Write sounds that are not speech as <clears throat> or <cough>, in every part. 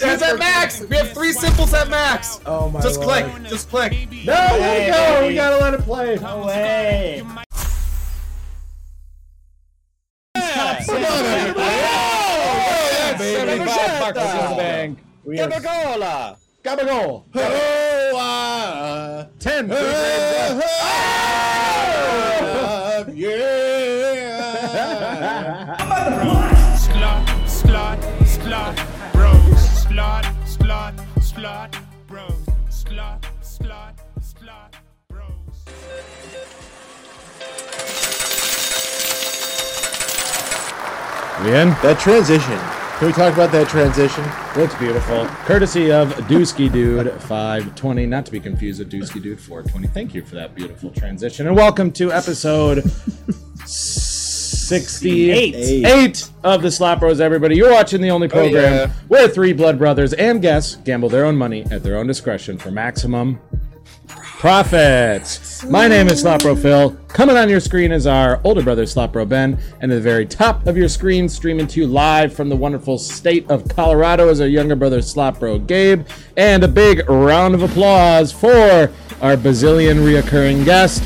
It's at max. We have three simples at max. Oh my Just lord. click. Just click. No, let it go. We Hey. gotta let it play. No way. Yeah, baby. baby. Five bucks in uh, the Bang. We are Gabagola. Gabagol. Oh, I Ten. love <laughs> you. Slot, slot, slot, bro. Slot, slot, slot, bro. Slot, slot, slot, bro. We in? That transition. Can we talk about that transition? Looks beautiful. Courtesy of Dusky Dude 520, not to be confused with Dusky Dude 420. Thank you for that beautiful transition. And welcome to episode 68 Eight of the Slap Bros, everybody. You're watching the only program yeah. where three blood brothers and guests gamble their own money at their own discretion for maximum profits. My name is Slopro Phil. Coming on your screen is our older brother Slopro Ben, and at the very top of your screen, streaming to you live from the wonderful state of Colorado, is our younger brother Slopro Gabe. And a big round of applause for our bazillion reoccurring guest,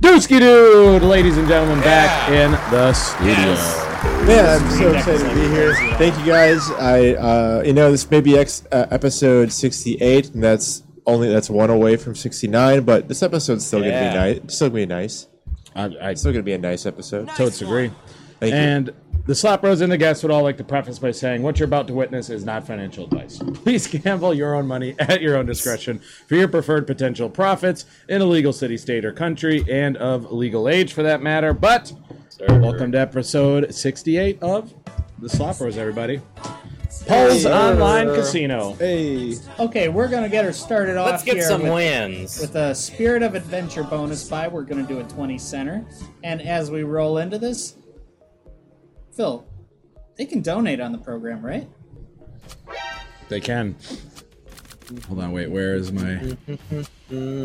Dusky Dude, ladies and gentlemen, back in the studio. Yeah, I'm so excited to be here. Thank you guys. I, uh, you know, this may be ex- uh, episode 68, and that's only that's one away from 69. But this episode's still Yeah. gonna be nice. Still gonna be nice. I, I Still gonna be a nice episode. totes agree. Thank you. And the slap bros and the guests would all like to preface by saying what you're about to witness is not financial advice. <laughs> Please gamble your own money <laughs> at your own discretion for your preferred potential profits in a legal city, state, or country, and of legal age for that matter. But welcome to episode 68 of the slap bros, everybody. Paul's Online Casino. Hey, Okay, we're gonna get her started off. Let's get here some with, wins. with a Spirit of Adventure bonus buy. We're gonna do a twenty center, and as we roll into this, Phil, they can donate on the program, right? They can. Hold on, wait, where is my.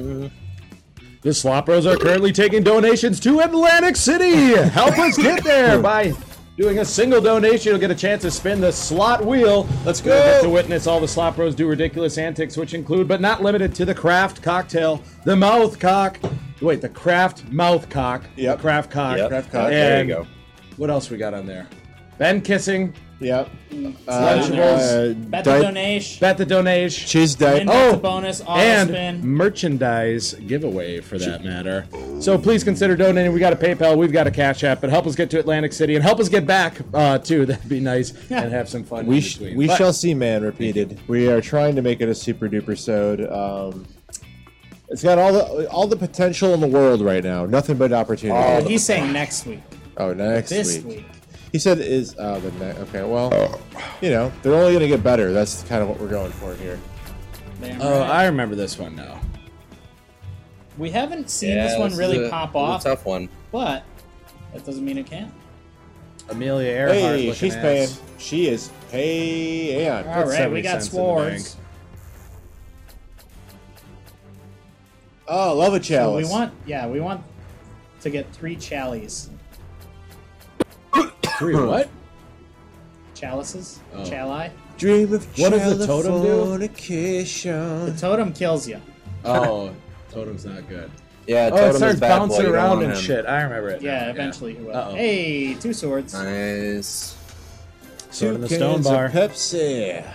The Slopros are currently taking donations to Atlantic City! Help us get there by doing a single donation. You'll get a chance to spin the slot wheel. Let's go! Get to witness all the Slopros do ridiculous antics, which include, but not limited to, the craft cocktail, the mouth cock. Wait, the craft mouth cock. Yep. The craft cock. Yep. Craft cock, And there you go. What else we got on there? Ben kissing, yep. Uh, Lunchables. Bet di- the donation. bet the donation. cheese and diet. bet Oh, the bonus auto and spin. merchandise giveaway for that matter. So please consider donating. We got a PayPal, we've got a Cash App, but help us get to Atlantic City and help us get back uh, too. <laughs> That'd be nice and have some fun. We, in sh- between. we But shall see, man. Repeated. We are trying to make it a super duper sode. Um, it's got all the all the potential in the world right now. Nothing but But opportunity. he's saying next week. Oh, next This week. week. He said is uh, the next. Okay, well, you know they're only gonna get better. That's kind of what we're going for here. Damn Oh, right. I remember this one now. we haven't seen this one is really a- pop this is off, a tough one. but that doesn't mean it can't. Amelia Earhart. Hey, looking she's ass. paying. She is paying. All right, we 70 got cents in the bank. swords. Oh, love a So challenge. we want, yeah, we want to get three chalices. Three what? Chalices? Oh. Chali? dream of What does the totem do? The Californication. totem kills you. Oh, totem's not good. Yeah, Oh, it totem is starts bad boy. bouncing You don't around want and him. shit. I remember it. Yeah, eventually he will. Uh-oh. Hey, two swords. Nice. Sword in the Two stone cans of bar. Pepsi.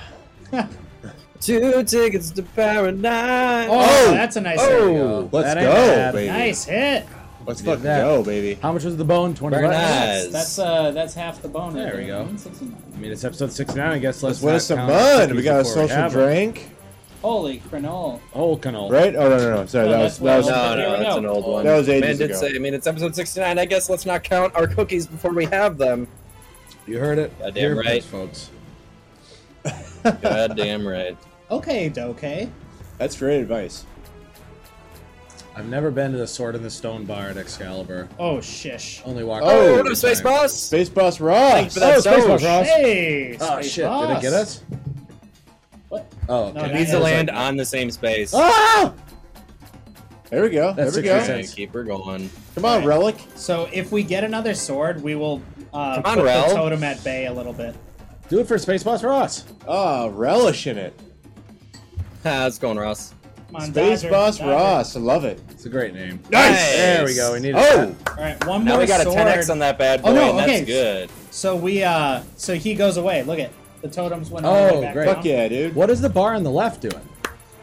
Two tickets to paradise. Oh, that's a nice hit. Oh, Let's that ain't go, bad. baby. Nice hit. Let's Did fucking that. go, baby. How much was the bone? Twenty Very bucks. nice. That's uh, that's half the bonus. There we go. 169. I mean, it's episode sixty-nine. I guess let's. What not is some count mud? cookies We got a before social have 'em. drink, Holy crinole. Oh, canola. right? Oh no, no, no. Sorry, No, that was that's that was. no, what Here no, we that's go. an old one. That was ages Man did ago. say. I mean, it's episode sixty-nine. I guess let's not count our cookies before we have them. You heard it. Goddamn Here it right. is, folks. God damn right. Okay, Doke. That's great advice. I've never been to the Sword in the Stone bar at Excalibur. Oh, shish. Only walked. Oh, through What what one up, Space time. Boss? Space Boss Thanks Ross. for that Oh, Space Boss Doge. Ross. Hey, Oh Space shit! Did it Boss. get us? What? Oh, okay. No, It that needs to is land on the same space. Oh, Ah! There we go. That's there we six go. percent. Okay, keep her going. Come on, Relic. So if we get another sword, we will uh, Come on, put Rel. the totem at bay a little bit. Do it for Space Boss Ross. Ah, relish in it. How's it going, Ross? Come on, Space Dodger, Boss Dodger. Ross. I love it. It's a great name. Nice. There we go. We needed Oh, that. All right, one Now more we got a sword. 10x on that bad boy, Oh, no, and okay. that's good. So we uh, so he goes away. Look at the totems went. Oh, all the way back great. down. fuck yeah, dude. What is the bar on the left doing?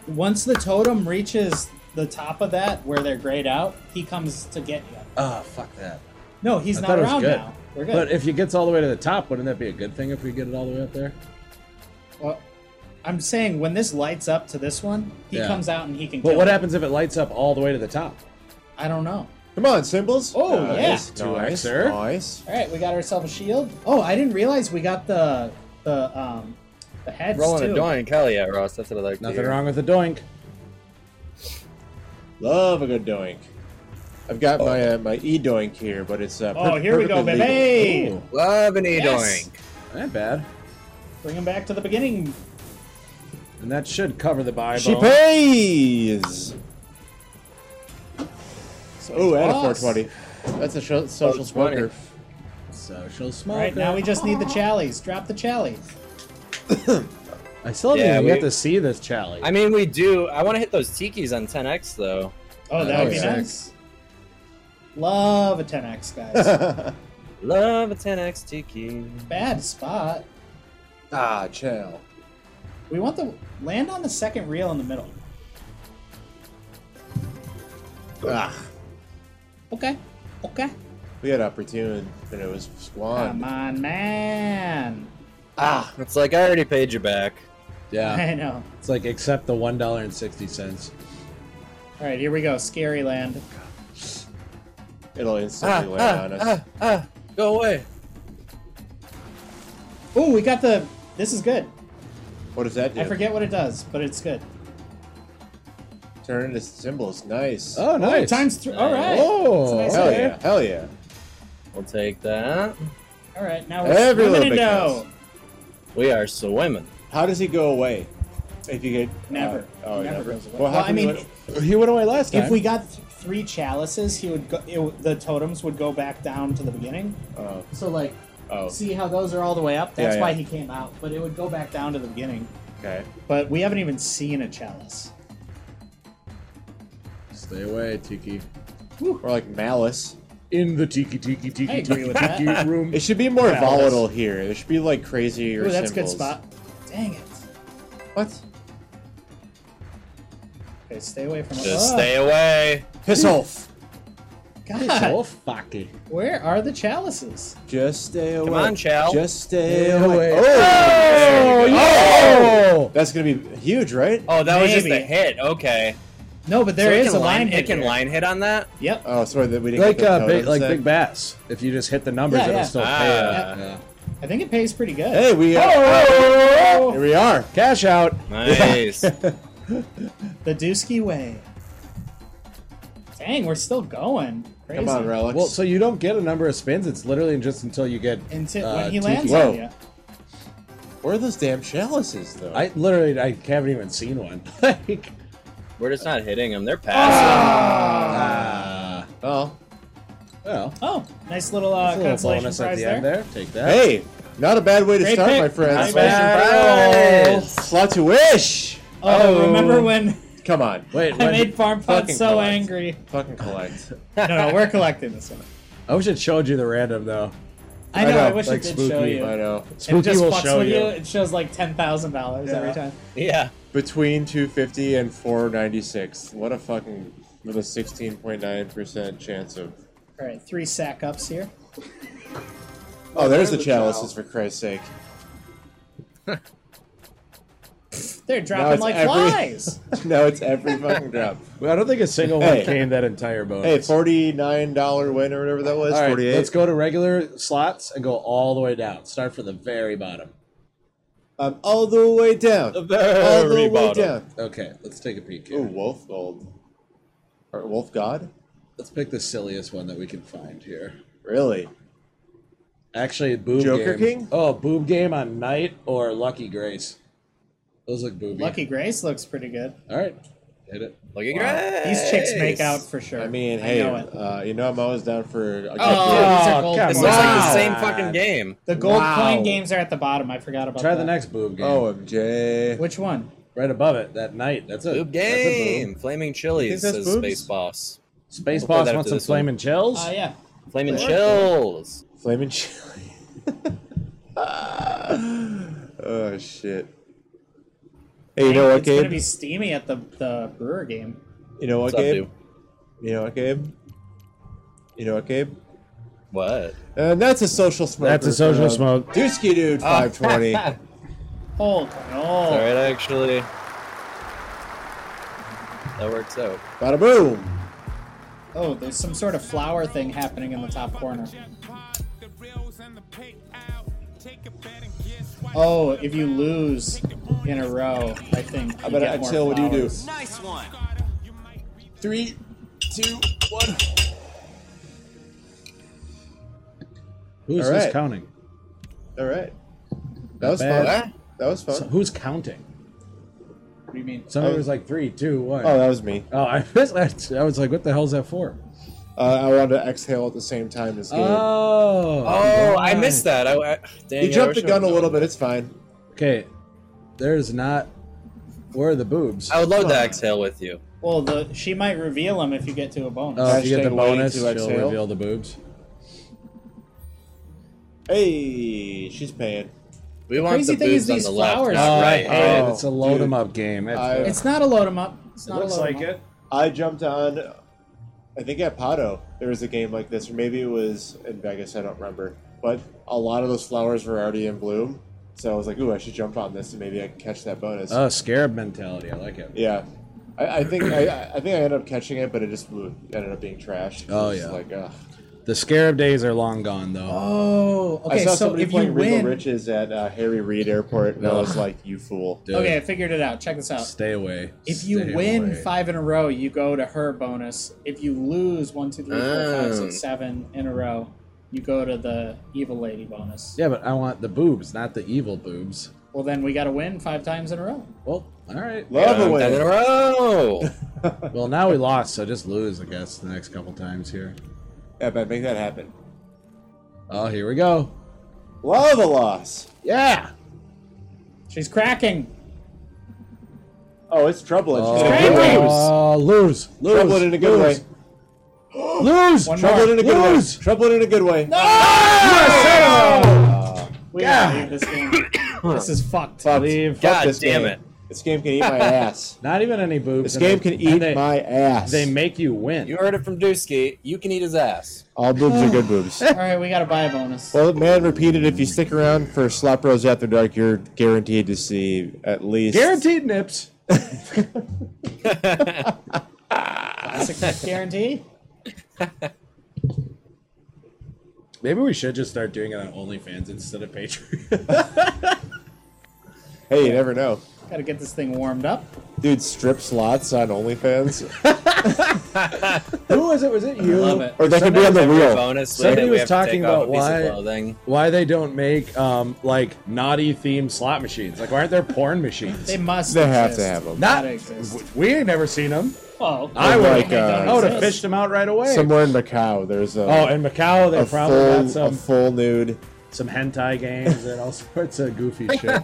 Once the totem reaches the top of that where they're grayed out, he comes to get you. Oh, fuck that. No, he's I not thought it was around good. now. We're good. But if he gets all the way to the top, wouldn't that be a good thing if we get it all the way up there? Well, I'm saying when this lights up to this one, he Yeah. comes out and he can. But kill what you. happens if it lights up all the way to the top? I don't know. Come on, symbols. Oh, yeah. Nice. 2Xer. Nice. All right, we got ourselves a shield. Oh, I didn't realize we got the the um the heads Rolling too. a doink. Hell yeah, Ross. That's what I like to Nothing hear. wrong with the doink. Love a good doink. I've Oh. got my uh, my e doink here, but it's uh, Oh, per- here we go, perfectly legal. baby! Ooh, Love an Yes. e-doink. not bad. Bring him back to the beginning. And that should cover the buy She bone. pays. Oh, and a boss. 420. That's a sho- Oh, social 420. smoker. Social All smoker. right, now we just need the challies. Drop the chally. I still Yeah, didn't we- get to see this chally. <laughs> I mean, we do. I want to hit those tikis on 10x, though. Oh, that would be Nice. nice. Love a 10x, <laughs> guys. Love a 10x tiki. Bad spot. <laughs> ah, chow. We want the land on the second reel in the middle. Ah, Okay. Okay. we had opportune, and it was Come squandered. on, man. Ah, It's like, I already paid you back. yeah. <laughs> I know. It's like except the one dollar and sixty cents. All right, here we go. Scary land. it'll Ah, instantly land on us. Go away. Oh, we got the. This is good. What does that do? I forget what it does, but it's good. Turn into symbols. Nice. Oh, nice. Times three. All right. Oh, That's a Hell nice okay. hit. yeah! Hell yeah! We'll take that. All right, now we're Every little swimming bit in dough. counts. We are swimming. How does he go away? If you get Never. uh, oh, He never never. goes away. Well, how Well, I come he mean, went- He went away last time. If we got th- three chalices, he would go, it, w- the totems would go back down to the beginning. oh, So like, oh, see how those are all the way up. That's Yeah, why yeah. he came out, but it would go back down to the beginning. okay. But we haven't even seen a chalice. Stay away, Tiki. Or like malice. In the Tiki Tiki Tiki I agree with <laughs> Tiki that. room. It should be more Malice. volatile here. There should be like crazier. Ooh, that's a good symbols. spot. Dang it. What? Okay, stay away from Just oh, stay away. Piss off! <laughs> God, fucky. where are the chalices? Just stay away. on, Chal. Just stay Stay away. away. Oh! Oh! That's gonna be huge, right? Oh, that was just a Maybe. hit. Okay. No, but there So it is can a line. It hit can here. line hit on that. Yep. Oh, sorry that we didn't Like get the uh, big, totems like then. Big Bass. If you just hit the numbers, Yeah, it'll yeah. still Ah. pay. Yeah. it. Yeah. I think it pays pretty good. Hey, we. Uh, Oh! Here we are. Cash out. Nice. The Dusky Way. Dang, we're still going. Crazy. Come on, relics. Well, so you don't get a number of spins. It's literally just until you get. Until uh, when he Tiki. lands Whoa. on you. Where are those damn chalices, though? I literally, I haven't even seen one. <laughs> like, We're just not hitting them. They're passing. ah. oh. well, Oh, nice little, uh, that's a little consolation bonus at prize the there. end there. Take that. Hey, not a bad way to Great start, pick. my friends. Not bad. Slot to wish. Oh, Oh. remember when Come on. Wait, I <laughs> when- made Farm Pod Fucking so collect. angry? Fucking collect. No, no, we're collecting this <laughs> one. I wish it showed you the random though. I I know. I, know, wish like it did spooky, show you. I It know. Spooky just will fucks show with you. you. It shows like ten thousand dollars every Yeah. time. Yeah. Between 250 and 496. What a fucking. With a 16.9% chance of. All right, three sack ups here. Oh, there's the there's the chalice. chalices, for Christ's sake. <laughs> They're dropping it's like every- <laughs> flies. now it's every fucking <laughs> drop. Well, I don't think a single Hey. one came that entire bonus. Hey, $49 win or whatever that was. All right, 48 let's go to regular slots and go all the way down. Start from the very bottom. Um, all the way down. all the very way bottom. down. Okay, let's take a peek here. Ooh, wolf gold. Or wolf god? Let's pick the silliest one that we can find here. Really? Actually, boob Joker game. King? Oh, boob game on Knight or Lucky Grace. Those look booby. Lucky Grace looks pretty good. All right. Hit it. Look at Grace. These chicks make out for sure. I mean, hey, know it. uh, you know I'm always down for. A Oh, these are Oh, gold come This coins. looks like Wow. the same fucking game. The gold Wow. coin games are at the bottom. I forgot about Try that. the next boob game. Oh, OMJ. Which one? right above it. That night. That's a Boob that's a game. Flaming Chilies that's says boobs? Space Boss. Space We'll play Boss that wants after some this one. flaming chills. Oh, yeah. Flaming Chills. Flaming chili. <laughs> oh shit. Hey, you know what, It's going to Gabe? be steamy at the, the brewer game. You know what, What's up, Gabe? dude? You know what, Gabe? You know what, Gabe? What? And that's a social smoke. That's a social smoke. Dusky Oh. dude, five <laughs> twenty. Hold All on. right, actually. That works out. Bada boom. Oh, there's some sort of flower thing happening in the top corner. Oh, if you lose in a row, I think. I better exhale. What do you do? Nice one. Three, two, one. Who's, All who's right. counting? All right. That was fun. bad. That was So fun. who's counting? What do you mean? Somebody Oh. was like three, two, one. Oh, that was me. Oh, I <laughs> was, I was like, what the hell's that for? Uh, I wanted to exhale at the same time as Gabe. Oh. Oh, I missed that. I, I, dang, you I jumped the wish I gun a would've little known. bit. It's fine. Okay. There's not. Where are the boobs? I would love Come to on. exhale with you. Well, the she might reveal him if you get to a bonus. Oh, if you get the Hashtag waiting bonus, to she'll exhale. reveal the boobs. Hey, she's paying. We want crazy the thing is boobs on these the left, flowers- not Oh, right. I- Hey, Oh, it's a load dude. 'em up game. It's, I- it's not a load 'em up. It's not a load 'em up. I jumped on. I think at Pato there was a game like this, or maybe it was in Vegas. I don't remember. But a lot of those flowers were already in bloom, so I was like, "Ooh, I should jump on this, and maybe I can catch that bonus." oh, scarab mentality. I like it. yeah, I, I think I, I- I think I ended up catching it, but it just blew, ended up being trashed. It was Oh, just yeah. like ugh. The scarab days are long gone, though. Oh, okay. I saw So somebody if you playing Regal win, Riches at uh, Harry Reid Airport, and I was Ugh. like, "You fool!" Dude, okay, I figured it out. Check this out. Stay away. If you Stay win away. five in a row, you go to her bonus. If you lose one, two, three, four, five, Oh. six, seven in a row, you go to the evil lady bonus. Yeah, but I want the boobs, not the evil boobs. Well, then we got to win five times in a row. Well, all right. Love Um, away. ten in a row. Well, now we lost, so just lose, I guess, the next couple times here. Yeah, but make that happen. Oh, here we go. Love a loss. Yeah. She's cracking. Oh, it's troubling. She's It's gonna troubling. lose. Oh, lose, lose, Trouble in a good lose, way. <gasps> Lose, One Trouble more. in a good Lose. way. Trouble in a good way. We God. gotta leave this <coughs> game. this is fucked. Fuck, fuck God this damn game. it. This game can eat my ass. Not even any boobs. This and game they- can and eat they, my ass. They make you <laughs> win. You heard it from Dusky. You can eat his ass. All boobs are good boobs. All right, we gotta buy a bonus. Well, man repeated, if you stick around for Slop Rose After Dark, you're guaranteed to see at least. Guaranteed nips. Classic guarantee. Maybe we should just start doing it on OnlyFans instead of <laughs> Patreon. Hey, you never know. Gotta get this thing warmed up. Dude, strip slots on OnlyFans. Who was it? Was it you? Love it. or that could be on the Every reel. bonus Somebody that we was have to take talking off a about piece of why- clothing. Why they don't make um like naughty themed slot machines? Like, why aren't there porn machines? <laughs> They must. They have exist. to have them. Not Gotta exist. Oh, we ain't never seen them. Well, I would like, like, they don't uh, I would have exist. fished them out right away. Somewhere in Macau, there's a, Oh, in Macau they a, probably full, got a some full nude. some hentai games and all <laughs> sorts of goofy shit.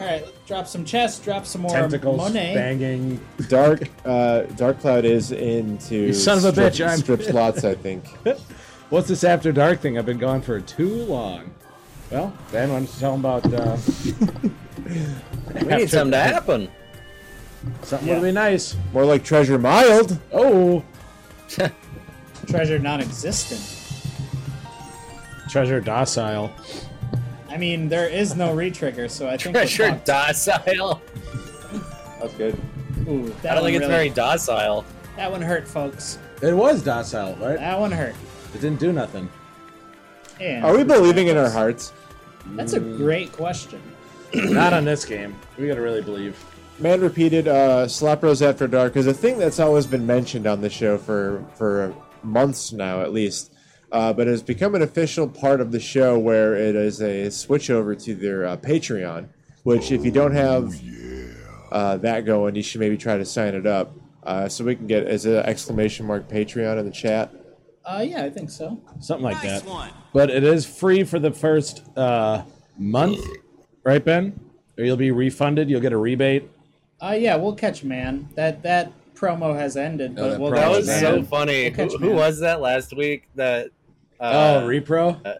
All right, drop some chests. Drop some more Tentacles money. banging. <laughs> Dark uh, Dark Cloud is into You son of a strip, bitch, I'm- strip slots, I think. <laughs> What's this after dark thing? I've been gone for too long. Well, Ben, why don't you tell him about <laughs> uh, We need something to happen. something Yeah. would be nice. More like Treasure Mild. Oh, Treasure non-existent. treasure docile. I mean, there is no retrigger, so I <laughs> think we're Treasure fucked. docile. That's good. Ooh, that I don't one think it's really- very docile. That one hurt, folks. It was docile, right? That one hurt. It didn't do nothing. <clears throat> And Are we believing in our hearts? That's a great question. Not on this game. We gotta really believe. Man repeated uh, Slap Rose After Dark is a thing that's always been mentioned on the show for for months now, at least. Uh, but it has become an official part of the show where it is a switch over to their uh, Patreon, which if you don't have uh, that going, you should maybe try to sign it up. Uh, so we can get is it an exclamation mark Patreon in the chat? Uh, yeah, I think so. something like that. But it is free for the first uh, month, right, Ben? Or you'll be refunded. You'll get a rebate. Uh, yeah, we'll catch man. That that promo has ended, but that we'll That catch was Oh, man. so funny. Catch Who, man. who was that last week that Oh, uh, repro.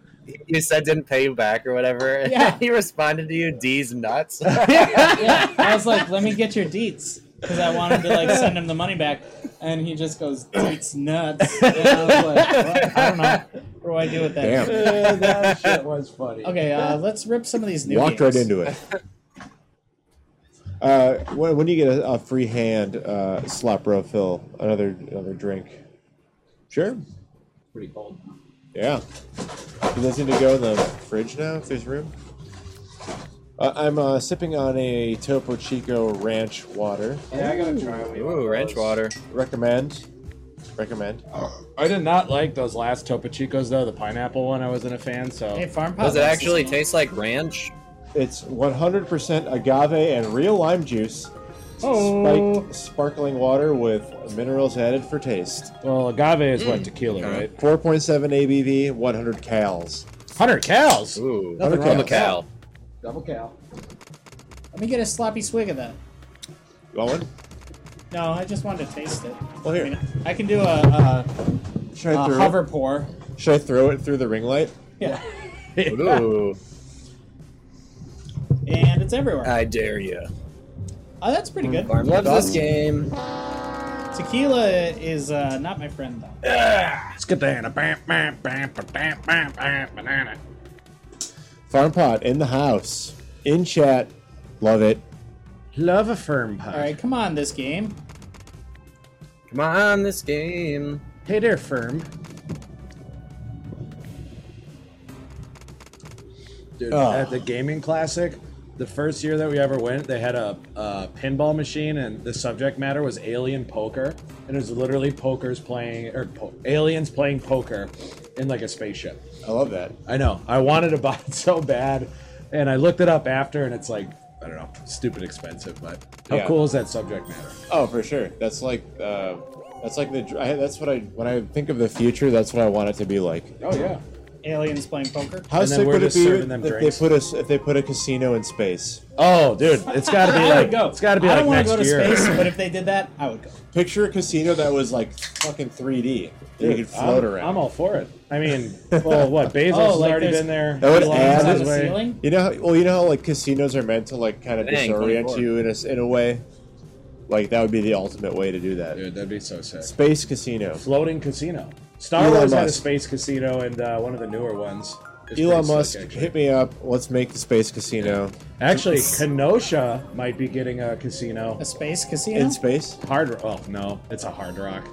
you said didn't pay you back or whatever? <laughs> Yeah. he responded to you, D's <laughs> nuts. yeah, I was like, let me get your deets because I wanted to like send him the money back, and he just goes, deets nuts. And I was like, what? I don't know. What do I do with that? <laughs> Damn, that shit was funny. Okay, uh, let's rip some of these new. walked games. right into it. Uh, when, when do you get a, a free hand uh, slop row fill? Another another drink? Sure. Pretty cold. Yeah. Do those need to go in the fridge now if there's room? Uh, I'm uh, sipping on a Topo Chico Ranch water. Yeah, I gotta try one. Ooh, ranch water. Recommend. Recommend. I did not like those last Topo Chicos though. The pineapple one, I wasn't a fan. So Hey, farm Does it Potluck's actually is- taste like ranch? It's 100% agave and real lime juice. Oh. Spiked sparkling water with minerals added for taste. well, agave is what tequila, right? 4.7 ABV, 100 cals. Hundred cows. Ooh, Nothing from a wrong. cow. Double cow. Let me get a sloppy swig of that. You want one? No, I just wanted to taste it. Well, I, here. mean, I can do a, a, Should Uh, I, a throw hover it? pour. Should I throw it through the ring light? Yeah, Ooh, and it's everywhere. I dare you. oh, that's pretty good. Love this game. Tequila is uh, not my friend though. Let's get that. Bam, bam, bam, ba, bam, bam, bam, banana. Farm pot in the house. In chat. Love it. Love a firm pie. All right, come on, this game. Come on, this game. Hey there, firm. Dude, Ugh. at the gaming classic, the first year that we ever went, they had a, a pinball machine, and the subject matter was alien poker, and it was literally poker's playing or po- aliens playing poker in like a spaceship. I love that. I know. I wanted to <laughs> buy it so bad, and I looked it up after, and it's like I don't know, stupid expensive, but how Yeah. cool is that subject matter? Oh, for sure. That's like uh, that's like the dr- I, that's what I when I think of the future. That's what I want it to be like. Oh yeah. Aliens playing poker. How And then sick we're would it just be serving them if they drinks. put us if they put a casino in space? Oh, dude, it's got to be I like would go. it's got to be I like don't wanna next go to year. space, but if they did that, I would go. Picture a casino that was like fucking 3D. That you Dude, could float I'm, around. I'm all for it. I mean, well, <laughs> what Bezos Oh, has like already there's- been there. That would Elon's add- on on his the way. ceiling. you know, how, well, you know how like casinos are meant to like kind of Dang, disorient 24. you in a, s- in a way. Like that would be the ultimate way to do that. Dude, that'd be so sick. Space casino. Floating casino. Star Elon Wars had a Musk. space casino and uh, one of the newer ones. It's Elon pretty sick, Musk, actually. hit me up. Let's make the space casino Actually, Kenosha might be getting a casino. A space casino. in space. Hard. Oh no, it's a Hard Rock.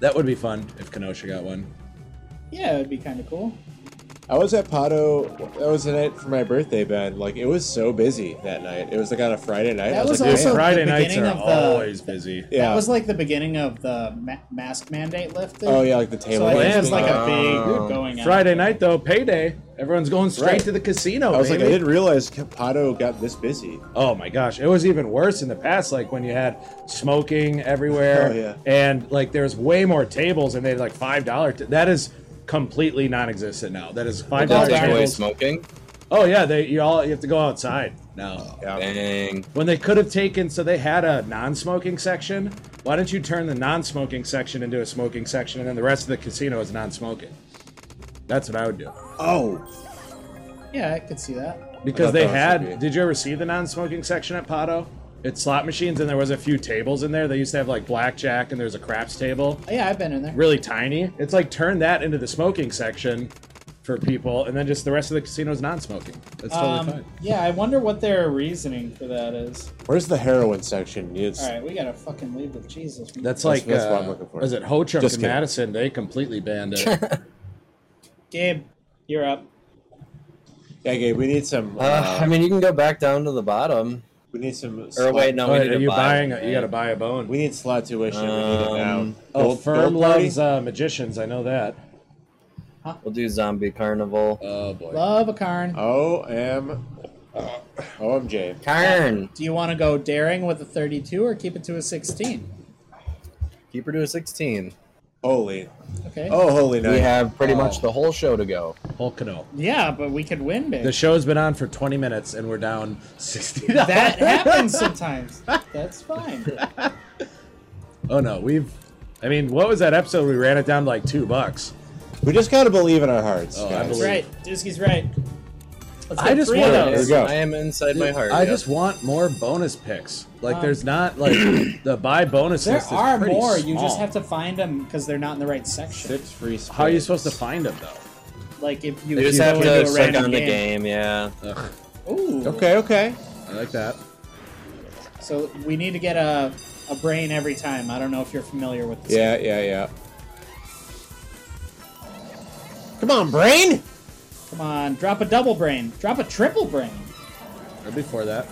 That would be fun if Kenosha got one. yeah, it'd be kind of cool. I was at Pado. That was the night for my birthday, Ben. Like it was so busy that night. It was like on a Friday night. That I was, was like, Dude, also- "Man." Friday the nights beginning are of the- always busy. yeah. That was like the beginning of the ma- mask mandate lifted. oh yeah, like the table. So I think it games. was like a Wow. big going out. Friday night though, payday. Everyone's going straight Right. to the casino. I was like, baby. I didn't realize Pado got this busy. Oh my gosh, it was even worse in the past. Like when you had smoking everywhere, Oh, yeah. and like there's way more tables, and they had like five dollar. T- that is completely non-existent now. That is five Well, dollar that's Take away tables. smoking. Oh yeah, they you all you have to go outside now. Yeah. Dang. When they could have taken, so they had a non-smoking section. Why don't you turn the non-smoking section into a smoking section, and then the rest of the casino is non-smoking? That's what I would do Oh, Yeah, I could see that. because thought they that was had. creepy. Did you ever see the non-smoking section at Pato? It's slot machines, and there was a few tables in there. They used to have like blackjack, and there's a craps table, Oh, yeah, I've been in there. really tiny. It's like turn that into the smoking section for people, and then just the rest of the casino is non-smoking. That's totally Um, fine. yeah, I wonder what their reasoning for that is. where's the heroin section? It's All right, we gotta fucking leave with Jesus. That's, that's- like that's what uh, I'm looking for. Was it Ho Chunk Just in kidding. Madison? They completely <laughs> banned it. Gabe, you're up. yeah, Gabe. We need some. Uh, Uh, I mean, you can go back down to the bottom. we need some. Or slot- wait, no, we But need are to you buy buying? one, it? You got to buy a bone. We need slot tuition. we need it now. Um, oh, Gold- firm gold party? loves uh, magicians. I know that. right? We'll do zombie carnival. Oh boy. Love a Karn. O M OMJ. Karn. Do you want to go daring with a 32 or keep it to a 16? Keep her to a 16. Holy. Okay. Oh, holy night. We have pretty much the whole show to go. Hulkano. Yeah, but we could win big. The show's been on for 20 minutes and we're down 60 <laughs> that happens sometimes. That's fine. Oh no, we've. I mean, what was that episode? We ran it down to like two bucks. We just gotta believe in our hearts. Oh, I guys. That's believe- right. Dusky's right. Let's I get just three wanna- of There we those. go. I am inside my heart. I yeah. just want more bonus picks. Like, Um, there's not <coughs> like the buy bonus There list is are pretty more. You just small. have to find them because they're not in the right section. Six free space. How are you supposed to find them though? Like if you You just go have into to a click random on the game, yeah. Ugh, Ooh. Okay, okay. I like that. So we need to get a, a brain every time. I don't know if you're familiar with this. Yeah, yeah, yeah. Come on, brain! Come on, drop a double brain. Drop a triple brain. Or before that,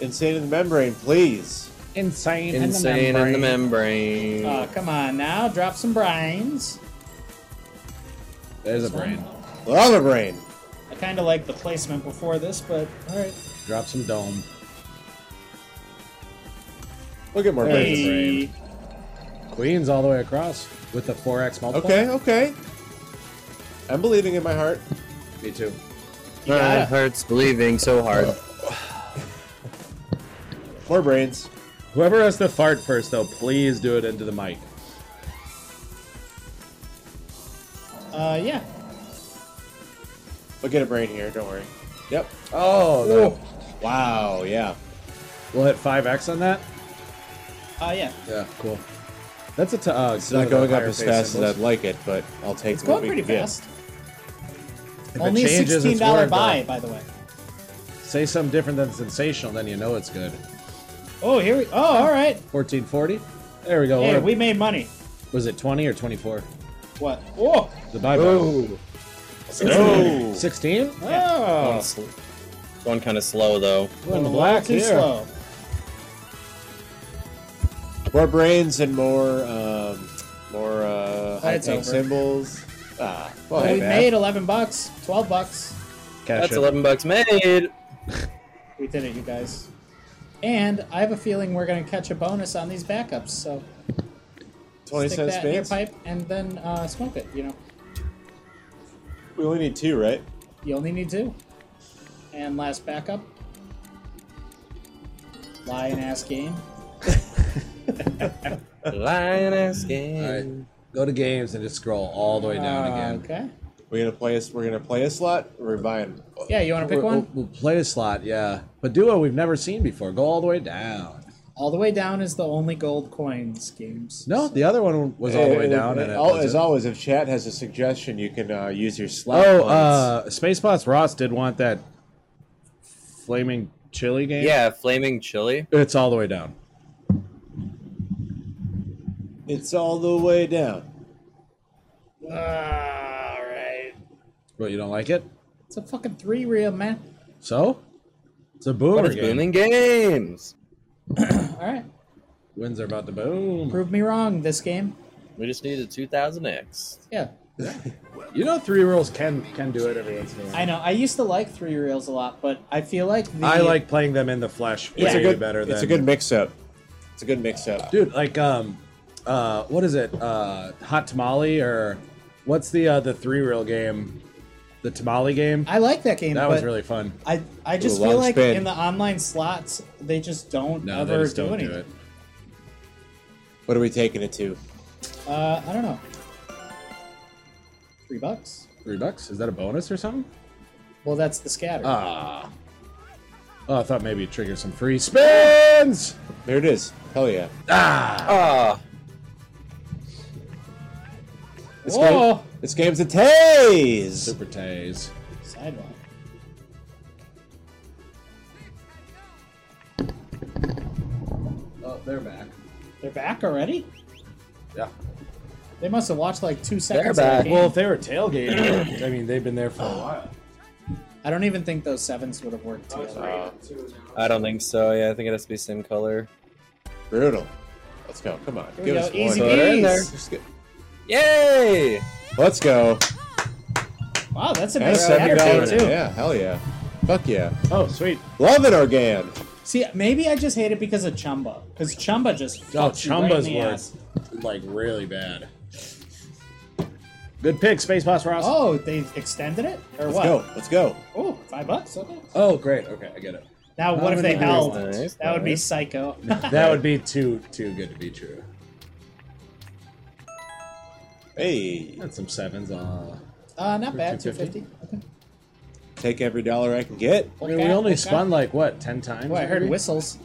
Insane in the membrane, please. insane. Insane in the membrane. Uh, come on now, drop some brains. There's a brain. Love a brain. I kind of like the placement before this, but all right. Drop some dome. Look at more There's brains. a Hey. Queens all the way across with the four X multiplier. Okay, okay. I'm believing in my heart. me too. My Yeah. heart's bleeding so hard. More brains. Whoever has to fart first, though, please do it into the mic. Uh, yeah. We'll get a brain here, don't worry. Yep. Oh, no. Wow, yeah. we'll hit five X on that. Uh, yeah. Yeah, cool. That's a t- uh, It's not going up as fast as I'd like it, but I'll take It's what going we pretty can get. fast. If it Only a changes, it's sixteen dollar word, buy, though. by the way. Say something different than sensational, then you know it's good. Oh, here we. Oh, all right. 1440. There we go. Hey, What- we made money. was it 20 or 24? What? Oh, The buy button. No! 16? One, oh. sl- one kind of slow though. We're a in the little black too here. slow. More brains and more, um, more, uh, high it's tech over. symbols. Ah, well, But hey, we man. made eleven bucks, twelve bucks. Cash That's it. 11 bucks made. We did it, you guys. And I have a feeling we're gonna catch a bonus on these backups. So Oh, 20 stick cents that in your spades. pipe and then uh, smoke it. You know, We only need two, right? you only need two. And last backup, lie and ass game. Lioness game. All right. Go to games and just scroll all the way down Uh, again. Okay. We're gonna play a, we're gonna play a slot. We're buying. Yeah, you want to pick We'll- one? We'll, we'll play a slot, yeah. But duo we've never seen before. Go all the way down. All the way down is the only gold coins games. No, the other one was all the way And- down. and And it al- wasn't. as always, if chat has a suggestion, you can uh, use your slot. Oh, points. uh, Spacebots Ross did want that flaming chili game. Yeah, flaming chili. It's all the way down. it's all the way down. All right. What, you don't like it? It's a fucking three reel, man. So? It's a boomer What is game. booming games? All right. Winds are about to boom. Prove me wrong this game. We just need a 2000X. Yeah. You know, three rolls can can do it every once in a while. I know. I used to like three reels a lot, but I feel like the. I like playing them in the flesh. It's way a Good- better. It's than- a good mix-up. It's a good mix-up. dude. Like um, uh, what is it? Uh, hot tamale or what's the uh, the three reel game? The tamale game. I like that game. that was but really fun. I I just Ooh, long feel like spin. in the online slots they just don't No, ever they just don't anything. do it. What are we taking it to? Uh, I don't know. Three bucks. Three bucks? Is that a bonus or something? Well, that's the scatter. Ah. Oh, I thought maybe it triggers some free spins. There it is. Hell yeah. Ah. Ah, This, Whoa. game, this game's a tase. Super tase. Sidewalk. Oh, they're back. They're back already. Yeah. They must have watched like two seconds. back. Of the game. Well, if they were tailgating, I mean, they've been there for a while. I don't even think those sevens would have worked together. I don't think so. Yeah, I think it has to be same color. Brutal. Let's go. Come on. Here we Give go. us Easy one. Put it in there. peas. Just get- Yay! Let's go. Wow, that's a And big seven scatter dollars. too. Yeah. Hell yeah. Fuck yeah. Oh, sweet. Love it, Organ. See, maybe I just hate it because of Chumba. Because Chumba just Oh, fucks you right Chumba's in the ass. worse. Like really bad. Good pick, Space Boss Ross. Oh, they've extended it or Let's what? go. Let's go. Oh, five bucks. Okay. Oh, great. Okay, I get it. Now, what if they nice, held? nice, that would be nice. psycho. <laughs> That would be too too good to be true. Hey, That's some sevens. Uh, uh, not bad. Two 250? fifty. Okay. take every dollar I can get. I mean, we Okay, only okay. spun like what ten times. Boy, I heard maybe? whistles.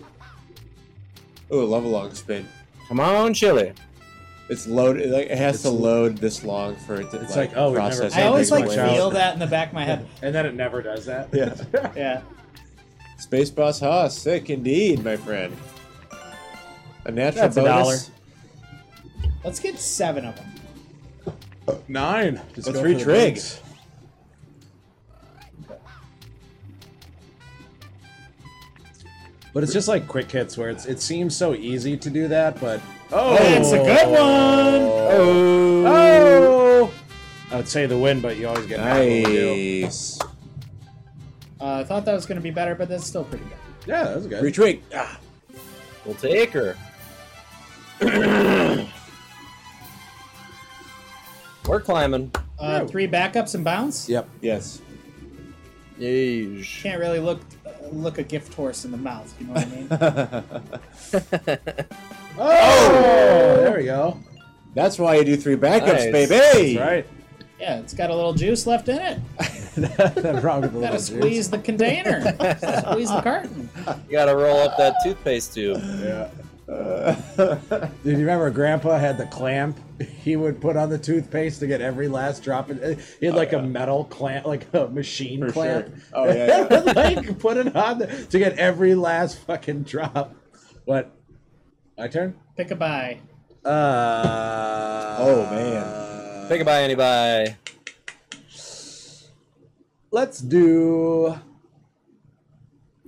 Ooh, love a long spin. Come on, Chili. It's loaded. Like, it has to load this long for it to It's like, oh, we've never- process. Same I always everything like thing away. with feel Chumba. that in the back of my head. and then it never does that. <laughs> Yeah. Yeah. Space Boss Haas, sick indeed, my friend. A natural That's a bonus. Let's get seven of them. Nine. Just Let's go for the retrig. bigs. But it's just like quick hits where it's it seems so easy to do that, but oh, that's a good one. Oh, Oh, I would say the win, but you always get half what we do. nice. Uh, I thought that was going to be better, but that's still pretty good. Yeah, that was good. Retrig. Ah, We'll take her. <clears throat> We're climbing. Uh, Yeah. Three backups and bounce. Yep. yes. Yeesh. Can't really look look a gift horse in the mouth. You know what I mean? Oh, there we go. That's why you do three backups, Nice. baby. Right. yeah, it's got a little juice left in it. <laughs> that wrong with the Gotta little squeeze the container. squeeze the carton. You gotta roll up that toothpaste tube. Yeah. Did you remember Grandpa had the clamp he would put on the toothpaste to get every last drop? In, he had like a metal clamp, like a machine Oh, For sure. clamp. <laughs> Oh, yeah, yeah. like put it on the, to get every last fucking drop. What? My turn. Pick a buy. Uh. Oh, man. Take a bye, anybody. Let's do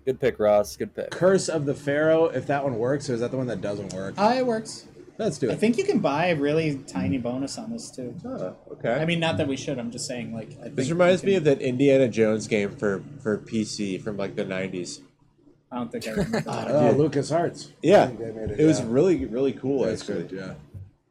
Good pick, Ross. Good pick. Curse of the Pharaoh. If that one works, or is that the one that doesn't work? Uh, it works. Let's do it. I think you can buy a really tiny bonus on this too. Oh, okay. I mean, not that we should. I'm just saying, like, I think this Uh, you reminds me can- of that Indiana Jones game for, for PC from like the 90s. I don't think I remember. that. uh, Lucas Hearts. Yeah. think they made It, it, was yeah. really, really cool, That's actually. good.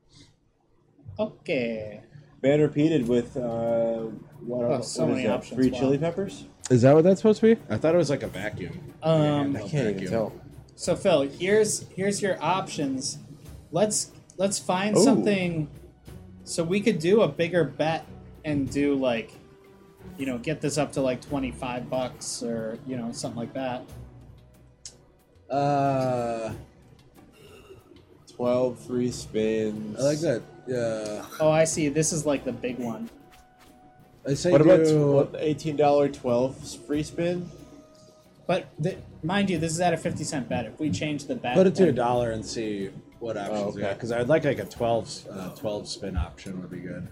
Yeah. Okay. Man repeated with, uh, what, Oh, so what is many that? options, Three wow. chili peppers? Is that what that's supposed to be? I thought it was like a vacuum. Um. I Can't even tell. So Phil, here's here's your options. Let's let's find Ooh. something. So we could do a bigger bet and do like, you know, get this up to like twenty five bucks or you know something like that. Uh, 12 free spins. I like that. Yeah. Oh, I see. This is like the big one. I say What about do- what, $18 12 free spin? But th- mind you, this is at a fifty cent bet. If we change the bet, put it to a then- dollar and see what options we Oh, okay. got. Because I'd like like a 12, uh, 12 spin option would be good.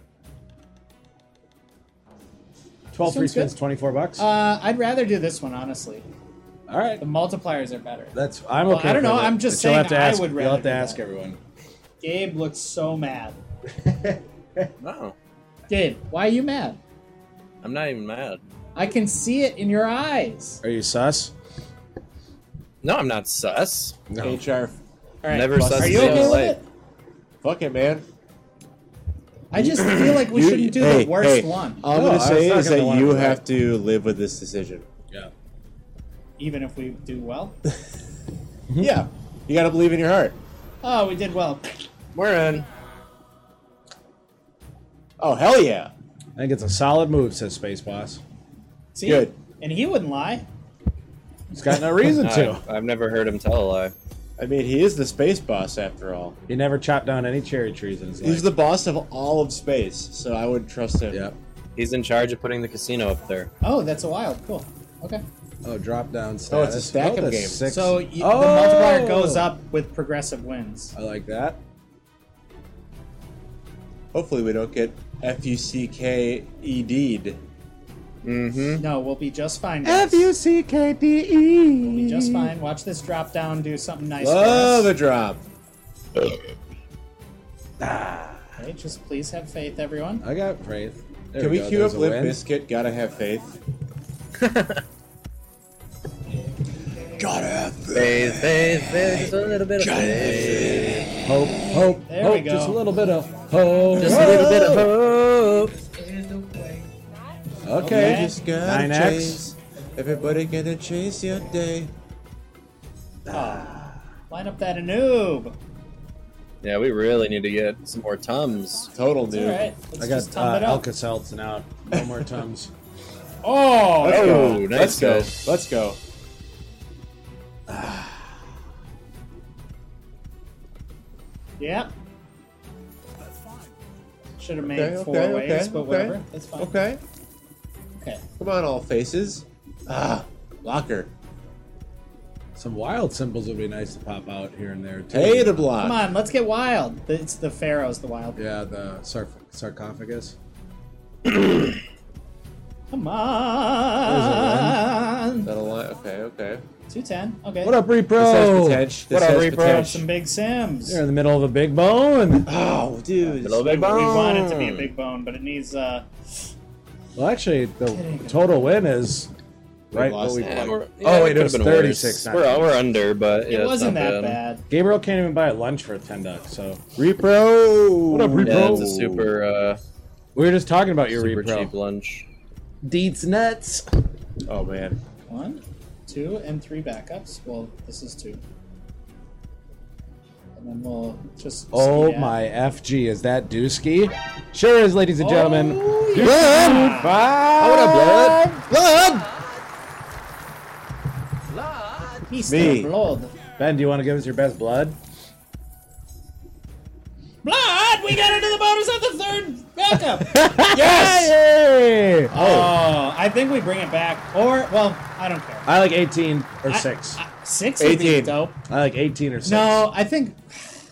12 free one's good. spins, 24 bucks. Uh, I'd rather do this one honestly. All right. The multipliers are better. That's I'm Well, okay. I don't with know, it, I'm just but you'll have saying to I ask, would You'll rather have to do ask that. everyone. <laughs> Gabe looks so mad. No, Gabe, why are you mad? I'm not even mad. I can see it in your eyes. Are you sus? No, I'm not sus. No. HR. All right. Never sus. Are in you my okay with life. it? Fuck it, man. I just feel like we You- shouldn't do hey, the worst hey, Uh, one, All I'm No, I going was to say not is gonna that wanna you do that. have to live with this decision. Yeah. even if we do well. Yeah. You got to believe in your heart. Oh, we did well. We're in. Oh, hell yeah. I think it's a solid move, says Space Boss. See, Good. and he wouldn't lie. He's got <laughs> no reason to. I, I've never heard him tell a lie. I mean, he is the space boss after all. He never chopped down any cherry trees in his life. He's the boss of all of space, so I would trust him. Yep. He's in charge of putting the casino up there. Oh, that's a wild. Cool. Okay. Oh, drop down Oh, status. it's a stack of that's games. six. So y- the Oh! multiplier goes up with progressive wins. I like that. Hopefully, we don't get F U C K E D'd. Mm-hmm. Hmm? No, we'll be just fine. guys. C K D E. We'll be just fine. Watch this drop down do something nice Love for a us. drop. Okay, just please have faith, everyone. I got faith. There Can we go, queue there's up a Limp win. Biscuit? Gotta have faith. Faith, faith, faith, just a little bit of faith. Hope, hope, There we hope. go. Just a little bit of hope. Just a little bit of hope. Okay. Okay. Just gotta 9X. chase. Everybody gonna chase your day. Light up that Anub. Yeah, we really need to get some more Tums. Total It's all dude. right. Let's I just got top uh, it up. Alka Seltz out. No more tums. <laughs> Oh, Let's go. Oh, nice Let's go. guy. Let's go. yeah. Should have made Okay, four okay, ways, okay, but okay. whatever. That's fine. Okay. Okay. Come on, all faces. Ah, locker. Some wild symbols would be nice to pop out here and there too. Hey to block. Come on, let's get wild. It's the pharaohs, the wild. Yeah, the sarf sarcophagus. Come Is on. that a line? Okay, okay. Two ten. Okay. What up, This has repro? potential. This What up, has Reaper? potential. Some big Sims. You're in the middle of a big bone. Oh, dude. Little bit We bone. want it to be a big bone, but it needs uh Well, actually, the total win is right. lost. What we Yeah, we're- Oh, yeah, wait, it could've was been 36, worse. not We're, we're under, but yeah, it it's wasn't not that bad. Gabriel can't even buy a lunch for ten bucks. So Repro. What up, Repro? Yeah, it's a super, uh, we were just talking about your super repro. cheap lunch. Deets nuts. Oh man. One, two, and three backups. Well, this is two. And then we'll just Oh ski down. my FG, is that Dusky? Sure is, ladies and gentlemen. Oh, Dusky yeah. five. What up, blood? Blood. Mr. me. Blood. Ben, do you want to give us your best blood? Blood! We got into the bonus on the third backup! Yes! oh, I think we bring it back. Or, well, I don't Uh, care. I like 18 or I- 6. I, I- six would be 18. dope. like 18 or 6. No, I think.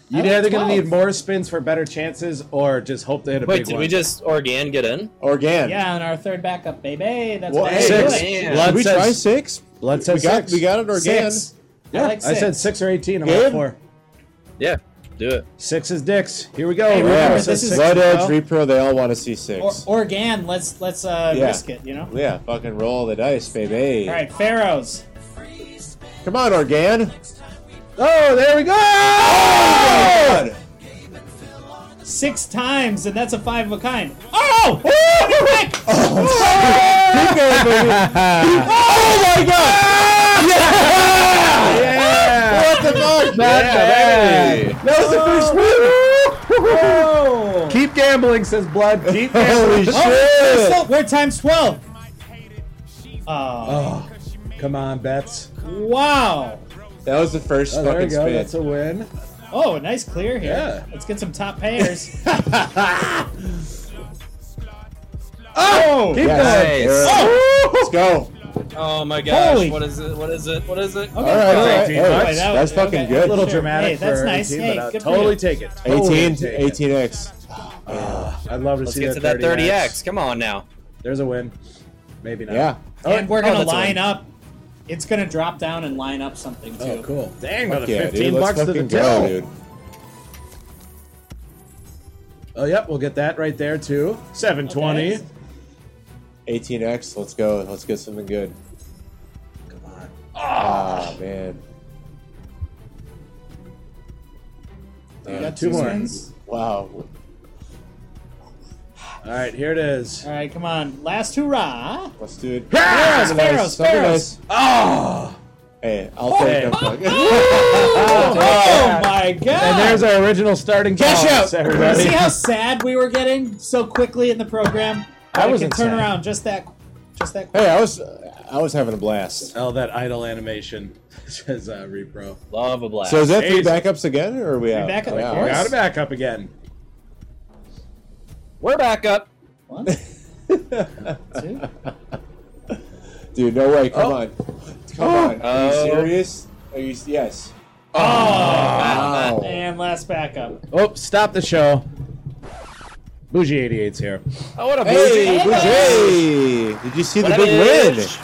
You're I like either going to 12. need more spins for better chances or just hope they hit a Wait, big did one. we just Organ get in? Organ. Yeah, on our third backup, baby. That's Well, what I hey, Six. do it. Damn. Blood Did we says, try six? Blood We says got 6. we got an organ. Six. Yeah, I I, like said six. 6 or 18. I'm Good. all for. Yeah, do it. 6 is dicks. Here we go. Hey, Repro remember, Yeah. this says is- six Blood as Edge well. Repro. They all want to see Or, six. organ, let's let's uh, Yeah. risk it, you know? yeah. Fucking roll the dice, baby. All right, Pharaohs. Come on, Organ. Oh, there we go! God. Six times, and that's a five of a kind. Oh! oh! Oh my God. Yeah! What the fuck? Not bad. Hey! That was the first win. Keep gambling, says Blood. Keep <laughs> Holy gambling. shit! So we're times 12. Uh. Oh, Come on, bets. wow. That was the first Oh, there we fucking go. spin. That's a <laughs> win. Oh, nice clear here. Yeah. Let's get some top payers. <laughs> Oh, keep Yes. going. Nice. Let's go. Oh my gosh, Holy- what is it? What is it? What is it? <laughs> Okay. All right, all right. 18 Hey, bucks. that's That was- fucking okay. A good. little Sure. dramatic Hey, that's for nice. 18, Hey, but I'll good for totally you. take it. Totally 18, take it. 18x. I'd love to Let's see get to that 30x. 30X. Come on now. There's a win. Maybe not. Yeah. and we're going Oh, to that's a line win. up. It's going to drop down and line up something, too. Oh, cool. Dang, Fuck another yeah, 15 dude. Let's bucks to the fucking go, till. dude. Oh, yep. We'll get that right there, too. 720. Okay. 18x. Let's go. Let's get something good. Come on. Ah, man. We Uh, got two more. spins. Wow. All right, here it is. All right, come on. Last hurrah. Let's do it. Yeah! Something nice, Sparrows, something sparrows. nice. Oh! Hey, I'll take Hey. them. fuck. Oh, yeah. my God. And there's our original starting Cash balance, out. everybody. See how sad we were getting so quickly in the program. I That it wasn't could turn sad. around just that, just that. Quick. Hey, I was, I was having a blast. Oh, that idle animation <laughs> says uh, repro. Love a blast. So is that three Amazing. backups again, or are we out? backup, We of out. course. Got it back up again. We're back up. One, two. <laughs> Dude, no way. Come on. Come on. Are you Oh. serious? Are you? Yes. Oh, Wow. and last backup. Oh, stop the show. Bougie 88's here. Oh, what a Hey, bougie. Bouger! Did you see the What big a win? bitch.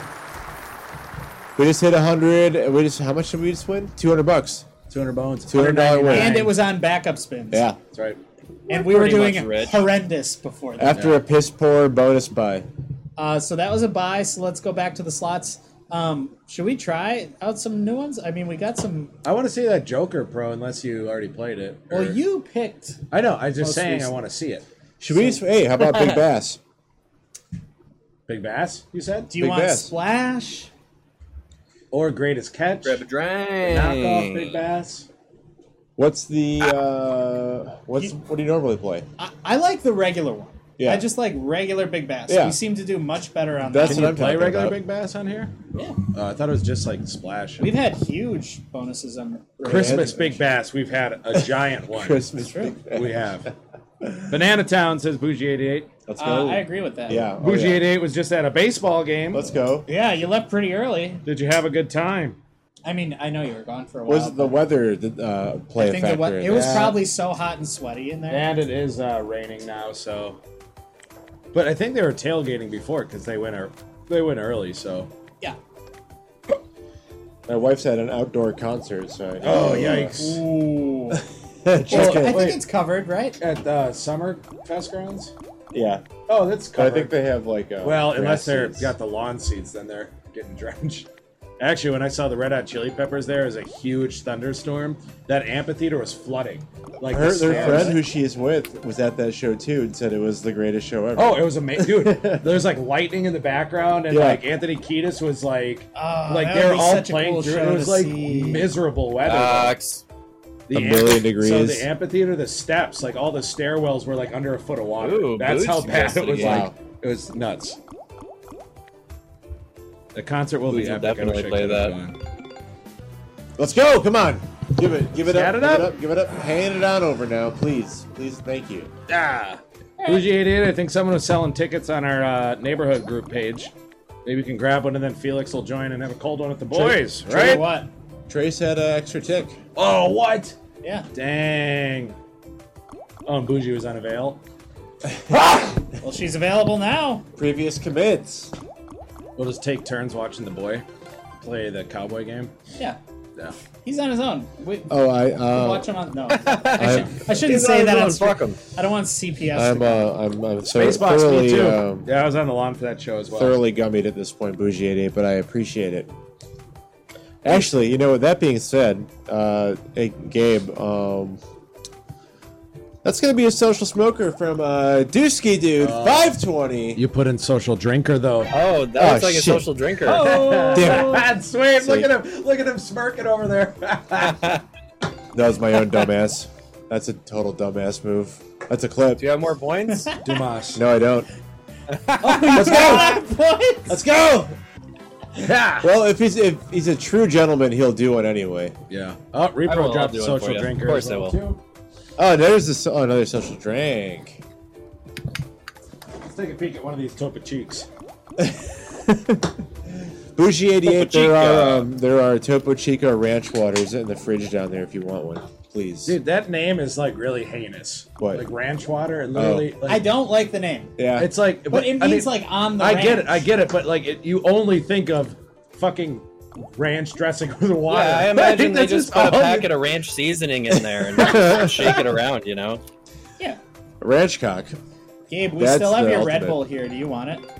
We just hit a hundred. We just how much did we just win? Two hundred bucks. 200 bones. $200 win. And it was on backup spins. Yeah. That's right. and we were pretty doing much rich. horrendous before that. After a piss poor bonus buy. Uh, so that was a buy. So let's go back to the slots. Um, should we try out some new ones? I mean, we got some. I want to see that Joker Pro unless you already played it. Well, or- you picked. I know. I'm just Most saying I recent. want to see it. Should we? Hey, how about Big Bass? Big Bass, you said? Do you Big want Bass. Splash? Or Greatest Catch? Grab a drink. Knockoff Big Bass? What's the uh, what's You- what do you normally play? I, I like the regular one. Yeah. I just like regular Big Bass. Yeah. You seem to do much better on That's Can what you I'm play talking regular about. Big Bass on here? that. Yeah. Oh, I thought it was just like Splash. We've had huge bonuses on Uh, Christmas Yeah. Big Bass. We've had <laughs> a giant one. Christmas. true. Big Bass. We have. <laughs> Banana Town says Bougie 88. Let's Uh, go. I agree with that. Yeah. oh, Bougie yeah. 88 was just at a baseball game. Let's go. Yeah, you left pretty early. Did you have a good time? I mean, I know you were gone for a while. Was the weather the uh, play I a think factor? the wea- in it was that? probably so hot and sweaty in there. And it is uh, raining now, so. But I think they were tailgating before because they went ear- they went early. So. Yeah. My wife's at an outdoor concert, so. I- Oh yikes! Ooh. <laughs> Just I kidding. think it's covered, right? At uh, summer fest grounds. yeah. Oh, that's But I covered. think they have like. Uh, well, unless grass they're seats. got the lawn seats, then they're getting drenched. Actually, when I saw the Red Hot Chili Peppers, there was a huge thunderstorm. That amphitheater was flooding. Like Her, the their stands- friend who she is with was at that show too and said it was the greatest show ever. Oh, it was amazing, dude. There's like lightning in the background, and Yeah. like Anthony Kiedis was like, Oh, like that they would were be all such a playing cool through. show It to was like see. miserable weather. Ducks. The A million So degrees. the amphitheater, the steps, like all the stairwells were like under a foot of water. Ooh, Boots That's how bad <laughs> it suggested was. again. Like it was nuts. The concert will Boots be will epic. I definitely wish I play could've that. gone. Let's go! Come on, give it, give it Scat it up, give it up. up, give it up. Hand it on over now, please, please, thank you. Ah. Bougie 88, I think someone was selling tickets on our uh, neighborhood group page. Maybe we can grab one and then Felix will join and have a cold one with the boys, Tell you right? What? Trace had an extra tick. Oh, what? Yeah. Dang. Oh, and Bougie was unavail. Well, she's available now. Previous commits. We'll just take turns watching the boy play the cowboy game. Yeah. Yeah. He's on his own. We, Oh, I. watch Uh, <laughs> him on. No. I'm, I shouldn't say that on Fuck stream. him. I don't want CPS. I'm, to uh, I'm, I'm thor- Spacebox, me thoroughly, too. um, yeah, I was on the lawn for that show as well. thoroughly gummied at this point, Bougie 88, but I appreciate it. Actually, you know, with that being said, uh, hey, Gabe, um, that's going to be a social smoker from uh, Dusky Dude, 520. You put in social drinker <laughs> though. Oh, that Oh, looks like shit. Oh. a social drinker. <laughs> Damn it. That's sweet. Sweet. Look at him. Look at him smirking over there. <laughs> That was my own dumbass. That's a total dumbass move. That's a clip. Do you have more <laughs> points? Dumas. No, I don't. Let's <laughs> go. Let's go! Yeah. Well, if he's if he's a true gentleman, he'll do one anyway. Yeah. Oh, I will, Repro I'll dropped do it social for you. drinker. Of course as I well, will. too. Oh, there's this, oh, another social drink. Let's take a peek at one of these Topa Cheeks. Bougie 88, Topo there Chico. are um, there are Topo Chico ranch waters in the fridge down there if you want one. Please. Dude, that name is like really heinous. What? Oh. Like ranch water and literally. like- I don't like the name, yeah. It's like, but it I means mean, like on the. I get it, ranch. I get it, but like, it, you only think of fucking ranch dressing <laughs> with water. Yeah, I <laughs> Like, imagine they that's just put a all you- packet of ranch seasoning in there and <laughs> just shake it around, you know? Yeah. ranch cock. Gabe, we That's still have the your Red ultimate. Bull here. Do you want it? Hmm. <laughs>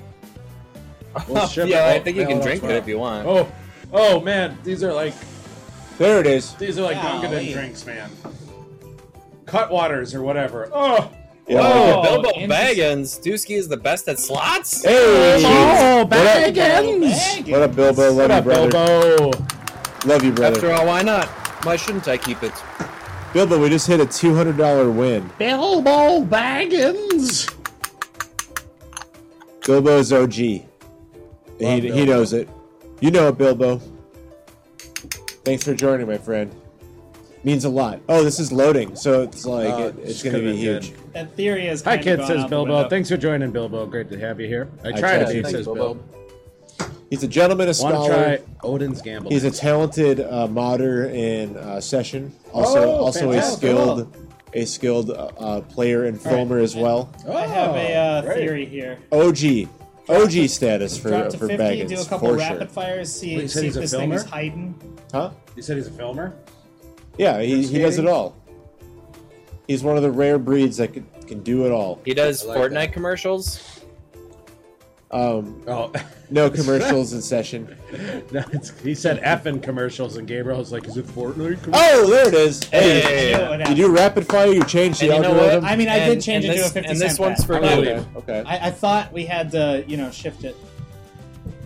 We'll ship yeah, it. I think you Oh, can that's drink it right. if you want. Oh, oh man, these are like There it is. these are like Dunkin' Golly. drinks, man. Cutwaters or whatever. Oh, Yeah, Oh, Oh, Bilbo interesting. Baggins. Dusky is the best at slots? Hey! oh, what, up, Baggins. what up, Bilbo? Love what you, up, brother. Bilbo? Love you, brother. After all, why not? Why shouldn't I keep it? Bilbo, we just hit a $200 win. Bilbo Baggins. Bilbo's OG. He, Bilbo. he knows it. You know it, Bilbo. Thanks for joining, my friend. Means a lot. Oh, this is loading, so it's like Oh, it, it's this going to could've be been huge. good. That theory is. Hi, kinda kid, gone says out the Bilbo. window. Thanks for joining, Bilbo. Great to have you here. I try tried to to. be, Thanks, says Bilbo. Bilbo. He's a gentleman, a Want to scholar. try Odin's Gamble? He's a talented uh, modder in uh, session. Also, Oh, also a fantastic. skilled, a skilled uh, uh, player and filmer as well. I have a uh, Oh, great. theory here. OG, OG status for Drop to for 50, Baggins do a couple for rapid sure. fires, see, Wait, you said see he's if a this thing is filmer? hiding. Huh? You said he's a filmer. Yeah, he, he does skating? it all. He's one of the rare breeds that can, can do it all. He does I like Fortnite that. commercials. Um, Oh, <laughs> <laughs> no commercials in session. that's, he said F in commercials, and Gabriel was like, "Is it Fortnite?" commercial?" Oh, there it is. Hey, Yeah, whatever. you do rapid fire. You change the And you know what? algorithm. I mean, I And- did change and it this- to a 50 and this cent one's bet. for I did. Lily. okay. okay. I, I thought we had to, you know, shift it.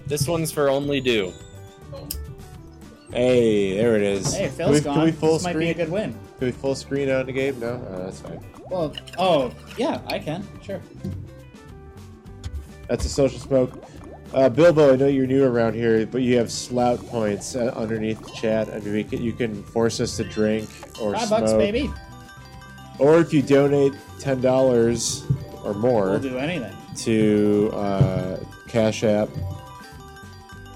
This one's for only do. Hey, there it is. Hey, can Phil's we, gone. Can we full this might screen? be a good win. Can we full screen on the game? No, oh, that's fine. Well, oh yeah, I can. Sure. That's a social smoke. Uh, Bilbo, I know you're new around here, but you have slout points uh, underneath the chat. I mean, we can, you can force us to drink or Five smoke, bucks, baby. or if you donate ten dollars or more We'll do anything. to uh, Cash App.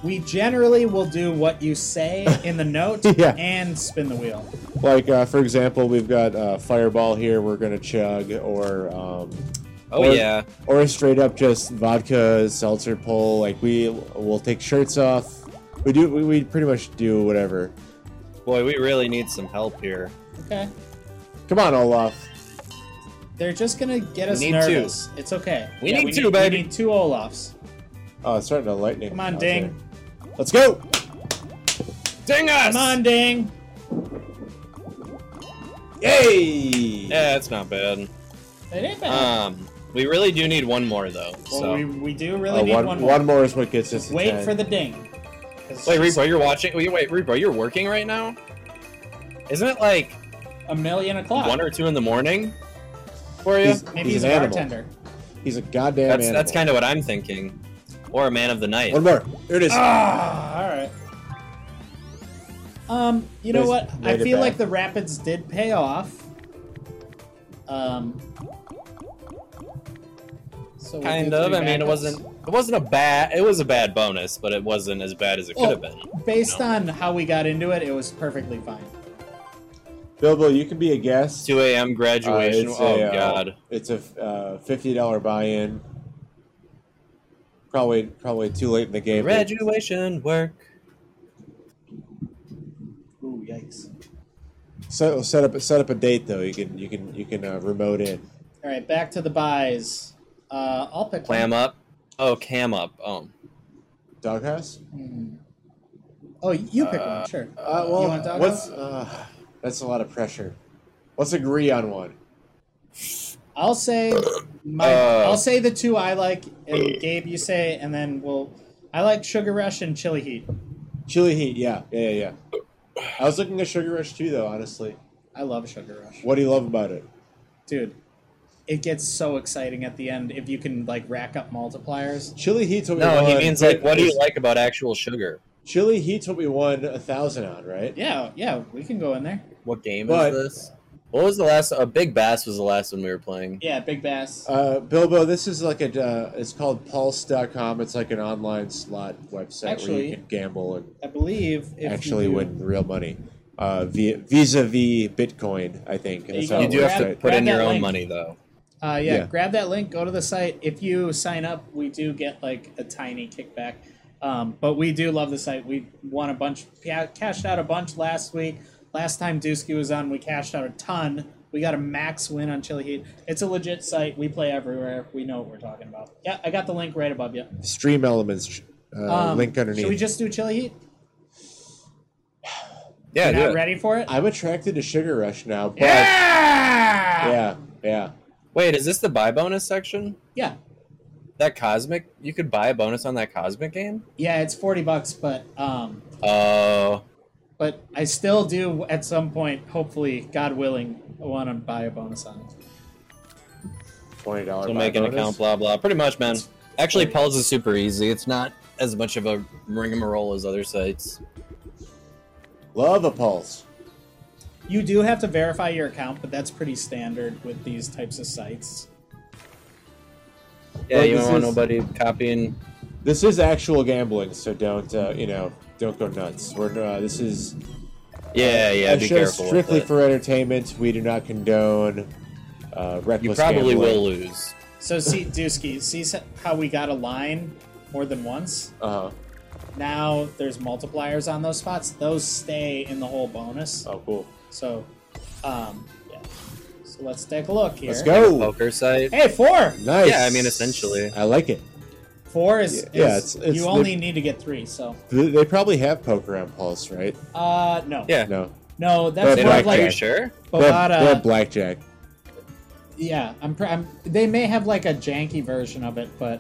We generally will do what <laughs> you say in the note Yeah. and spin the wheel. Like uh, for example, we've got uh, Fireball here. We're gonna chug, or um, Oh Or- yeah. or straight up just vodka seltzer pull. Like we will take shirts off. We do. We, we pretty much do whatever. Boy, we really need some help here. Okay. Come on, Olaf. They're just gonna get us need nervous. It's okay. We need we two, need, baby. We need two Olafs. Oh, it's starting to lightning. Come on, out Ding. there. Let's go. Ding us! Come on, Ding. Yay! Yeah, that's not bad. It ain't bad. Um, we really do need one more though. well, so. we, we do Uh, really need one, one, more. one more is what gets us. to Wait 10. for the ding. 'Cause Wait, she's Repo, you're watching. Wait, wait, Repo, you're working right now. Isn't it like a million o'clock. one or two in the morning for you? He's- Maybe he's he's, an a animal. bartender. He's a goddamn that's animal. that's kind of what I'm thinking. Or a man of the night. One more. There it is. Ah, all right. Um, you know There's- what? I made it feel back. like the Rapids did pay off. Um. So we Kind do of. three I mean, it backups. wasn't. It wasn't a bad. It was a bad bonus, but it wasn't as bad as it could Well, have been. Based No. on how we got into it, it was perfectly fine. Bilbo, you can be a guest. 2 a.m. Uh, graduation. it's oh a, uh, God. It's a uh, fifty dollar buy in. Probably, probably too late in the game. but- Graduation work. Ooh, yikes! So set up set up a date though. You can you can you can uh, remote in. All right, back to the buys. Uh, I'll pick Clam one. up. Oh, cam up. Oh, Doghouse. Hmm. Oh, you pick one, sure. Uh, you want doghouse? what's uh, that's a lot of pressure. Let's agree on one. I'll say my Uh. I'll say the two I like, and Gabe, you say, and then we'll. I like Sugar Rush and Chili Heat. Chili heat. Yeah, yeah, yeah. yeah. I was looking at Sugar Rush too, though. Honestly, I love Sugar Rush, what do you love about it? dude. It gets so exciting at the end if you can like rack up multipliers. Chili heat's what we no, won. he means like, what do you like about actual sugar? Chili heat's what we won a thousand on, right? Yeah, yeah, we can go in there. What game But- is this? What was the last? A big bass was the last one we were playing. Yeah, Big Bass. Uh, Bilbo, this is like a. Uh, it's called Pulse.com. It's like an online slot website where Actually- you can gamble and I believe if you actually do- win real money. Uh, via vis-a-vis Bitcoin, I think. There you That's go. how You it do have to works, put grab in your that own link. money though. Uh, yeah, Yeah. grab that link. Go to the site. If you sign up, we do get like a tiny kickback. Um, but we do love the site. We won a bunch, ca- cashed out a bunch last week. Last time Dusky was on, we cashed out a ton. We got a max win on Chili Heat. It's a legit site. We play everywhere. We know what we're talking about. Yeah, I got the link right above you. right? Stream Elements uh, Um, link underneath. Should we just do Chili Heat? Yeah, You're do not it. ready for it? I'm attracted to Sugar Rush now, but yeah! yeah, yeah. Wait, is this the buy bonus section? Yeah. That cosmic, you could buy a bonus on that cosmic game. Yeah, it's 40 bucks, but um, Oh, but I still do at some point, hopefully, God willing, want to buy a bonus on it. Twenty dollars. so make an account, blah blah. Pretty much, man. Actually, Pulse is super easy. It's not as much of a rigmarole as other sites. Love a pulse. You do have to verify your account, but that's pretty standard with these types of sites. Yeah, Well, you this don't want is- nobody copying. This is actual gambling, so don't uh, you know? Don't go nuts. We're uh, this is Yeah, yeah, a be show careful. with strictly it. for entertainment. We do not condone uh, reckless you probably gambling. will lose. So see, Dusky, see s- how we got a line more than once. Uh huh. Now there's multipliers on those spots; those stay in the whole bonus. Oh, cool. So, um, yeah. So let's take a look here. Oh. Let's go. Poker site. Hey, four. Nice. Yeah, I mean, essentially. I like it. Four is, Yeah, it's- is- it's you the- only need to get three. So They they probably have poker on Pulse, right? uh, no, Yeah. No. no, that's They They more don't like, don't of like you sure? They have, Bovada- they have blackjack. Yeah, I'm, pr- I'm. They may have like a janky version of it, but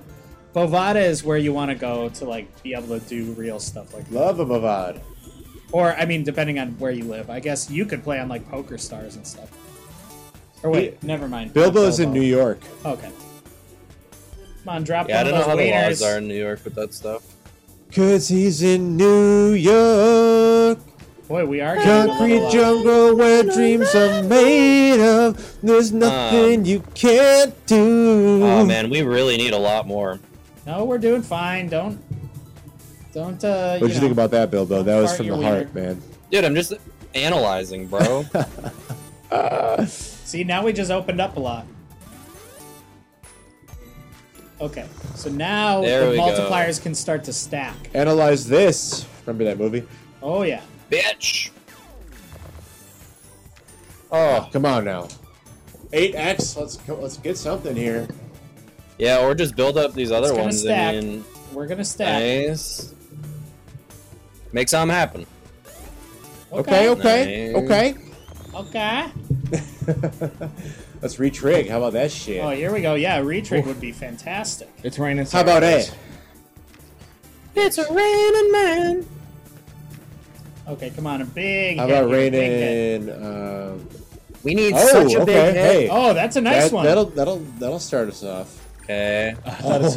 Bovada is where you want to go to like be able to do real stuff like. Love a Bavad. Or I mean, depending on where you live, I guess you could play on like Poker Stars and stuff. Or wait, never mind. Bilbo's in Bilbo. New York. Okay. Come on, drop Yeah, I one don't of know how the those wieners. laws are in New York with that stuff. Cause he's in New York. Boy, we are getting a Concrete little, uh, jungle where dreams are made of. There's nothing Um, you can't do. Oh man, we really need a lot more. uh, No, we're doing fine. Don't, don't. Uh, What'd you think know. about that, Bilbo? That was fart from your the heart, man. Dude, I'm just analyzing, bro. See, now we just opened up a lot. Okay, so now There the we go. multipliers can start to stack. Analyze this. Remember that movie? Oh yeah. Bitch. Oh, come on now. 8x. Let's co- let's get something here. Yeah, or just build up these other gonna ones. stack. I mean, We're gonna stack. nice. Make something happen. Okay, okay, Nice. okay. Okay. <laughs> Let's retrig. How about that shit? Oh, here we go. Yeah, a retrig would be fantastic. It's raining. How about A? It's a raining man. Okay, come on, a big. How hit about here, big hit. raining? Um, We need Oh, such a okay, big hit. hey. Oh, that's a nice that, one. That'll that'll that'll start us <laughs> off. Okay. Oh. Get thought it in was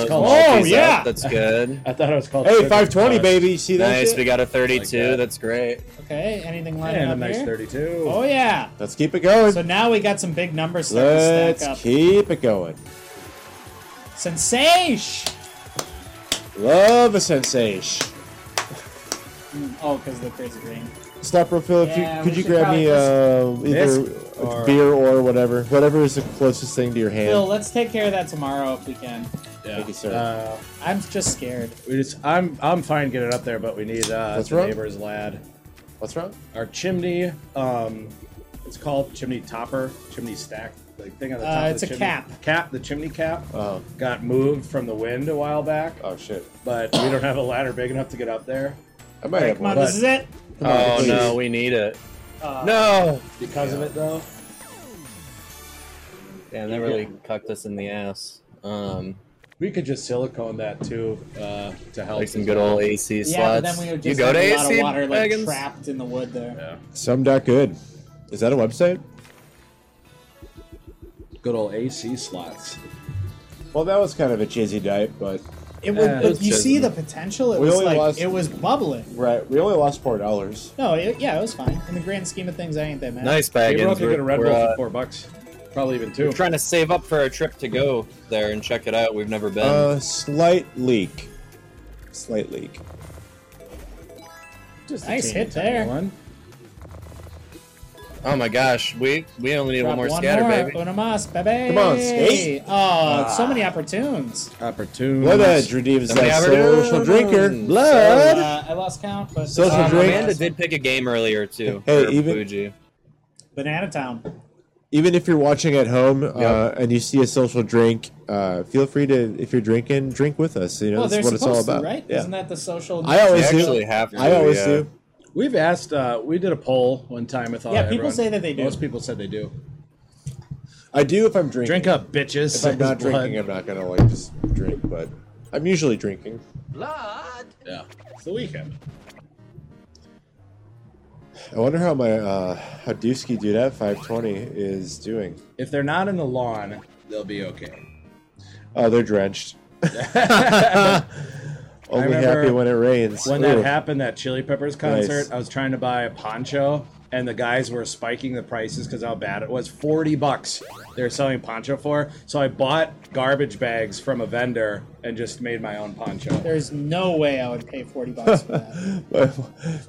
those called- multis Oh, up, yeah. That's <laughs> good. I thought it was called. Hey, sugar 520, crush. baby. You see that? Nice. shit? We got a 32. Like that. That's great. Okay, anything lining And a up nice here? thirty-two. Oh yeah. Let's keep it going. So now we got some big numbers starting to Let's stack up. keep it going. Sensation. Love a sensation. Oh, because of the crazy rain. Stop real Phil, if Yeah, you, could we you should grab me uh, This either or- beer or whatever, whatever is the closest thing to your hand. Bill, let's take care of that tomorrow if we can. Yeah. Thank you, sir. Uh, I'm just scared. we just. I'm. I'm fine getting up there, but we need uh, What's the wrong? neighbor's lad. What's wrong? Our chimney. Um, it's called chimney topper, chimney stack, like thing on the Uh, top. of it's the a chimney. cap. Cap. The chimney cap Oh, got moved from the wind a while back, oh shit. but we don't have a ladder big enough to get up there. I might have Come on, one. this is it. Come on, oh please. no, we need it. Uh, No. Because of it, though. Damn, that really cucked us in the ass. Um, We could just silicone that too uh, to help. like some good old AC Yeah, but slots. then we would just you go have to a lot AC of water like wagons? trapped in the wood there. Yeah. Some dot good. Is that a website? Good old AC slots. Well, that was kind of a cheesy diet, but It would, Yeah, but it's you just- see the potential. It We was only like lost- it was bubbling. right. We only lost four dollars. No, it, yeah, it was fine. In the grand scheme of things, I ain't that mad. Nice Maybe we wagons. could get a Red we're, Bull uh, for four bucks. Probably even two. We're trying to save up for a trip to go there and check it out. We've never been. Uh, slight leak. Slight leak. Just a Nice teeny hit tiny there. One. oh my gosh, we we only need Drop one more scatter, baby. Ah. Una mas, baby. Come on, skate. Oh, so many opportunes. Opportune. What a Dredeem's Somebody that have it? social drinker. Blood. Uh, I lost count, but Social Um, drink. Amanda did pick a game earlier too. Hey, for even- Fuji. Banana Town. Oh, even if you're watching at home uh, and you see a social drink, uh, feel free to, if you're drinking, drink with us. You know, Well, they're that's what it's all supposed about. to, right? Yeah. Isn't that the social? I always They do. actually have to, I always yeah. do. We've asked. Uh, we did a poll one time with all. Yeah, people everyone. say that they do. Most people said they do. I do if I'm drinking. Drink up, bitches. If I'm <laughs> not Blood. drinking, I'm not gonna like just drink. But I'm usually drinking. Yeah. It's the weekend. I wonder how my uh, how Dusky dude at 520 is doing. If they're not in the lawn, they'll be okay. Oh, they're drenched. <laughs> Only remember happy when it rains. When that Ooh. happened, that Chili Peppers concert, Nice. I was trying to buy a poncho, and the guys were spiking the prices because how bad it was. Forty bucks they were selling poncho for, so I bought garbage bags from a vendor and just made my own poncho. There's no way I would pay forty bucks for <laughs> that.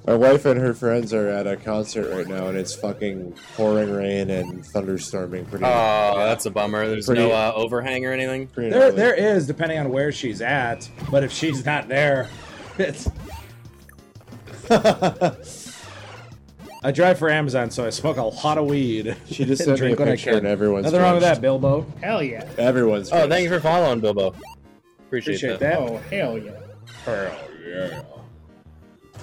My, my wife and her friends are at a concert right now, and it's fucking pouring rain and thunderstorming. Pretty. Oh, that's a bummer. There's Pretty- no uh, overhang or anything. pretty There, gnarly. there is depending on where she's at, but if she's not there, <laughs> it's. I drive for Amazon, so I smoke a lot of weed. She just And sent me drink a what I picture, can. and everyone's nothing wrong with drenched. that, Bilbo. Hell yeah. Everyone's. Oh, thank you for following, Bilbo. Appreciate, Appreciate that. that. Oh hell yeah!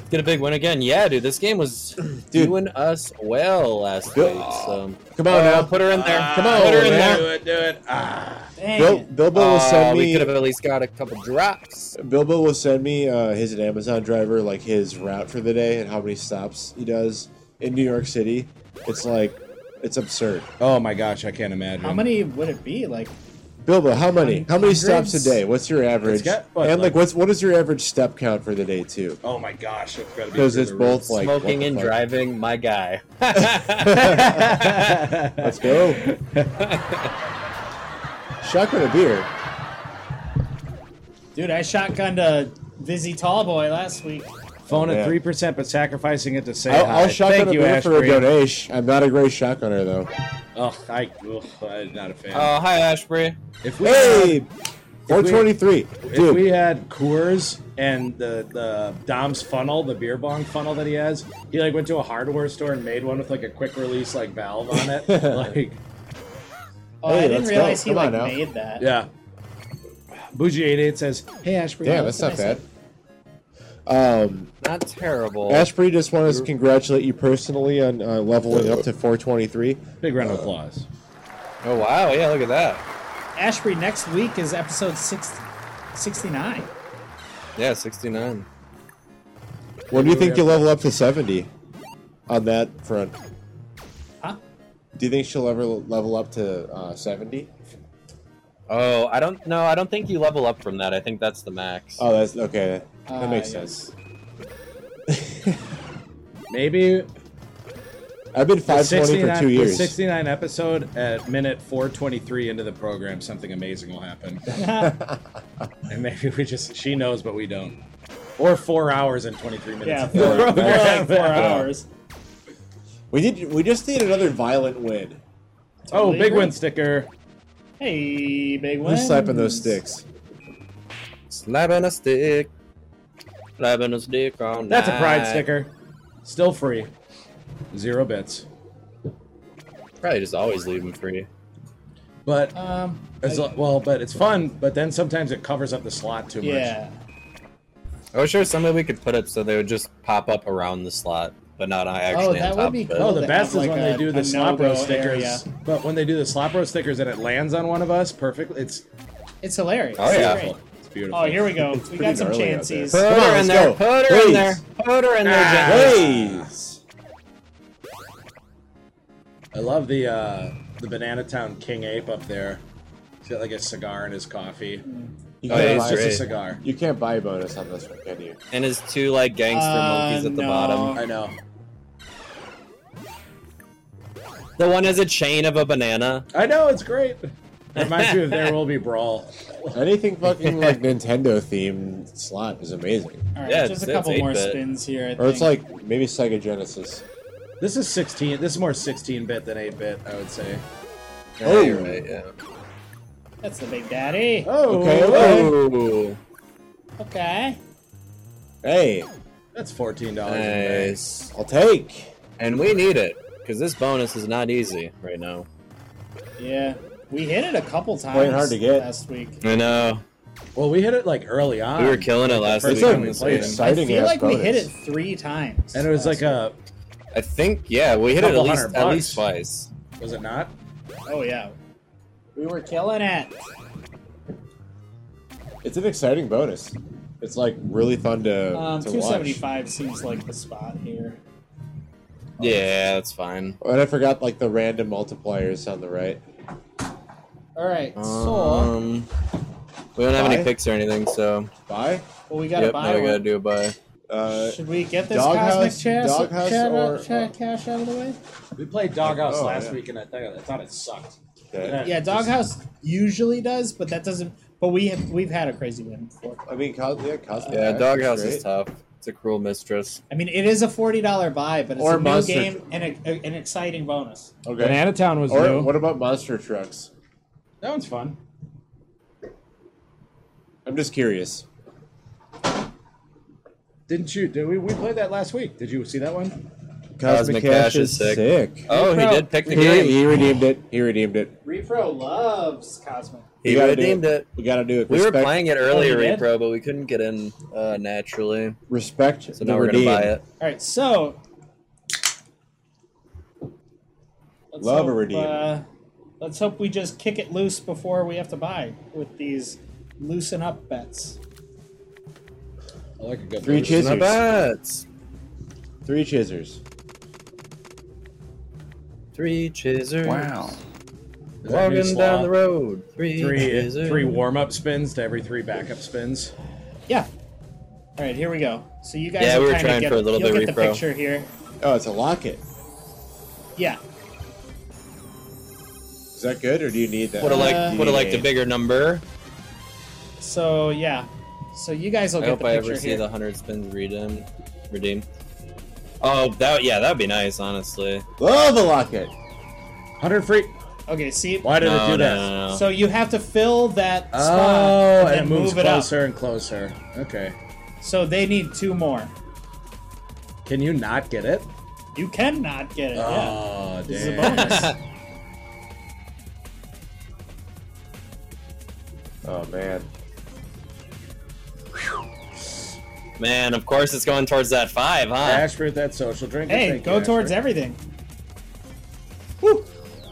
Get a big win again. Yeah, dude. This game <clears throat> was doing us well last week. So Come on now. put her in there. uh, Come on, put her in man. there. it, do it. Ah. Dang Bil- it. Bilbo will Uh, send we me. could have at least got a couple drops. Bilbo will send me uh, his Amazon driver like his route for the day and how many stops he does in New York City. It's like it's absurd. Oh my gosh, I can't imagine. How many would it be? Like Bilbo, how many? How many stops a Hundreds. day? What's your average? It's got, what, and like, like- what's what is your average step count for the day too? Oh my gosh, it's gotta be Because through it's the both like what Smoking the and fuck? driving, my <laughs> guy. <laughs> Oh, Let's go. Shotgun a beer. Dude, I shotgunned a Vizzy Tallboy last week. roof. phone Yeah. at three percent, but sacrificing it to say I'll, hi. I'll shotgun Thank a eh? you, beer Ash for a Green. donation. I'm not a great shotgunner though. Ugh, Oh, I, ugh, I'm not a fan. Oh, hi Ashbury. if we Uh, Hey, 423. If Dude, we had Coors and the, the Dom's funnel, the beer bong funnel that he has, he like went to a hardware store and made one with like a quick release like valve on <laughs> it. like Oh, Hey, I didn't let's go. realize he Come on like now. made that. yeah. Bougie eight eight says, "Hey Ashbury, damn, that's not bad. Um, Not terrible. Ashbury just wanted to congratulate you personally on uh, leveling up to 423. Big round of applause. Oh wow, yeah, look at that. Ashbury, next week is episode 60, 69. Yeah, 69. When do you think you'll level up to 70 on that front? Huh? Do you think she'll ever level up to uh, 70? Oh, I don't know. I don't think you level up from that. I think that's the max. Oh, that's okay. That Uh, makes yes. sense. Maybe I've been the 520 for two years. The 69 episode at minute 423 into the program, something amazing will happen. <laughs> and maybe we just, she knows, but we don't. Or four hours and 23 minutes. Yeah, into the four, <laughs> four, program. <laughs> <laughs> four hours. We did. We just need another violent win. Oh, big win sticker. Hey, big one. Who's slapping those sticks? Slapping a stick. Slapping a stick on That's a pride sticker. Still free. Zero bits. Probably just always leave them free. But, Um, as, I- well, but it's fun, but then sometimes it covers up the slot too much. yeah. I wish there was something we could put it so they would just pop up around the slot, but not on- actually on that would top be of it. cool. Oh, the They best is have, like, when a- they do the a slop no-go row stickers. area. But when they do the slop row stickers and it lands on one of us perfectly, it's It's hilarious. Oh, yeah. It's great. It's beautiful. Oh, here <laughs> we go. we pretty got some gnarly out chances. there. Put Come on, her in let's there. go. Put her Please. Ah, in there. Put her in there. gently. Please. I love the uh, the Banana Town King Ape up there. He's got like a cigar in his coffee. You Oh, can't, yeah, it's It's buy, just a great. cigar. you can't buy a bonus on this one, can you? And his two like gangster Uh, monkeys at the no. bottom. I know. The one has a chain of a banana. I know. It's great. Reminds me of There Will Be Brawl. Anything fucking <laughs> like Nintendo themed slot is amazing. All right, Yeah, just it's- a it's couple more 8-bit. spins here. I Or it's think. like maybe Sega Genesis. This is 16. This is more 16 bit than 8 bit, I would say. Oh, you're right, yeah. that's the big daddy. Oh, Okay, okay. Ooh, Okay. Hey, that's fourteen dollars. nice. I'll take. And we need it because this bonus is not easy right now. Yeah, we hit it a couple times. quite hard to get. last week. I know. Well, we hit it like early on. We were killing it last first week time on we this played. game. I Exciting feel ass like we hit bonus. it three times, and it was like a I think yeah, we hit it at Couple least hundred at bucks. least twice. was it not? oh yeah, we were killing it. It's an exciting bonus. It's like really fun to, Um, to two seventy watch. five seems like the spot here. Yeah, that's fine. And I forgot like the random multipliers on the right. All right, so Um, we don't have any Buy? picks or anything, so Buy well, we gotta yep, buy now we gotta one. do a buy. uh, Should we get this Doghouse- cosmic chest, Doghouse chat- or- uh, chat- cash out of the way? We played Doghouse Oh, last yeah. week, and I thought, I thought it sucked. okay. Yeah, doghouse usually does, but that doesn't. But we have we've had a crazy win before. I mean, cos- yeah, Cosmic Yeah, Axe doghouse great. is tough. It's a cruel mistress. I mean, it is a forty dollar buy, but it's Or a new Monster. game and a, a- an exciting bonus. Okay. Banana Town was Or new. what about monster trucks? That one's fun. I'm just curious. Didn't you? Did we? We played that last week. Did you see that one? Cosmic Cash is sick. Oh, he did pick the He, game. he redeemed it. He redeemed it. Repro loves Cosmic. We He gotta redeemed do it. We gotta do it. We were respect, playing it earlier, Oh, you did? Repro, but we couldn't get in uh, naturally. Respect. So the now we're redeemed. gonna buy it. All right, so let's Love a hope, redeem. Uh, let's hope we just kick it loose before we have to buy with these loosen up bets. I like a good Three loser. Not chisers. bad. Three chisers. Three chisers. Wow. Is that new Walking slot? down the road. Three, Three, eh, uh, chisers. three warm up spins to every three backup spins. Yeah. All right, here we go. So you guys Yeah, are we were kinda trying get, for a little you'll bit get the repro. picture here. Oh, it's a locket. Yeah. Is that good, or do you need that? Would have Uh, liked, would have liked a bigger number. So yeah. So you guys will I get hope the I picture ever see here. the hundred spins redeem. Redeem. Oh, that yeah, that'd be nice, honestly. Love a Oh, locket. 100 free. Okay. See. Why did No, it do no, that? no, no. So you have to fill that Oh, spot and it then moves move it closer and closer. Okay. up. So they need two more. Can you not get it? You cannot get it. yeah. Oh, This is a damn. bonus. Oh man. Man, of course it's going towards that five, huh? Ashford, that social drink. Hey, go towards everything. Woo!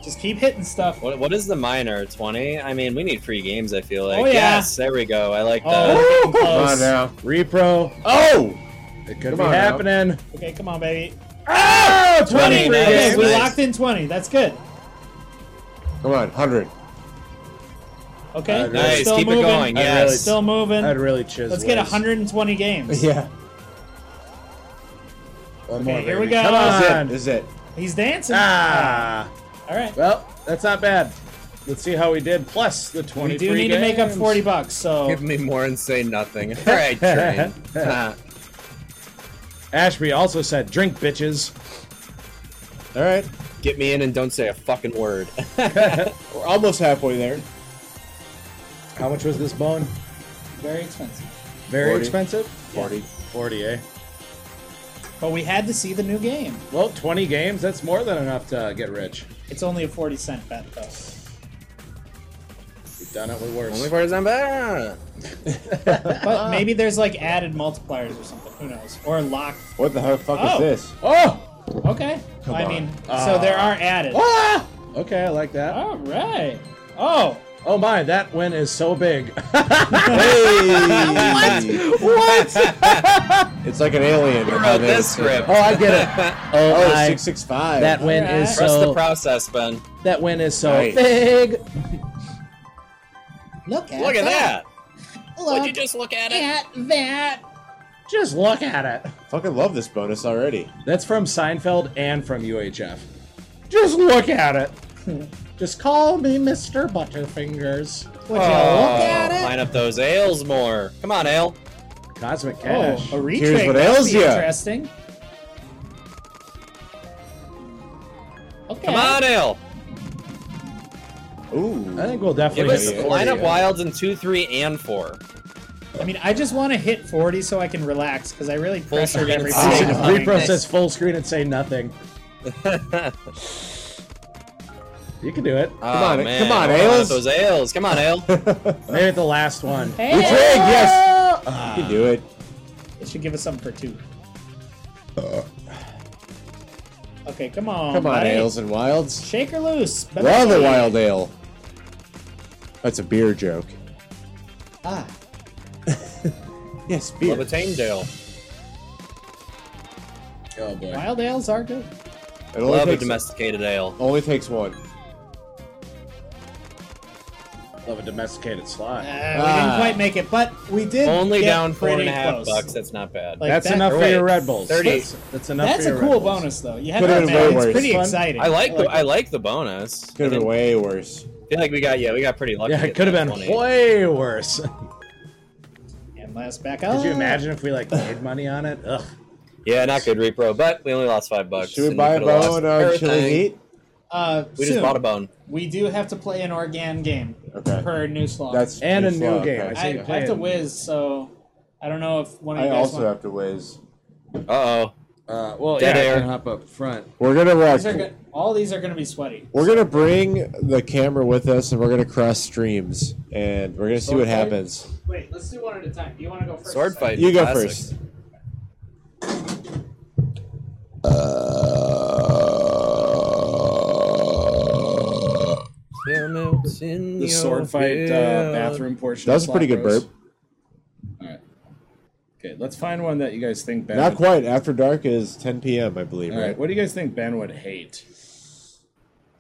Just keep hitting stuff. What, what is the minor? 20? I mean, we need free games, I feel like. Oh, yeah. Yes, there we go. I like that. Oh, we're getting Come on close. now. Repro. Oh. It could Come be on now. happening. Okay, come on, baby. Oh, 20! 20 free nice. Okay, games. we Nice. locked in 20. That's good. Come on, hundred. <laughs> Okay, Alright, nice, still keep moving. it going. I Yes. really- Still moving. I'd really chiz. Let's get Wiz. <laughs> 120 games. Yeah. One Okay, here we baby. go. Come This on. is it. He's dancing. Ah. All right. Well, that's not bad. Let's see how we did. Plus the 20 We do free need to make up games. 40 bucks. So Give me more and say nothing. <laughs> All right, <laughs> train. Huh. Ashby also said, "Drink, bitches." All right. Get me in and don't say a fucking word. <laughs> We're almost halfway there. How much was this bone? very expensive. Very 40. expensive. Forty. 40, eh? But we had to see the new game. Well, 20 games. That's more than enough to get rich. It's only a 40 cent bet <laughs> though. We've done it with worse. Only part is not bad. But maybe there's like added multipliers or something. Who knows? Or locked. What the fuck Oh. is this? oh. Okay. I on. mean, so there are added. Ah! Okay, I like Ah. that. All right. Oh, Oh my, that win is so <laughs> big. Hey. <laughs> what? <laughs> it's like an alien. Who wrote this script? <laughs> Oh, I get <laughs> it. Oh, Oh, my. six six five. That win is Trust the so. process, Ben. that win is so Nice. big. look at Look at that. Look Would you just look at it? at that. Just look at it. Fucking love this bonus already. That's from Seinfeld and from UHF. Just look at it. <laughs> Just call me Mr. Butterfingers. Would Oh, Line up those ales more. Come on, ale. Cosmic Cash. Oh, a retrade. Here's what That'd ails be ya. Interesting. Okay. Come on, ale. Ooh. I think we'll Give definitely us get yeah. line up 40. wilds in two, three, and four. I mean, I just want to hit 40 so I can relax because I really pressured screen. everybody. Oh, into yeah. playing Repro this. says full screen and say <laughs> nothing. You can do it. Come on, Oh, man. come on, Line up ales. Those ales. Come on, <laughs> ale. Maybe the last one. Hey! Retrade, yes. Ah. you can do it. It should give us something for two. Okay, come on. Come on, buddy. ales and wilds. Shake her loose. baby. Love a wild ale. That's a beer joke. Ah, Yes, beer. Levitain ale. Oh boy. wild ales are good. It only Love a takes, domesticated ale. only takes one. Love a domesticated slot. Uh, we Ah. didn't quite make it, but we did. Only get down four and a pretty half close. bucks. That's not bad. Like, That's that- enough for Right. your Red Bulls. 30. That's, that's enough. That's for a your cool Red Bulls. bonus, though. You had Could've that been way man. It's worse. pretty Fun. exciting. I like the I like the bonus. Could have I been think- way worse. feel like we got yeah we got pretty lucky. Yeah, it at could have that been 20. way worse. <laughs> And last back up. Could you imagine if we like made money on it? Ugh. Yeah, not good repro, but we only lost five bucks. Should we and buy a could've lost bone on chili everything. heat? Uh, We just soon. bought a bone. We do have to play an Organ game Okay. per Noose Law. That's And a it's new low, game. okay. I I, see. I have to whiz, so I don't know if one of I you guys also want. have to whiz. Uh oh. Uh, well, Dead yeah, air. I can hop up front. We're gonna These are watch. good. All these are going to be sweaty. We're gonna bring the camera with us, and we're gonna cross streams, and we're gonna see what Okay. happens. Wait, let's do one at a time. You want to go first? Sword Simon? fight. You go classic. first. Experiments in The your sword fight uh, field. bathroom portion. That was of a pretty good Slot burp. Bros. All right. Okay, let's find one that you guys think Ben. Not would- quite. After dark is 10 p.m. I believe. All Right? right, what do you guys think Ben would hate?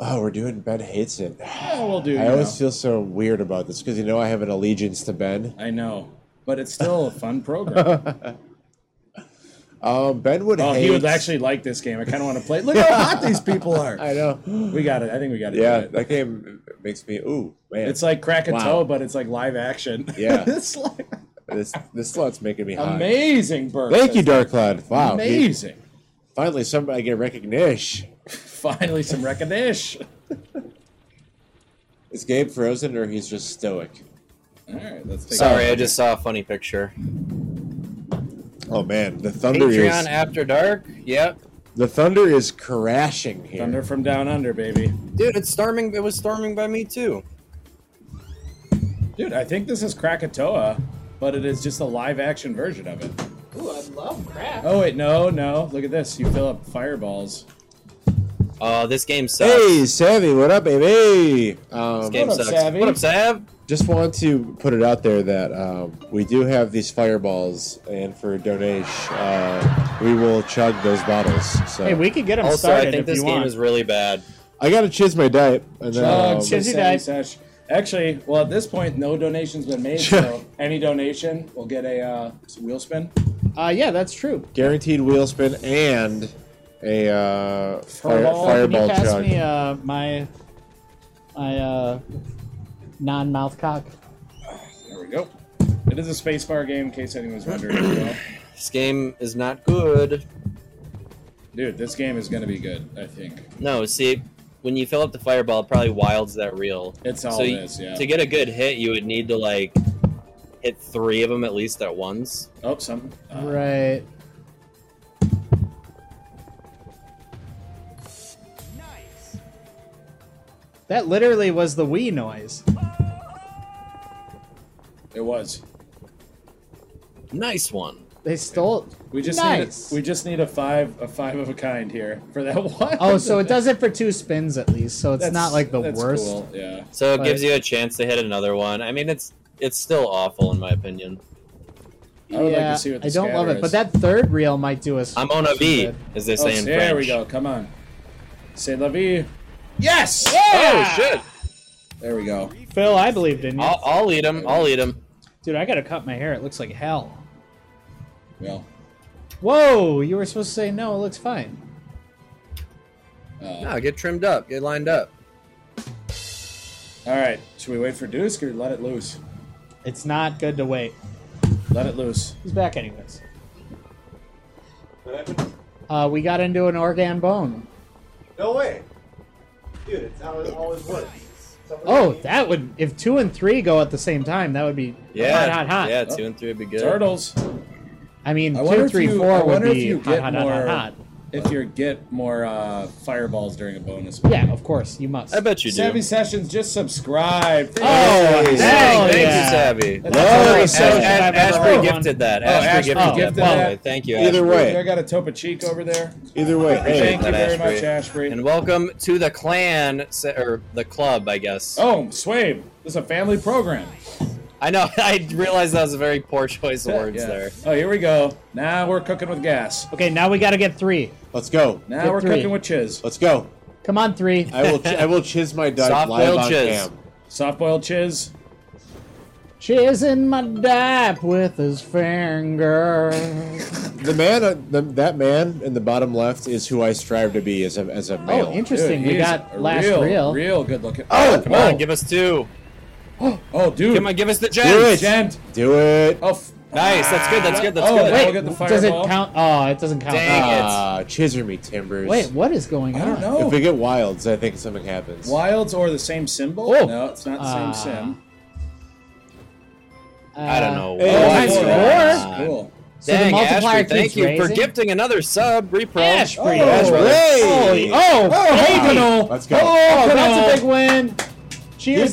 Oh, we're doing Ben hates it. Oh, we'll do. you I always know. feel so weird about this because you know I have an allegiance to Ben. I know, but it's still a <laughs> fun program. Um, Ben would oh, hate. he would actually like this game. I kind of want to play. it. Look how hot these people are. <laughs> <laughs> I know. We got it. I think we got it. Yeah, that game makes me ooh man. It's like crack a Wow. toe, but it's like live action. <laughs> Yeah. it's like this this slot's making me hot. amazing burp. Thank you, Dark Cloud. Wow, he- Amazing. finally somebody get recognition. Finally, some recognition. Is Gabe frozen or he's just stoic? All right, let's take. Sorry, I just saw a funny picture. Oh man, the thunder Patreon is After Dark. Yep. the thunder is crashing here. Thunder from down under, baby. Dude, it's storming. It was storming by me too. Dude, I think this is Krakatoa, but it is just a live action version of it. Ooh, I love crap. Oh wait, no, no. Look at this. You fill up fireballs. Oh, this game sucks. Hey, Savvy, what up, baby? Um, this game What up, sucks. Savvy? What up, Sav? Just want to put it out there that um, we do have these fireballs, and for donation, uh, we will chug those bottles. So Hey, we could get him Also, started I think if this you game want. is really bad. I gotta chiz my diet. And then, Chug, um, some Oh, Chizzy Sammy died. Sesh. Actually, well, at this point, no donation's been made, <laughs> so <laughs> any donation will get a uh, wheel spin. Uh, yeah, that's true. guaranteed wheel spin and a uh, fire, Fireball. fireball Can you pass chug. me uh, my my uh, non-mouth cock? There we go. It is a spacebar game, in case anyone's wondering. as <clears throat> well. This game is not good. Dude, this game is going to be good, I think. No, see, when you fill up the fireball, it probably wilds that reel. It's all so it you- is, yeah. To get a good hit, you would need to like hit three of them at least at once. Oh, some. uh, Right. That literally was the Wii noise. It was. Nice one. They stole. We just nice. need a, we just need a five a five of a kind here for that <laughs> one. oh, so it does it for two spins at least, so it's That's- not like the that's worst. cool, Yeah. So it But- gives you a chance to hit another one. I mean, it's it's still awful in my opinion. I would like to yeah, see what the I don't love scatter it, but is. that third reel might do us. I'm on a some V, good. as they Oh, say in there French. we go. Come on. C'est la vie. Yes. Oh shit! There we go. Phil, I believed in you, I'll, I'll eat him. I'll eat him. dude. I gotta cut my hair. It looks like hell. Well, Whoa, you were supposed to say no. It looks fine. No, get trimmed up. Get lined up. all right. Should we wait for Dusk or let it loose? It's not good to wait. Let it loose. He's back anyways. Uh, we got into an organ bone. No way, dude. It's how it always was. Oh, that would if two and three go at the same time, that would be Yeah, hot, hot, hot. yeah. Two and three would be good. Turtles. I mean, I two, wonder if three, you- I four would wonder if be you hot, get hot, hot, hot, more- hot. If you get more uh, fireballs during a bonus. Yeah, of course you must. I bet you do. Savvy Sessions just subscribe. Thank Oh, you. Thank Hell you, yeah. Savvy. That's the Love first Savvy. session I've ever Ashbury heard one. gifted that. Oh, Ashbury Ashbury gifted gifted that. by the that. way. Thank you. Either Ashbury. I way, got a Topa Chico over there. either way. Hey, Thank you that, very Ashbury. much, And Ashbury. welcome to the clan se- or the club, I guess. Oh, Swabe. This is a family program. I know. <laughs> I realized that was a very poor choice of words Yeah. there. Oh, here we go. Now we're cooking with gas. Okay, now we got to get three. let's go. Now Get we're three. cooking with chiz. Let's go. Come on, three. I will. I will chiz my diet live Soft-boiled on chiz. cam. Soft boiled chiz. Chisin my dap with his finger. The man, uh, the, that man in the bottom left is who I strive to be as a as a male. oh, interesting. Dude, we he's got a last real, reel. Real good looking. Oh, Come on, give us two. Oh, dude. Come on, give us the Do gems. it. Gent. Do it. Oh, f- Nice. That's good. That's good. That's Oh, good. wait. Wait, I'll get the does it fireball. count? Oh, it doesn't count. Dang. it. Ah, chiser me timbers. Wait, what is going I on? don't If know. we get wilds, I think something happens. Wilds or the same symbol? Oh. No, it's not the Ah. same sim. I don't know. Hey, Why nice is Uh, oh, Four. that? score. That's Cool. So the Dang, multiplier Ashley, thank keeps you for raising? gifting another sub. Repro. Ash, Oh, That's right. hey! Oh, hey, hey. Canole. Let's go. Oh, Oh, Canole. that's a big win. Cheers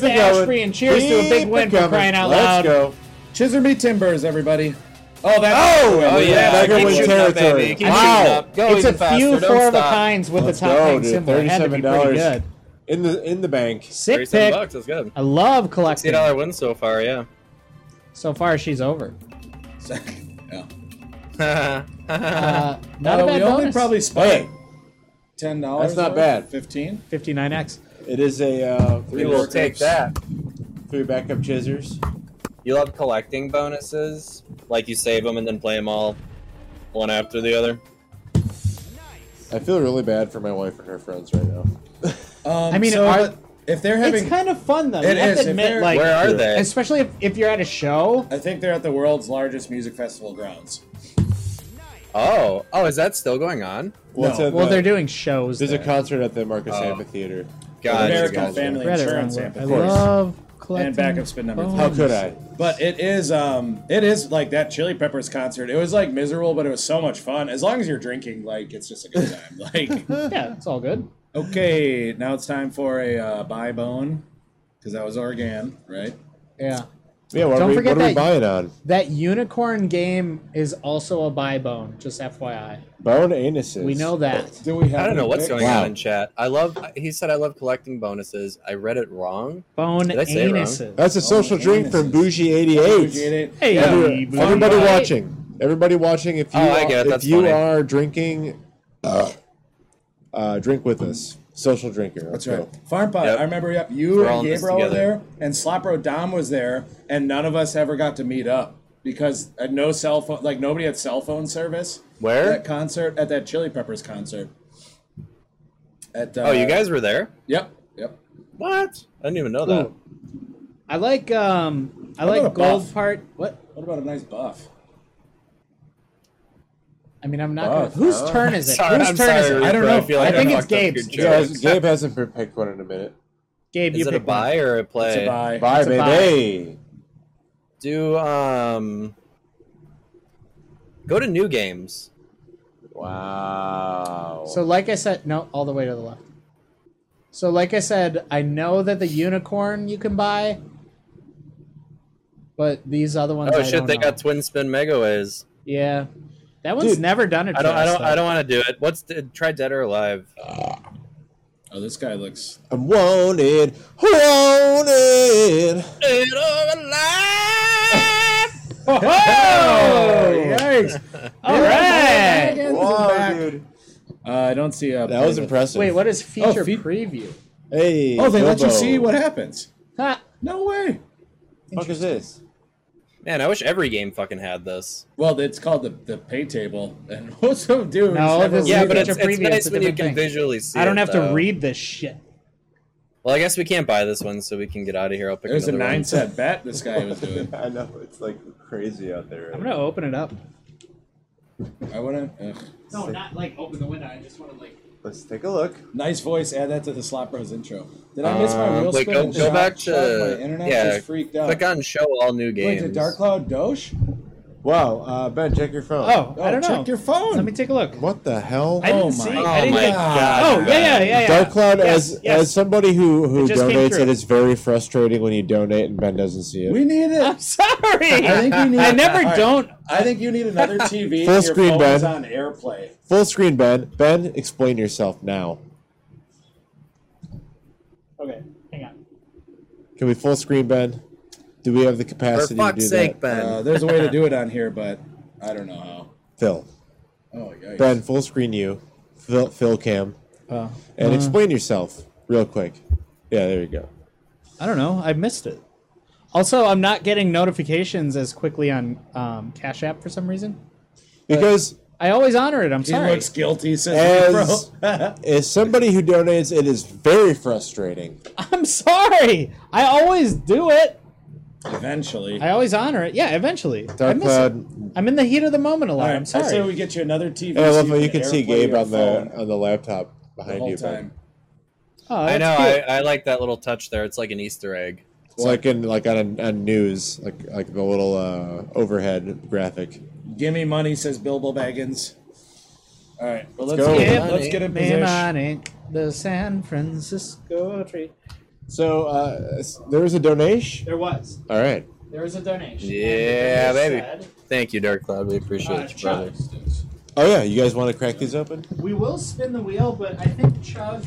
Keep to it going. Ashby and cheers to a Keep big it win for coming. crying out Let's loud. go. Chiserby Timbers, everybody. Oh, that's Oh, Oh yeah, Mega keep win <laughs> shooting up, territory. baby. Keep Wow. shooting up. Go it's a even faster. few Don't four of a stop. kinds with Let's the top go, ranked dude. symbol. It had to be pretty $37. good. In the in the bank. Sick Thirty-seven pick. bucks. That's good. I love Sixty collecting. dollar win so far. So far, <laughs> she's over. Yeah. Uh, not a we bad only bonus. probably spent Hey, ten dollars. That's not bad. Fifteen. 59x. it is a uh, three We will workers, take that. Three backup chisers. <laughs> You love collecting bonuses, like you save them and then play them all, one after the other. I feel really bad for my wife and her friends right now. Um, I mean, so are- the- if they're having, it's kind of fun though. You It have is, if to admit, they're- like, Where are they? especially if, if you're at a show. I think they're at the world's largest music festival grounds. Oh, oh, is that still going on? Well, it's No. at Well, the- they're doing shows. There's a there. concert at the Marcus Oh. Amphitheater. God, American gotcha. family Right around insurance where- amp, I of course. love collecting. and backup spin number three. How could I? But it is, um, it is like that Chili Peppers concert. It was like miserable, but it was so much fun. As long as you're drinking, like it's just a good time. <laughs> Like, Yeah, it's all good. okay, now it's time for a uh, buy bone because that was Organ, right? Yeah. Yeah, what, Don't are we, forget what are we that- buying on? That unicorn game is also a buy bone, just FYI. Bone anuses. We know that. Do we have? I don't know any what's pick? going Wow. on in chat. I love. He said I love collecting bonuses. I read it wrong. Bone Did I say it wrong? anuses. That's a social Bone drink from anuses. Bougie88. Appreciate it. Hey, Every- Bougie. everybody Bougie. watching. Everybody watching. If you Oh, I are, get it. if That's you funny. are drinking, uh, uh, drink with us. Social drinker. That's okay. right. Farm Pot. Yep. I remember yep, you We're all and in this Gabriel were together. there, and Slopro Dom was there, and none of us ever got to meet up because uh, no cell phone, like nobody had cell phone service. Where? That concert at that Chili Peppers concert. At uh, Oh, you guys were there. Yep. Yep. What? I didn't even know that. Ooh. I like um I about like a gold buff? part. What? What about a nice buff? I mean, I'm not Buff, gonna. Whose huh? turn is <laughs> it? Sorry, whose I'm turn is sorry, it? I don't Rupert. know. feel like I think fucked it's up your Gabe's. Guys, jokes. Gabe hasn't pre- picked one in a minute. Gabe, Is you it a pick one. buy or a play? It's a buy. Bye, It's a bye. baby. Do um. Go to new games. Wow. So, like I said, no, all the way to the left. So, like I said, I know that the unicorn you can buy, but these other ones. Oh I shit! don't They know. got twin spin megaways. Yeah, that one's Dude, never done it. I don't. to I us, don't. though. I <laughs> don't want to do it. What's the, try dead or alive? Oh, this guy looks. I'm wanted. Wanted. Dead or alive. Oh, yikes! Oh, All right. Wow, dude. Uh, I don't see a. That was impressive. Wait, what is feature Oh, fe- preview? Hey. Oh, they let you Bilbo. see what happens. Ha, No way. fuck is this? Man, I wish every game fucking had this. Well, it's called the, the pay table, and <laughs> most of them do. No, It's never this- Yeah, you but it's, get your it's preview, nice it's a when you different can thing. visually see. I don't it, have to though. read this shit. Well, I guess we can't buy this one, so we can get out of here. I'll pick There's a another nine one. set <laughs> bet this guy was doing. <laughs> I know it's like crazy out there. I'm gonna open it up. I wouldn't. Ugh. No, not like open the window. I just want to like. Let's take a look. Nice voice. Add that to the Slap Bros intro. Did I miss my Um, wheel wait, spin? go- and go shock- back shock? to- my internet yeah, just freaked out. Click on show all new Wait, games. did Dark Cloud Doge? Wow, uh, Ben, check your phone. Oh, I don't check know. your phone. Let me take a look. What the hell? I didn't Oh see. my- oh I didn't my see- god! Oh yeah, yeah, yeah. yeah. Dark Cloud, Yes, as yes. as somebody who who It just came donates, through. it is very frustrating when you donate and Ben doesn't see it. We need <laughs> I'm it. sorry. I think we need. I never All right. don't. I think you need <laughs> another TV. Full and screen, your phone is bud. on AirPlay. Full screen, Ben. Ben, explain yourself now. Okay, hang on. Can we full screen, Ben? Do we have the For capacity to do fuck's sake, that? Ben. Uh, there's a way to do it on here, but I don't know how. Phil, Oh, yikes. Ben, full screen you, Phil, Phil Cam, Oh. and explain yourself real quick. Yeah, there you go. Uh, I don't know. I missed it. Also, I'm not getting notifications as quickly on um, Cash App for some reason. Because I always honor it. I'm he sorry. looks guilty. Says as bro. <laughs> as somebody who donates, it is very frustrating. <laughs> I'm sorry. I always do it. Eventually. I always honor it. Yeah, eventually. I Dark miss it. Cloud. I'm in the heat of the moment a lot. All right, I'm I say sorry. we get you another TV. Yeah, I so love how you can see AirPlay Gabe your on phone the on the laptop the behind whole you. Ben. time. Oh, I that's know. cute. I, I like that little touch there. It's like an Easter egg. It's like in like on a on news, like like the little uh, overhead graphic. Give me money, says Bilbo Baggins. All right, well, let's, go. get, Give let's get in me position. money, the San Francisco tree. So uh, s- there was a donation. There was. All right. There was a donation. Yeah, And the donor baby. Thank you, Dark Cloud. We appreciate said, you, uh, brother. Chubb. Oh yeah, you guys want to crack these open? We will spin the wheel, but I think Chug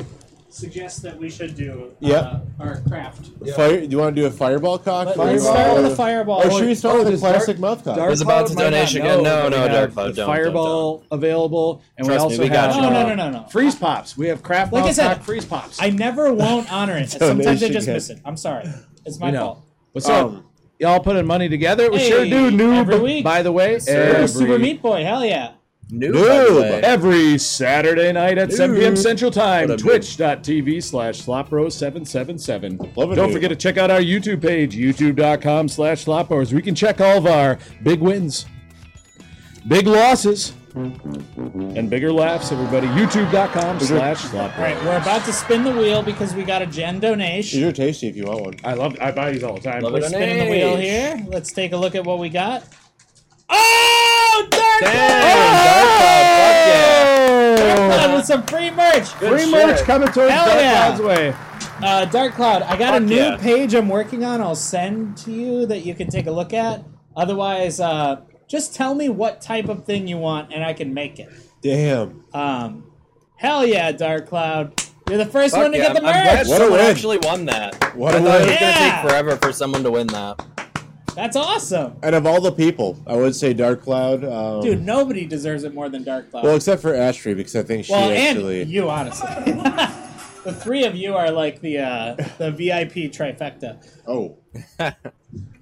suggests that we should do uh, Yep. our craft. Fire? Do you want to do a fireball cock? Let- or let's you start wanna- with a fireball. Or should we start Oh, with a does Dark- classic mouth cock? Dark was about Cloud to might not donation know again. No, that we no, have Dark Cloud, the don't, don't, Fireball available, and Trust we me, also we have got you. No, no, no, no, no. freeze pops. We have craft Like I mouth said- cock freeze pops. I never won't honor it. Sometimes I Donation just guy. miss it. I'm sorry. It's You my know. fault. What's up? Um, Y'all putting money together? We sure Hey, do, noob. every week. By the way, We're every, Super Meat Boy, hell yeah. Noob, by the Noob. way. every Saturday night at 7 p.m. Central Time, What a noob. twitch.tv slash slopro777. Love it, Don't noob. forget to check out our YouTube page, youtube.com slash slopros. We can check all of our big wins, big losses, and bigger laughs, everybody. YouTube.com slash All right, slopros. we're about to spin the wheel because we got a gen These donation. are tasty if you want one. I love I buy these all the time. Love We're it. spinning the wheel Donation. here. Let's take a look at what we got. Oh, Dark Dang, Cloud! Dark Cloud, Dark Cloud <laughs> with some free merch. Free merch shit. coming towards Hell Dark yeah. Cloud's way. Uh, Dark Cloud, I got a Fuck new yeah. page I'm working on. I'll send to you that you can take a look at. Otherwise, uh, just tell me what type of thing you want, and I can make it. Damn. Um, hell yeah, Dark Cloud! You're the first fuck one to yeah. get the I'm- I'm glad merch. What a someone win. actually won that. What I a thought it win. was going to Yeah. take forever for someone to win that. That's awesome, And of all the people, I would say Dark Cloud. Um, dude. Nobody deserves it more than Dark Cloud. Well, except for Ashtree, because I think she Well, actually. and you, honestly. <laughs> the three of you are like the uh, the VIP trifecta. <laughs> Oh.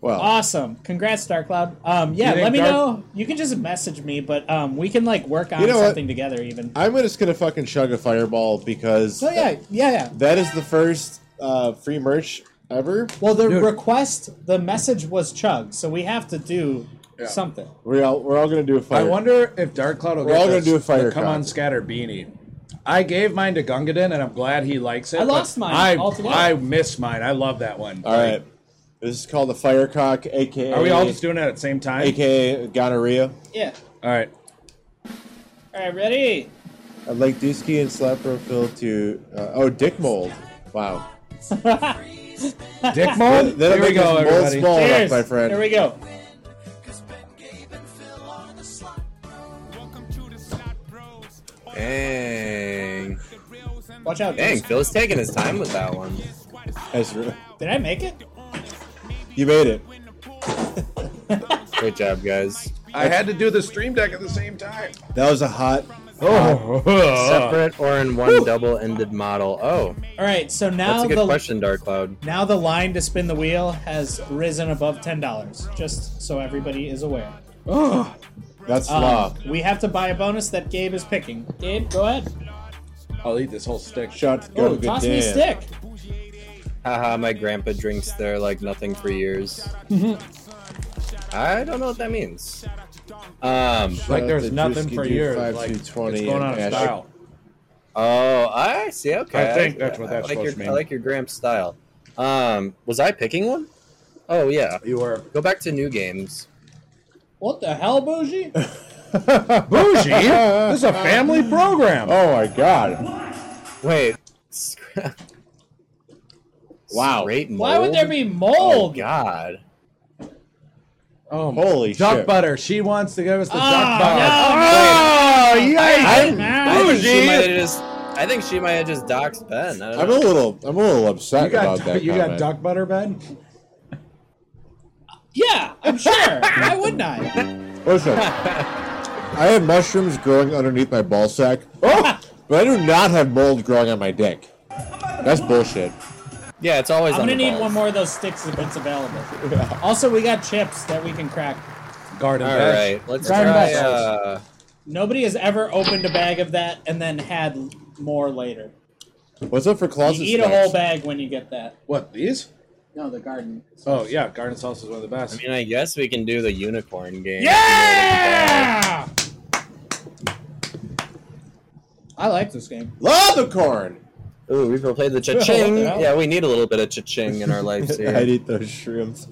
well. Uh, Awesome. Congrats, Dark Cloud. Um, yeah, You think let me Dark- know. You can just message me, but um, we can like work on You know what? something together even. I'm just gonna fucking chug a fireball because So yeah, yeah, yeah. that is the first uh, free merch ever. Well, the Dude. request, the message was chug, so we have to do something. We're all we're all gonna do a fire. I wonder if Dark Cloud will We're get all gonna this, do a fire the come crop. on scatter beanie. I gave mine to Gungadin, and I'm glad he likes it. I but lost mine I altogether. I miss mine. I love that one. All right. This is called the firecock, aka Are we all just doing it at the same time? aka gonorrhea. Yeah. All <laughs> right. All right, ready? I'd like Dusky and Slapro Phil to uh, oh dick mold. Wow. Dick mold. That'll Here we make go, us mold everybody. small enough, Cheers. my friend. Here we go. Welcome to the slot bros. Dang. Watch out. Dang, Phil's taking his time with that one. <laughs> That's re- Did I make it? you made it. Great job, guys. I had to do the stream deck at the same time. That was a hot. Oh. Uh. Oh. Separate or in one double-ended model? Oh, All right, so that's now a good the question, Dark Cloud. now the line to spin the wheel has risen above ten dollars. Just so everybody is aware. Oh. That's Um, law. we have to buy a bonus that Gabe is picking. Gabe, go ahead. <gasps> I'll eat this whole stick. Shot go Oh, good toss me a damn. stick. Haha, my grandpa drinks there like nothing for years. <laughs> I don't know what that means. Um. Like Shot there's the nothing Dusky for dude, years. five, Like, two, it's 20, going out of and Ash- style. Oh, I see. Okay. I think that's what I that's like your, supposed to mean. I like your Gramp style. Um, was I picking one? Oh yeah. You were Go back to new games. What the <laughs> hell, <laughs> Bougie? bougie. this is a family program. Oh my god. Wait. <laughs> scra- Wow. Straight mold? Why would there be Oh mold? God. Oh, my- Holy duck shit. butter. She wants to give us the Oh, duck butter. Oh, yikes. no, I'm- Uh, I think Bougie. she might have just. I think she might have just doxed Ben. I don't I'm a know. little I'm a little upset You got about that. you got comment. duck butter, Ben. Yeah, <laughs> I'm sure. Why wouldn't I? <laughs> Listen, I have mushrooms growing underneath my ball sack, Oh, <laughs> but I do not have mold growing on my dick. That's bullshit. Yeah, it's always. I'm gonna on the need balls. one more of those sticks if <laughs> it's available. Also, we got chips that we can crack. Garden All bed. right, let's Grind try. back. Uh, Nobody has ever opened a bag of that and then had l- more later. What's up for closet You eat a snacks? whole bag when you get that. What these? No, the garden. Oh yeah, garden sauce is one of the I best. mean, I guess we can do the unicorn game. Yeah! I like this game. Love the corn. Ooh, we've played the <laughs> cha-ching. What the hell? Yeah, we need a little bit of cha-ching in our lives here. I'd eat those shrimps.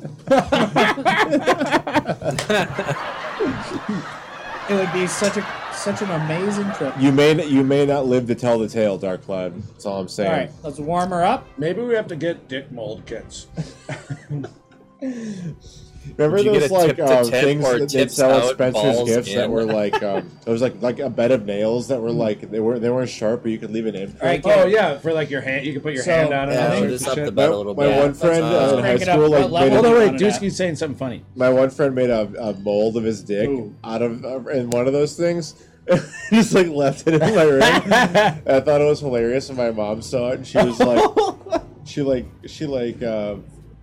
It would be such a such an amazing trip. You may you may not live to tell the tale, Dark Cloud. That's all I'm All saying. right, let's warm her up. Maybe we have to get dick mold kits. Remember Did you get those a like tip-to-tip um, things or that they tips sell at out, Spencer's balls Gifts that in? were like um, it was like like a bed of nails that were like they were they weren't sharp, but you could leave an imprint. All right, Oh yeah, for like your hand, you can put your So, hand on it. and yeah, all so sorts just of up shit. the My, bed a little my bit. one friend That's uh, in awesome. high Break it up. school like What level? made a Hold on, wait. Running back. Dusky's saying something funny. <laughs> <laughs> My one friend made a, a mold of his dick Ooh. out of uh, in one of those things. <laughs> Just like left it in my <laughs> room. I thought it was hilarious, and my mom saw it, and she was like, <laughs> she like she like uh,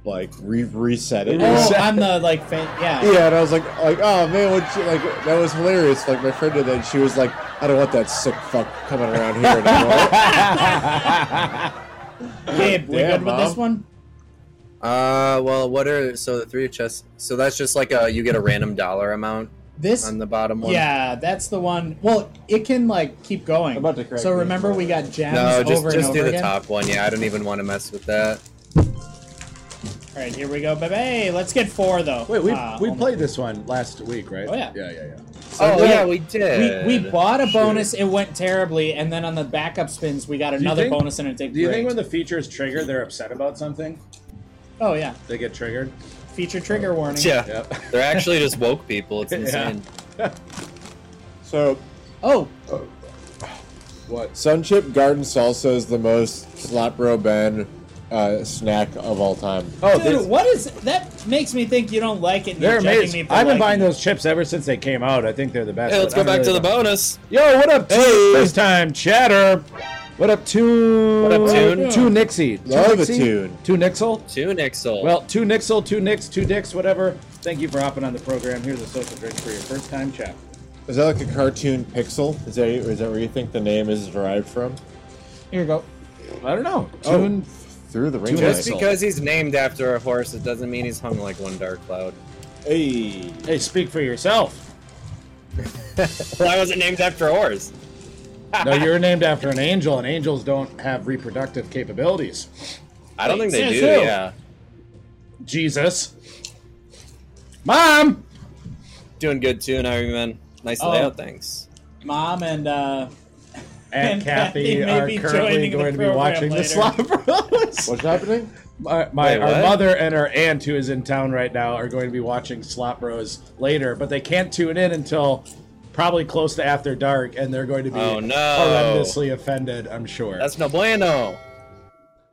like re- reset it. Oh, I'm the like fan. <laughs> Yeah. Yeah, and I was like, like oh man, what you, like that was hilarious. Like my friend did that. And she was like, I don't want that sick fuck coming around here <laughs> anymore. Gabe, we Damn, good with Mom. this one? Uh, well, what are so the three chests? So that's just like a you get a random dollar amount This on the bottom one. Yeah, that's the one. Well, it can like keep going. about to correct so you. remember, we got gems No, just over and just over do the again. top one. Yeah, I don't even want to mess with that. All right, here we go, baby. Hey, let's get four though. Wait, we Ah, we almost- played this one last week, right? Oh, yeah. yeah, yeah, yeah. oh wait, yeah, we did. We, we bought a bonus. It went terribly, and then on the backup spins, we got you another think- bonus and it did Do you great. think when the feature is triggered, they're upset about something? oh yeah, They get triggered. feature trigger warning. <laughs> Yeah, Yep. they're actually just woke people. It's <laughs> Yeah. insane. so, Oh, What? Sunchip Garden Salsa is the most slap row Ben uh, snack of all time. Oh, dude, these- what is that? Makes me think you don't like it. And they're you're judging amazing. me I've for been liking buying it. those chips ever since they came out. I think they're the best. Hey, let's but go I'm back to really the bummed. bonus. Yo, what up? Hey. First time chatter. What up, Tune? What up, Tune? Two Nixie. Two Love the Nixie? Tune. Two Nixel. Two Nixel. Well, two Nixel, two Nix, two Dicks, whatever. Thank you for hopping on the program. Here's a social drink for your first time chat. Is that like a cartoon pixel? Is that is that where you think the name is derived from? Here you go. I don't know. Oh, Tune. through the ring. Two just Nixel. because he's named after a horse, it doesn't mean he's hung like one dark <laughs> cloud. Hey, Hey, speak for <laughs> yourself. Well, I wasn't named after a horse. No, you're named after an angel, and angels don't have reproductive capabilities. I don't Wait, think they says do. who? Yeah, Jesus. Mom! doing good too, and man. Nice Oh. layout, thanks. Mom and uh, And And <laughs> Kathy Kathy may are be currently joining the going to be program watching the later. Slop Bros. what's happening? My, my Wait, our what? mother and our aunt, who is in town right now, are going to be watching Slop Bros later, but they can't tune in until probably close to after dark, and they're going to be Oh, no. horrendously offended. I'm sure. That's no bueno.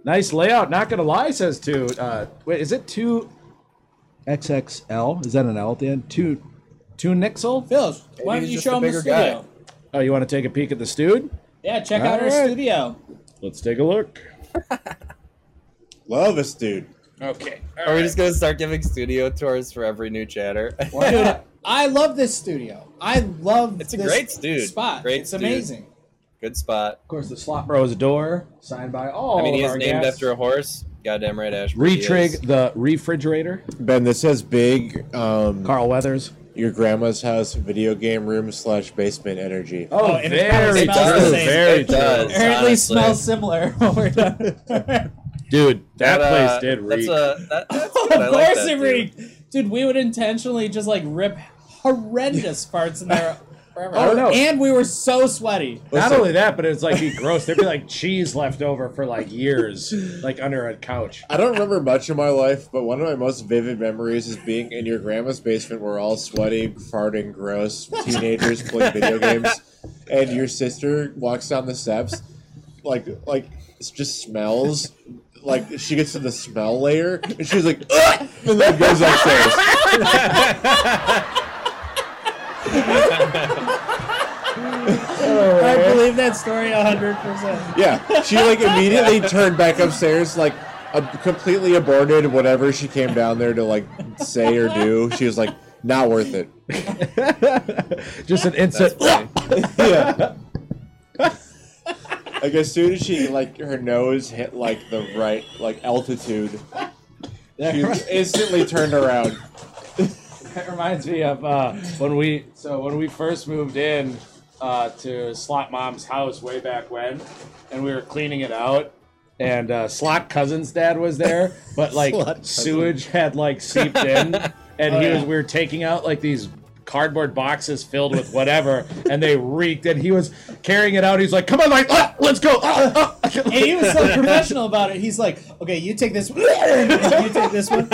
nice layout. Not gonna lie, says two. Uh, wait, is it two? XXL? Is that an L at the end? Two, two Nixel? Phils. Why Maybe don't he's you just show a him the bigger studio? guy. Oh, you want to take a peek at the stewed? Yeah, check out All our right. studio. Let's take a look. Love us, dude. Okay. Are we just gonna start giving studio tours for every new chatter? <laughs> Dude, I love this studio. I love It's a this great studio. spot. Great it's studio. amazing. Good spot. Of course, the Slop Bros door, signed by all. I mean, he of is our named guests. after a horse. Goddamn right, Ashby. he is. Retrig the refrigerator. Ben, this says big um, Carl Weathers. your grandma's house video game room slash basement energy. Oh, and it probably smells the true, same. Very It true. does. Or at least honestly. smells similar <laughs> when we're done. <laughs> Dude, that, uh, place did reek. That's a. That, <laughs> that's of good. I course like that, it dude. reeked. Dude, we would intentionally just like rip horrendous parts in there forever. Oh, no. And we were so sweaty. Not Listen. only that, but it's like be gross. There'd be like cheese left over for like years, like under a <laughs> couch. I don't remember much of my life, but one of my most vivid memories is being in your grandma's basement. We're all sweaty, farting, gross teenagers playing video games, and your sister walks down the steps, like like it just smells. Like she gets to the smell layer, and she's like, "Ugh!" and then goes upstairs. Oh. I believe that story 100%. Yeah, she like immediately turned back upstairs, like a, completely aborted whatever she came down there to like say or do. She was like, "Not worth it." Just an instant. <laughs> That's funny. yeah. Like as soon as she like her nose hit like the right like altitude, she <laughs> instantly turned around. That reminds me of uh, when we so when we first moved in uh, to Slot Mom's house way back when, and we were cleaning it out, and uh, Slot Cousin's dad was there, but like Slot Cousin. sewage had like seeped in, and Oh, he yeah. was we were taking out like these cardboard boxes filled with whatever, and they reeked. And he was carrying it out. He's like, "Come on, like, ah, let's go!" ah, ah." And he was so professional about it. He's like, okay, you take this one. <laughs> You take <laughs> this one.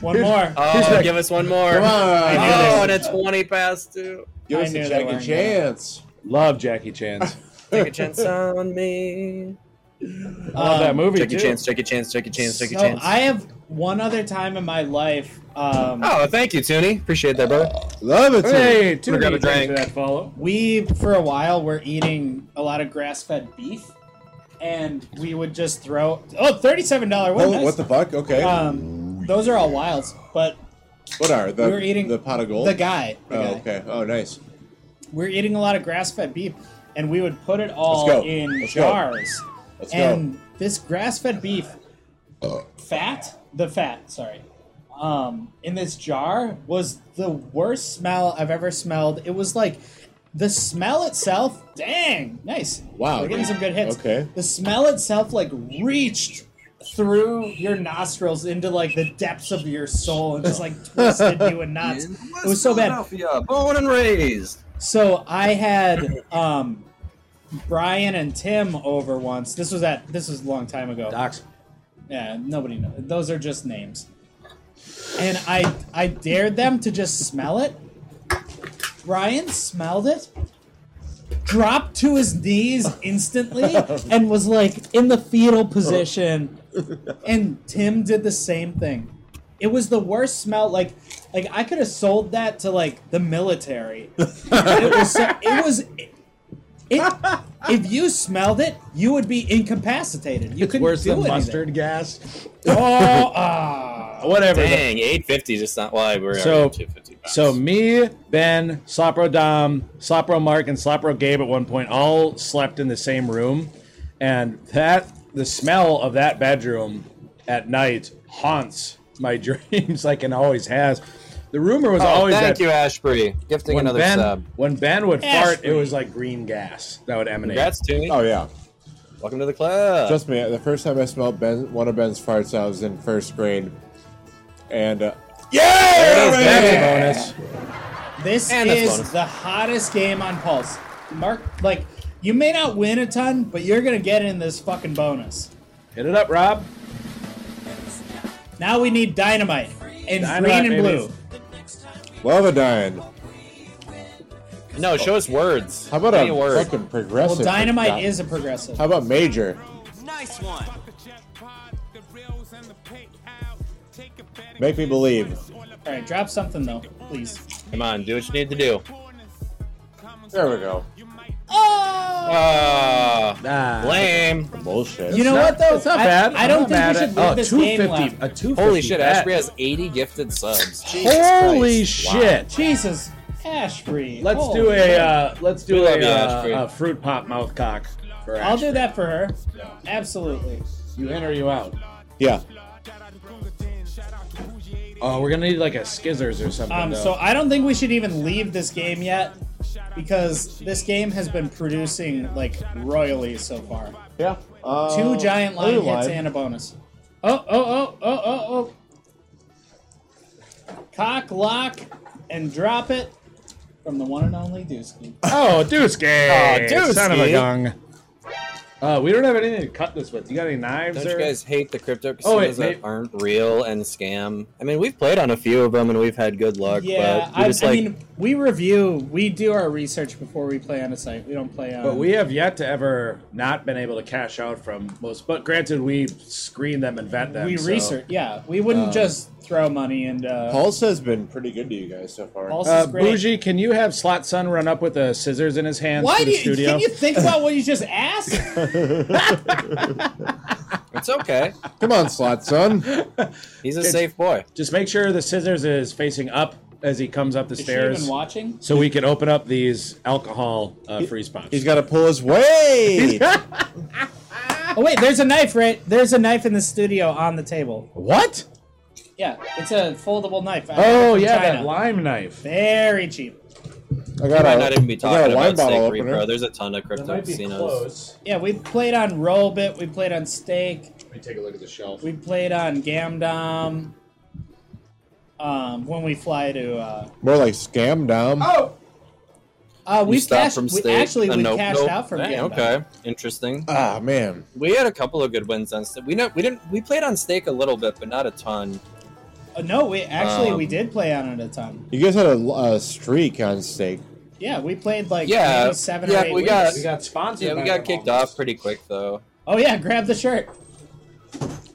One more. Oh, He's like, give us one more. Come on. Oh, and it's 20 past two. Give I us knew a they check weren't and gonna- chance. Love Jackie Chan's. Take a <laughs> chance on me. Love Um, that movie Take too. a chance, take a chance, take a chance, take a So chance. I have one other time in my life. Um, Oh, thank you, Toonie. Appreciate that, brother. <laughs> Love it. Hey, two Gonna grab a neat things drink. for that follow. we for a while were eating a lot of grass-fed beef and we would just throw oh $37 what, Oh, nice. what the fuck? Okay. um those are all wilds but what are the we were eating the pot of gold? the guy, the Oh, guy. okay. Oh, nice. we're eating a lot of grass-fed beef and we would put it all Let's go. in Let's go. jars Let's and go. Uh. this grass-fed beef fat the fat sorry um in this jar was the worst smell i've ever smelled it was like the smell itself dang nice Wow, we're getting dude. some good hits Okay. the smell itself like reached through your nostrils into like the depths of your soul and just like twisted you <laughs> in knots it was so bad Born and raised. so I had um, Brian and Tim over once. This was at this was a long time ago. Docs. Yeah, nobody knows. Those are just names. And I I dared them to just smell it. Brian smelled it, dropped to his knees <laughs> instantly, and was like in the fetal position. And Tim did the same thing. It was the worst smell. Like, like I could have sold that to like the military. it was. So, it was. It, if you smelled it, you would be incapacitated. You couldn't Worse do than anything. mustard <laughs> gas. Oh, ah. Whatever. the Dang, 850 just not. Well, we're So- already at 250. bucks. So me, Ben, Slopro Dom, Slopro Mark, and Slopro Gabe at one point all slept in the same room, and that the smell of that bedroom at night haunts my <laughs> dreams like it always has. The rumor was Oh, always thank that you, Ashbury. Gifting when another Ben sub. when Ben would fart, it Ashby. was like green gas that would emanate. Congrats, Toonie. Oh yeah. Welcome to the club. Trust me. The first time I smelled Ben, one of Ben's farts, I was in first grade, and uh, There it is, That's man. a bonus. This And that's is bonus. the hottest game on Pulse. Mark, like, you may not win a ton, but you're gonna get in this fucking bonus. Hit it up, Rob. Now we need dynamite and Dynamite, green and baby. blue. love a dime. No, show us words. How about Any a word. fucking Well, progressive? dynamite How- is a progressive. How about major? Nice one. Make me believe. All right, drop something though, please. Come on, do what you need to do. There we go. Ah, Nah. lame. Bullshit. You know It's what though? It's not I, bad. I don't I'm not think we should leave mad at- this oh, game 250 left. A 250 Holy shit, bet. Ashbury has 80 gifted subs. <laughs> Jesus Holy Christ. Wow. shit. Jesus, Ashbury. Let's Holy do a shit. uh, let's do We a, love you, Ashbury. uh, a fruit pop mouth cock. For I'll Ashbury. do that for her. Absolutely. You in or you out? Yeah. Oh, we're gonna need like a skizzers or something. Um, though. so I don't think we should even leave this game yet because this game has been producing like royally so far. Yeah. Uh, Oh, Um, Two giant line other hits and a bonus. Oh, oh, oh, oh, oh, oh. Cock, lock, and drop it from the one and <laughs> only Dusky. oh, Ah, Dusky, Oh, son of a Dusky. gung. Uh, we don't have anything to cut this with. You got any knives? Don't you or- guys hate the crypto Oh, wait, casinos that they- aren't real and scam? I mean, we've played on a few of them and we've had good luck, yeah, but we I, just I like mean, we review, we do our research before we play on a site. We don't play um, on. But we have yet to ever not been able to cash out from most. But granted, we screen them and vet them. we so- Um, research. Yeah, we wouldn't just throw money and. Uh, Pulse has been pretty good to you guys so far. Pulse Uh, is great. Bougie, can you have Slot Sun run up with the scissors in his hands Why to do the you, studio? Can you think about what <laughs> you just asked? it's okay. Come on, slot son. He's a safe boy. Just make sure the scissors is facing up as he comes up the Is she stairs. <laughs> even watching? so we can open up these alcohol uh, free spots. He's got to pull his weight. Oh wait, there's a knife right. There's a knife in the studio on the table. what? Yeah, it's a foldable knife. I got it Oh from yeah, China. that lime knife. very cheap. I We got might a, not even be I got talking a wine about bottle Steak opener. Repro. There's a ton of crypto casinos. Yeah, we played on roll bit. We played on steak. Let me take a look at the shelf. We played on gamdom. um, when we fly to. Uh, More like scam down. Oh, uh, we stop cashed. from we, state. actually, Uh, we nope, cashed nope. out from Dang, Gamba. Okay, interesting. Ah man, We had a couple of good wins on stake. We know we didn't. We played on stake a little bit, but not a ton. Uh, no, we actually Um, we did play on it a ton. you guys had a, a streak on stake. Yeah, we played like Yeah, maybe seven yeah, or eight we got- weeks. we got sponsored. Yeah, we by got them kicked all. off pretty quick though. Oh yeah, grab the shirt.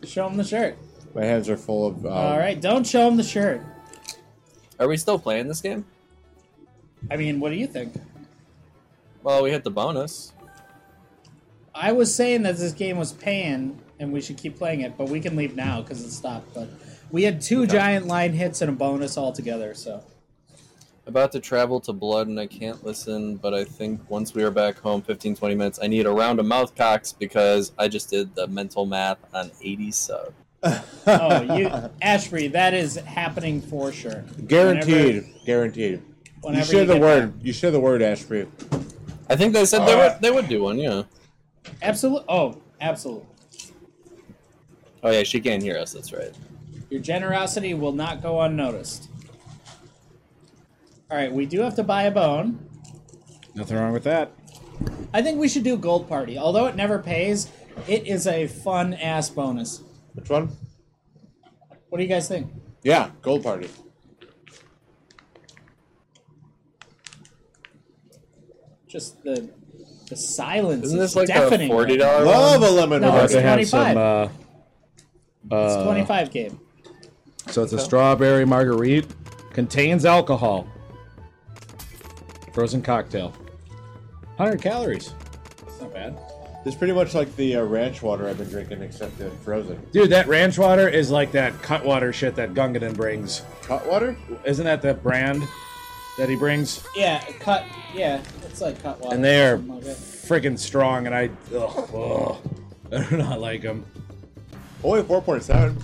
Show him the shirt. My hands are full of. Um, <laughs> All right, don't show him the shirt. Are we still playing this game? I mean, what do you think? Well, we hit the bonus. I was saying that this game was paying and we should keep playing it, but we can leave now because it stopped. But we had two giant line hits and a bonus altogether, so About to travel to Blood, and I can't listen. But I think once we are back home, 15, 20 minutes, I need a round of mouth cocks because I just did the mental math on 80 sub. oh, you, Ashbury, that is happening for sure. Guaranteed. guaranteed. Whenever you share you the get word. You share the word, Ashby. I think they said they would they would do one. Yeah. Absolutely. Oh, absolutely. Oh yeah, she can't hear us. That's right. Your generosity will not go unnoticed. All right, we do have to buy a bone. Nothing wrong with that. I think we should do gold party. Although it never pays, it is a fun ass bonus. Which one? What do you guys think? Yeah, gold party. Just the the silence. Isn't is this like deafening a forty right now. Um, dollar? Love a lemon No, About it's to party. have some. 25. Uh, It's uh, twenty five game. So it's a strawberry margarita. Contains alcohol. Frozen cocktail. 100 calories. It's not bad. It's pretty much like the uh, ranch water I've been drinking, except it's frozen. Dude, that ranch water is like that cut water shit that Gungadin brings. Cut water? Isn't that the brand that he brings? Yeah, cut. Yeah, it's like cut water. And they are or something like that. freaking strong, and I. Ugh, ugh. I do not like them. Only four point seven.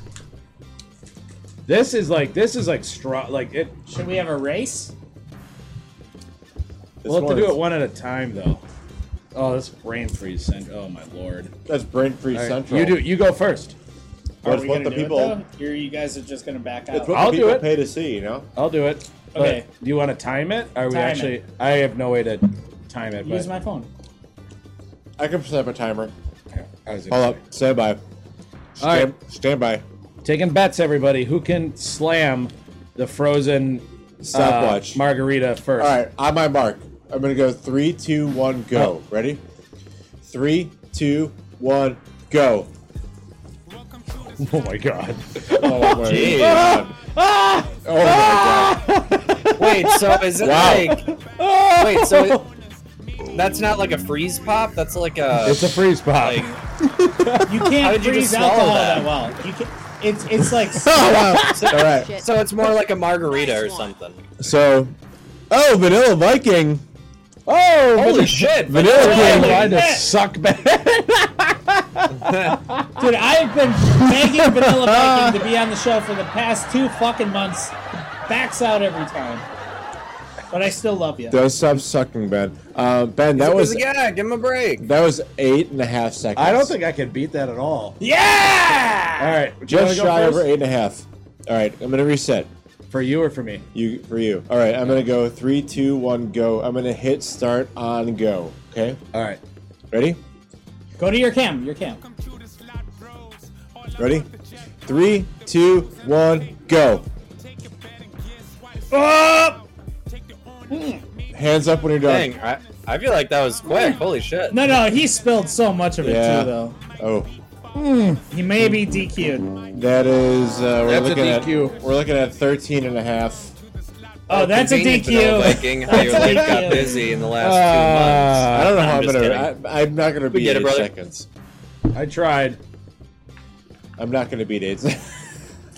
This is like this is like straw like it. Should we have a race? We'll have to do it one at a time though. Oh, this brain freeze sent. Oh my lord. That's brain free All right, central. You do. You go first. Are That's we what gonna the do people. it though? You're, you guys are just gonna back out. It's what I'll the do people it. pay to see. You know. I'll do it. But Okay. Do you want to time it? Are we Time it. actually? I have no way to time it. Use But my phone. I can set up a timer. I was gonna Hold up. say. Stand by. All right. Stand, stand by. Taking bets, everybody. Who can slam the frozen uh, Stopwatch. margarita first? All right. On my mark. I'm gonna go three, two, one, go. Oh. Ready? Three, two, one, go. <laughs> Oh my god. Oh my Jeez. god. Oh my god. Wait, so is it Wow. like? Wait, so it- that's not like a freeze pop. That's like a. It's a freeze pop. like, You How can't did you freeze just swallow alcohol that? that? well. You can. It's it's like <laughs> Oh, wow. All right. Shit. <laughs> so it's more like a margarita or something. So, oh, Vanilla Viking. Oh, Holy Vanilla- shit! Vanilla I'm King. trying to Yeah. suck back. Dude, I've been begging Vanilla Viking to be on the show for the past two fucking months. Backs out every time. But I still love you. Don't stop sucking, Ben. Uh, ben, that was yeah. Give him a break. that was eight and a half seconds. I don't think I could beat that at all. Yeah! All right, do you wanna just go shy over first? eight and a half. All right, I'm gonna reset for you or for me. you for you. All right, I'm gonna go three, two, one, go. I'm gonna hit start on go. Okay, All right, ready? Go to your cam, your cam. <laughs> Ready? Three, two, one, go. Hands up when you're done. Dang, I, I feel like that was quick. Holy shit! No, no, he spilled so much of it Yeah. too, though. Oh, He may be Oh, DQ'd. that is uh, we're That's a looking DQ. at we're looking at 13 and a half. Oh, that's a Convenient Vanilla DQ. Viking, how your That's a league got DQ. busy in the last two months. I don't know I'm how I'm just gonna. I, I'm not gonna beat get it, eight brother. seconds. I tried. I'm not gonna beat eight. se-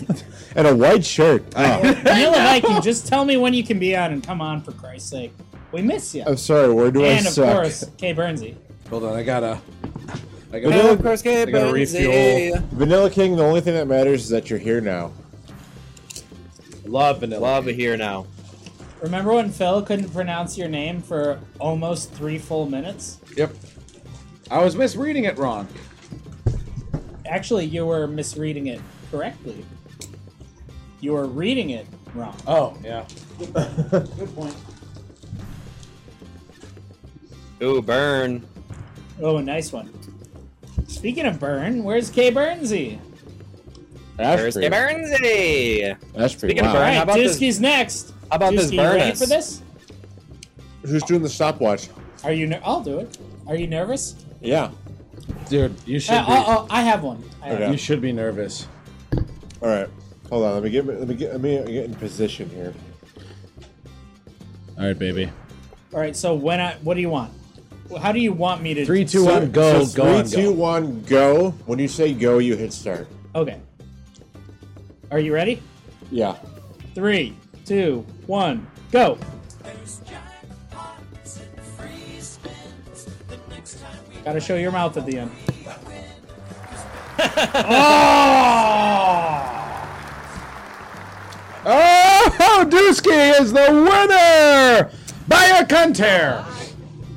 <laughs> and a white shirt. Oh, <laughs> Vanilla Viking, just tell me when you can be on and come on, for Christ's sake. We miss you. <laughs> I'm sorry. Where do And I of Oh, suck? course, Kay Bernsey. Hold on, I gotta. I Vanilla- gotta. of course, I gotta refuel. Vanilla King. The only thing that matters is that you're here now. Love vanilla. Lava here now. Remember when Phil couldn't pronounce your name for almost three full minutes? Yep. I was misreading it wrong. Actually, you were misreading it correctly. You are reading it wrong. Oh, yeah. Good point. Ooh, burn. Oh, nice one. Speaking of burn, where's K Burnsy? There's the Burnsy. That's pretty Speaking of All Burn, Uh, how right, about this- Dusky's next. How about this Dusky, you ready Burnus? for this? Who's doing the stopwatch? Are you? Ner- I'll do it. Are you nervous? Yeah. Dude, you should Uh, be, oh, oh, I have one. I have Okay. you should be nervous. All right. Hold on. Let me get. Let me get. Let me get in position here. All right, baby. one. All right. So when I, what do you want? How do you want me to? Three, two, one, go, so go, three, two, on, go. one, go. When you say go, you hit start. Okay. Are you ready? Yeah. Three, two, one, go. Gotta show your mouth at the end. Oh, Dusky is the winner by a contare.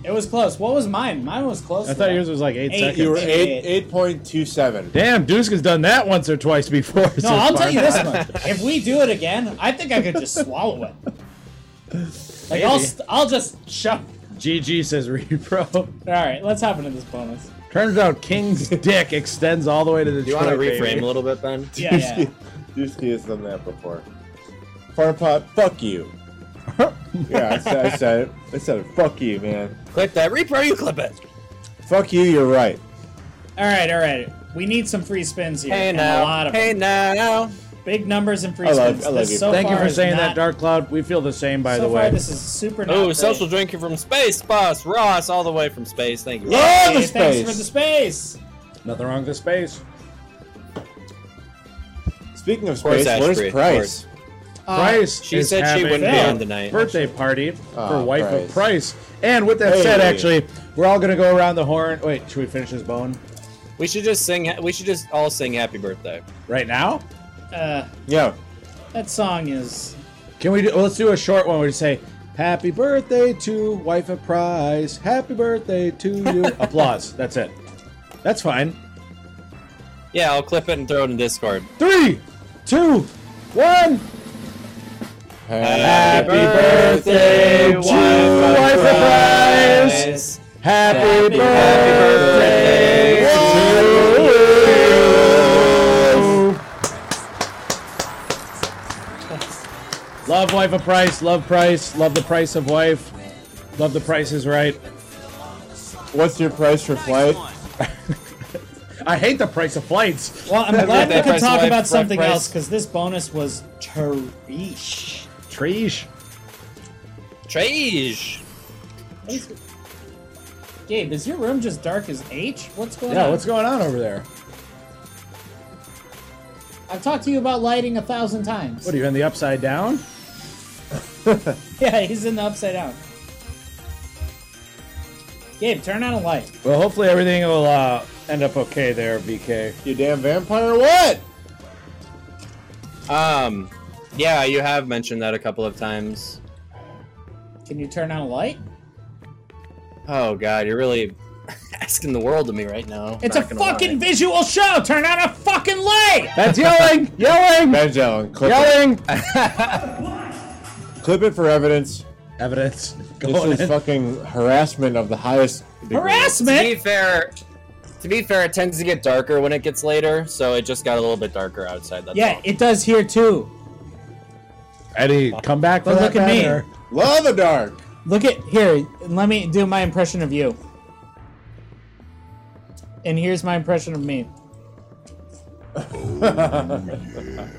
It was close. What was mine? Mine was close. I to thought that. yours was like eight, Eight. seconds. You were Eight. eight eight point two seven. Damn, Dusky's done that once or twice before. so No, I'll far. tell you this much. If we do it again, I think I could just swallow it. Like I'll, Maybe. st- I'll just shove. GG says repro. All right, let's hop into this bonus. Turns out King's dick extends all the way to the. Do you want to reframe baby. <laughs> a little bit, Ben? Yeah, yeah. Dusky has done that before. Farm pot, fuck you. yeah, I said, I said it. I said it. Fuck you, man. Clip that. Repro, you clip it. Fuck you. You're right. All right, all right. We need some free spins here. Hey and a lot now. of Hey them. now. big numbers and free I love- spins. I love This you. So Thank you far for is saying not- that, Dark Cloud. We feel the same, by so the far, way. this is super. not Oh, great. social drinking from Space Boss Ross, all the way from space. Thank you. Love Oh, the Hey, thanks space. for the space. Nothing wrong with the space. Speaking of course, space, where's Ashbury, of Price? Uh, Price. she is said she having wouldn't be a on tonight, Birthday party for Ah, wife of Price. Price. And with that said, Hey. actually, we're all gonna go around the horn. Wait, should we finish this bone We should just sing. We should just all sing Happy Birthday. right now? Uh, Yeah. that song is. Can we do? Let's do a short one. We say, "Happy birthday to wife of Price. Happy birthday to <laughs> you." Applause. That's it. That's fine. Yeah, I'll clip it and throw it in Discord. Three, two, one. Happy birthday, wife of Price. Happy Happy birthday birthday to you. Love wife of Price. Love Price. Love the price of wife. Love the price is right. What's your price for flight? I hate the price of flights. Well, <laughs> I'm glad we That could Price talk Wife, about Brett something Price. else because this bonus was trash. Treesh. Trash. Gabe, is your room just dark as H? What's going on? Yeah, what's going on over there? I've talked to you about lighting a thousand times. What are you in the upside down? <laughs> yeah, he's in the upside down. Gabe, turn on a light. Well, hopefully everything will uh, end up okay there, BK. You damn vampire! What? Um, yeah, you have mentioned that a couple of times. Can you turn on a light? Oh God, you're really <laughs> asking the world of me right now. It's Not a gonna lie. fucking visual show. Turn on a fucking light. That's <laughs> yelling, yelling, Ben's yelling. Clip it. yelling. Clip it for evidence. Evidence going This is in. fucking harassment of the highest degree. To Harassment. be fair, to be fair, it tends to get darker when it gets later, so it just got a little bit darker outside. That's Yeah, all. it does here too. Eddie, come back for But that look at me. banner. Love the dark. Look at here. Let me do my impression of you. And here's my impression of me. I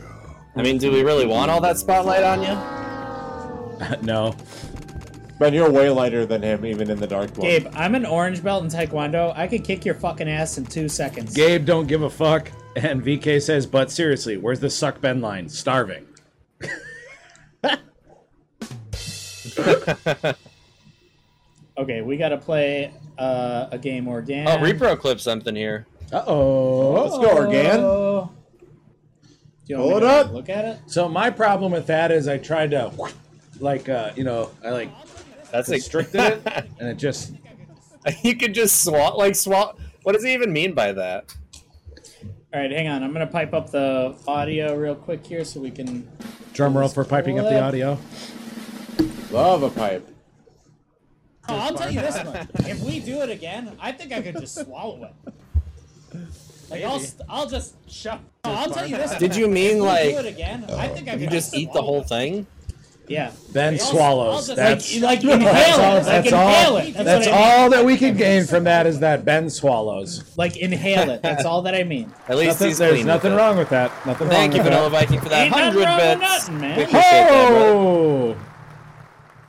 mean, do we really want all that spotlight on you? Oh, <laughs> no. Ben, you're way lighter than him, even in the dark one. Gabe, I'm an orange belt in Taekwondo. I could kick your fucking ass in two seconds. Gabe, don't give a fuck. And VK says, but seriously, where's the suck Ben line? Starving. Okay, we gotta play uh, a game organic. Oh, repro clip something here. Uh oh. Let's go, Organ. Do you Pull want it me to up. Oh, Look at it. So my problem with that is I tried to, like, uh, you know, I like That's like <laughs> restricted it, <laughs> and it just you could just swat like swat. What does he even mean by that? All right, hang on. I'm gonna pipe up the audio real quick here so we can. Drum roll for piping up the audio. Love a pipe. Oh, I'll tell you this much: if we do it again, I think I could <laughs> just swallow it. Like I'll, st- I'll just shut. Oh, I'll tell you this. Did you mean if we do it like again? I think I could you just eat the swallow whole it. thing? Yeah. Then I'll- I'll swallows. just, That's like, like <laughs> inhale that's it. all. That's all. Like inhale it. That's, That's what I mean. all that we can gain from that is that Ben swallows. Like inhale it. That's all that I mean. At least Nothing- he's there's clean nothing with it. wrong with that. Nothing Thank you, wrong with Vanilla that. Viking, for that Ain't nothing hundred wrong with bits. nothing, man. We appreciate that, brother.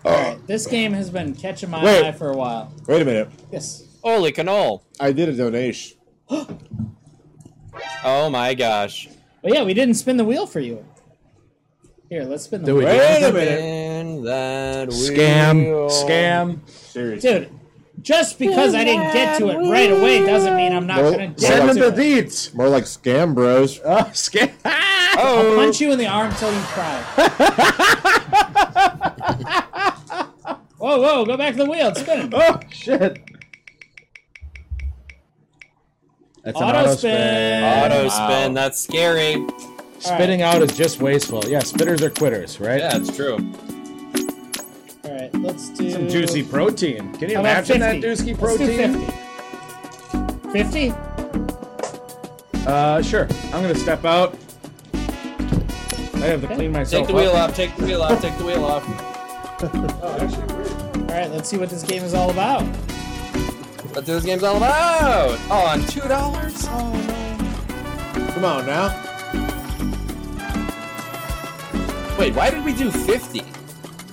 Oh, This game has been catching my Wait. eye for a while. Wait a minute. Yes. Holy canol! I did a donation. Oh my gosh! But yeah, we didn't spin the wheel for you. Here, let's spin the Do wheel. we Wait a minute. And that scam, wheel. scam. Seriously. Dude, just because I didn't get to it right away doesn't mean I'm not Nope. going to Send get him to the it. deeds. More like scam <laughs> bros. Uh, Oh, scam. I'll <laughs> Oh, punch you in the arm till you cry. <laughs> whoa, whoa, go back to the wheel. It's spinning. <laughs> oh shit. That's an Auto auto spin. spin. auto spin. That's scary. Spitting out is just wasteful. Yeah, spitters are quitters, right? Yeah, it's true. All right, let's do Some juicy protein. Can you How about imagine that 50? dooski Let's do protein? 50. 50? Uh, sure. I'm gonna step out. I have to Okay. clean myself Take the wheel up. off. Take the wheel off. Take the wheel off. All right, let's see what this game is all about. That's what this game's all about. Oh, on two dollars. Oh, Come on now. Wait, why did we do fifty?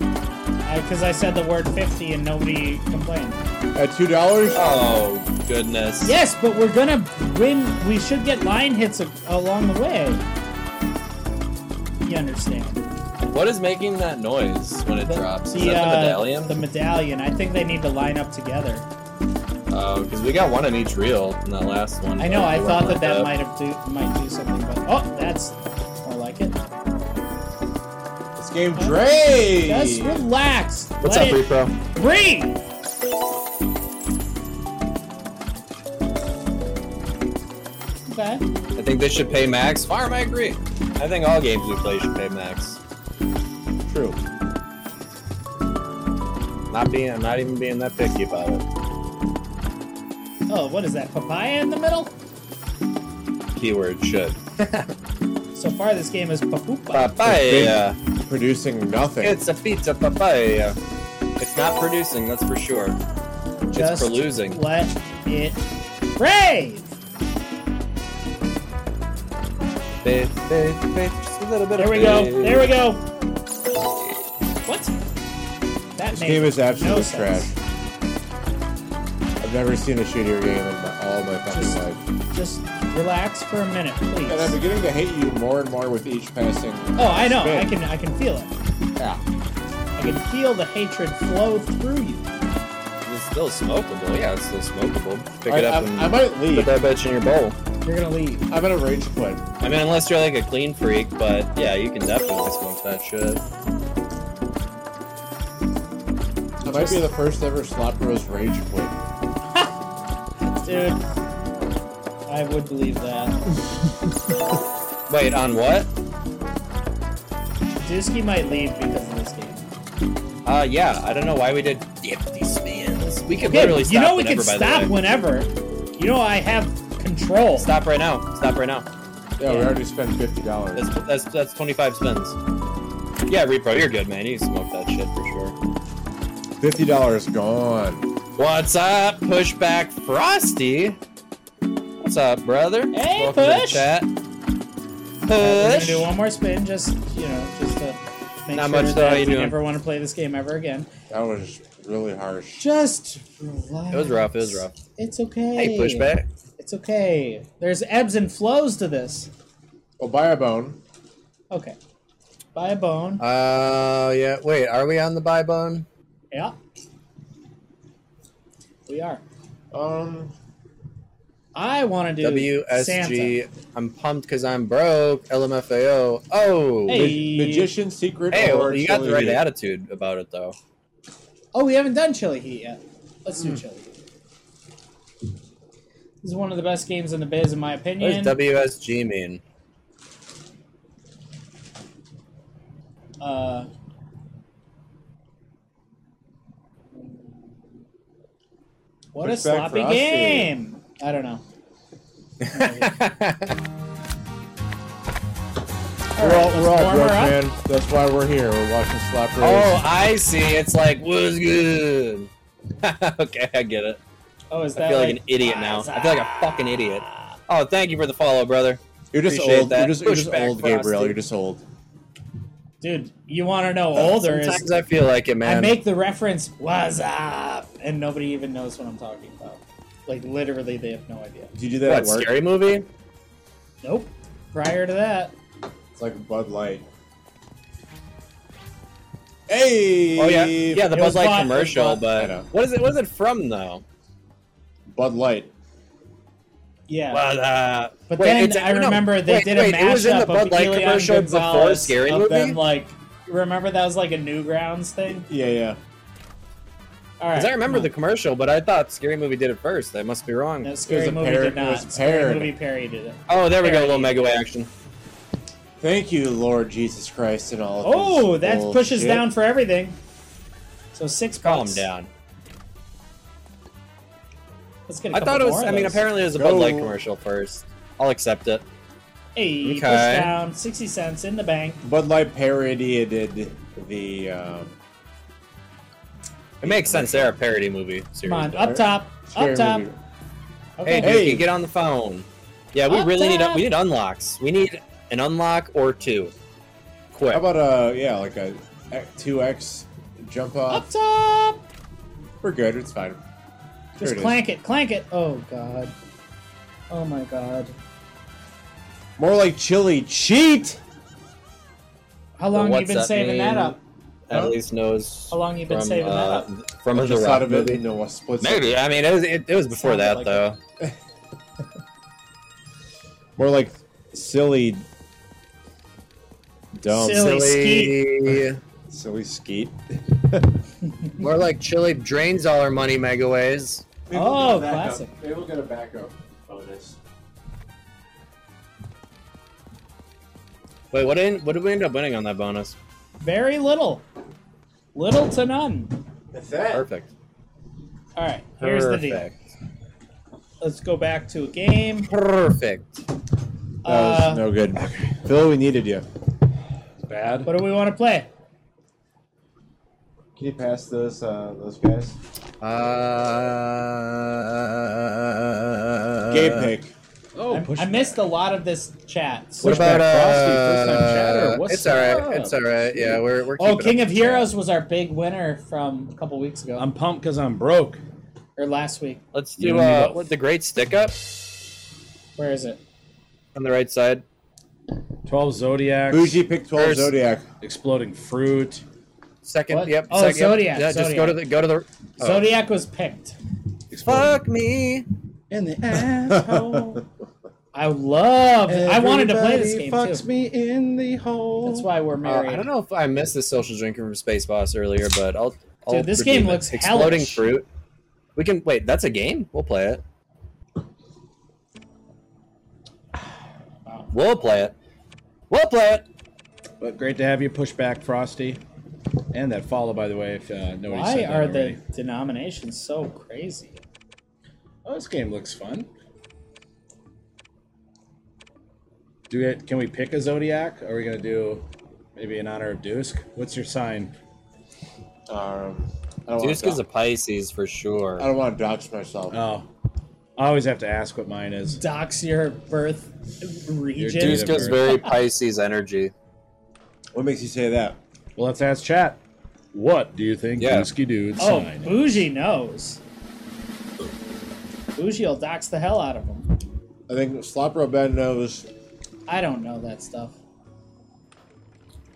Because Uh, I said the word 50 and nobody complained. At two dollars. Oh goodness. Yes, but we're gonna win. We should get line hits a- along the way. You understand? What is making that noise when it drops? Is that uh, the medallion? The medallion. I think they need to line up together. Oh, because we got one in each reel in that last one. I know. but I it thought that went that like might have do might do something, but oh, that's more like it. This game Dre. Just relax. What's Let up, it Repro? breathe. Okay. I think they should pay max. Farm, I agree. I think all games we play should pay max. True. Not being, I'm not even being that picky about it. Oh, what is that? Papaya in the middle? Keyword should. So far, this game is papupa. Papaya. Producing nothing. It's a pizza papaya. It's not producing, that's for sure. It's Just for losing. Let it breathe. Faith, faith, faith. Just a little bit There of we go. faith. There we go. What? That this made game is absolute no trash. sense. I've never seen a shittier game in my, all my fucking Just- life. Just relax for a minute, please. And I'm beginning to hate you more and more with each passing. oh, I know. spin. I can. I can feel it. Yeah. I can feel the hatred flow through you. It's still smokable. Yeah, it's still smokable. Pick I, it up I- and I might put leave. that bitch in your bowl. You're gonna leave. I'm gonna rage quit. I mean, unless you're like a clean freak, but yeah, you can definitely smoke that shit. I might be the first ever slot bros rage quit. Dude, I would believe that. Wait, on what? Dusky might leave because of this game. Uh, yeah, I don't know why we did 50 spins. We could Okay, literally stop you know we whenever, by can the stop way. whenever. You know I have control. Stop right now. Stop right now. Yeah, we already spent fifty dollars. That's, that's, that's 25 spins. Yeah, Repro, you're good, man. You smoked that shit for sure. Fifty dollars gone. What's up, Pushback Frosty? What's up, brother? Hey, Welcome to the Push. chat. We're gonna Push. do one more spin, just you know, just to make Not sure much, though. that How you we doing? never want to play this game ever again. That was really harsh. Just relax. It was rough. It was rough. It's okay. Hey, Pushback. It's okay. There's ebbs and flows to this. Well, Oh, buy a bone. Okay. Buy a bone. Uh, yeah. Wait, are we on the buy bone? yeah. We are. Um, I want to do Santa. WSG. I'm pumped because I'm broke. LMFAO. Oh. Hey. mag- magician secret. Hey, well, or you got the right Silly Year. attitude about it, though. Hmm. Oh, we haven't done chili heat yet. Let's do chili heat. This is one of the best games in the biz, in my What does opinion. WSG mean? uh, what a Respect for sloppy us, dude. game! I don't know. We're all, we're all Warm drunk, her up. man. That's why we're here. We're watching Slap <laughs> Race. oh, I see. It's like was good. <laughs> okay, I get it. Oh, is that I feel like, like an idiot now. I feel like a fucking idiot. Oh, thank you for the follow, brother. you're just appreciate old. that. You're just, you're just Pushback old, for us, Gabriel. dude. You're just old. dude? You want to know older? Is Sometimes I feel like it, man. I make the reference "What's up?" and nobody even knows what I'm talking about. Like literally, they have no idea. Do you do that what at work? scary movie? Nope. Prior to that, It's like Bud Light. Hey. Oh yeah, yeah, the It Bud was Light fun, it was commercial. fun. I But know. what is it? What is it from though? Bud Light. yeah. But, uh, But wait, then it's- I no, remember they wait, did wait, a It was in mashup the Bud of Light Elian commercial before Gonzalez Scary of Movie. them like. Remember that was like a Newgrounds thing. Yeah, yeah. All right. Because I remember the commercial, but I thought Scary Movie did it first. I must be wrong. No, scary It was a movie parody- did it not. was Scary parody. movie parody did it. Oh, there we go, Parody. little Megaway action. Thank you, Lord Jesus Christ, and all. Of Oh, his that pushes bullshit. down for everything. So six Calm bucks. down. Let's get. a I couple thought it was. more of I mean, those. apparently it was a Go. Bud Light commercial first. I'll accept it. Hey, push Okay. down sixty cents in the bank. Bud Light parodied the. Um, It makes sense. They're a parody movie. Come on, Seriously. up top, scary up top. movie. Hey, Okay. Dookie, Hey. get on the phone. Yeah, we Up really need top. we need unlocks. We need an unlock or two. Quick. How about uh yeah like a two X jump Up off? top. We're good. It's fine. There Just it is. clank it, clank it. Oh god. Oh my god. More like chili cheat. How long Well, you what's been that saving mean? that up? At least knows How long you been from, saving that uh, up? from I the just thought Rock of it. movie. No one splits. it. Maybe I mean it was it, it was before Sounded that like though. More like silly. Dumb. Silly Silly, silly skeet. more like Chili drains all our money megaways. <laughs> Oh, classic. They will get a backup bonus. Wait, what in, what did we end up winning on that bonus? Very little. Little to none. That's that. Perfect. All right, here's the deal. Perfect. Let's go back to a game. Perfect. That was Uh, no good. Phil, we needed you. Bad. What do we want to play? Can you pass those uh, those guys? Uh, Game pick. Oh, I- I missed a lot of this chat. What about Pushback Frosty, uh? first time chatter, what's it's all right. up? It's all right. Yeah, we're we're. Oh, keeping King up of the chat. Heroes was our big winner from a couple weeks ago I'm pumped because I'm broke. or last week. Let's You do and me uh Mm. both. what, the great stick up Where is it? on the right side. 12 Zodiac, Bougie pick twelve First. <laughs> Zodiac. exploding fruit. Second. What? Yep. Oh, second. Zodiac, Yeah, just go Zodiac. to the go to the. oh. Zodiac was picked. Fuck me. In <laughs> the <laughs> asshole. I love. I wanted to play this game fucks too. me in the hole. That's why we're Uh, married. I don't know if I missed the social drinker from Space Boss earlier, but I'll. I'll Dude, this redeem game it. looks exploding hellish. fruit. We can wait. That's a game. We'll play <sighs> it. We'll play it. We'll play it. But great to have you push back, Frosty. And that follow, by the way, if uh, nobody Why said that are already. the denominations so crazy? Oh, this game looks fun. Do we, can we pick a zodiac? Are we gonna do maybe in honor of Dusk? What's your sign? Um, I Oh, don't Dusk want is to. Uh, a Pisces for sure. I don't want to dox myself. Oh, I always have to ask what mine is. Docs your birth region. dude's Dusk is very Pisces energy. What makes you say that? Well, let's ask chat. What do you think Yeah. Dusky Dude's oh, sign? is? Bougie knows. Bougie will dox the hell out of him. I think Slopro Ben knows. I don't know that stuff.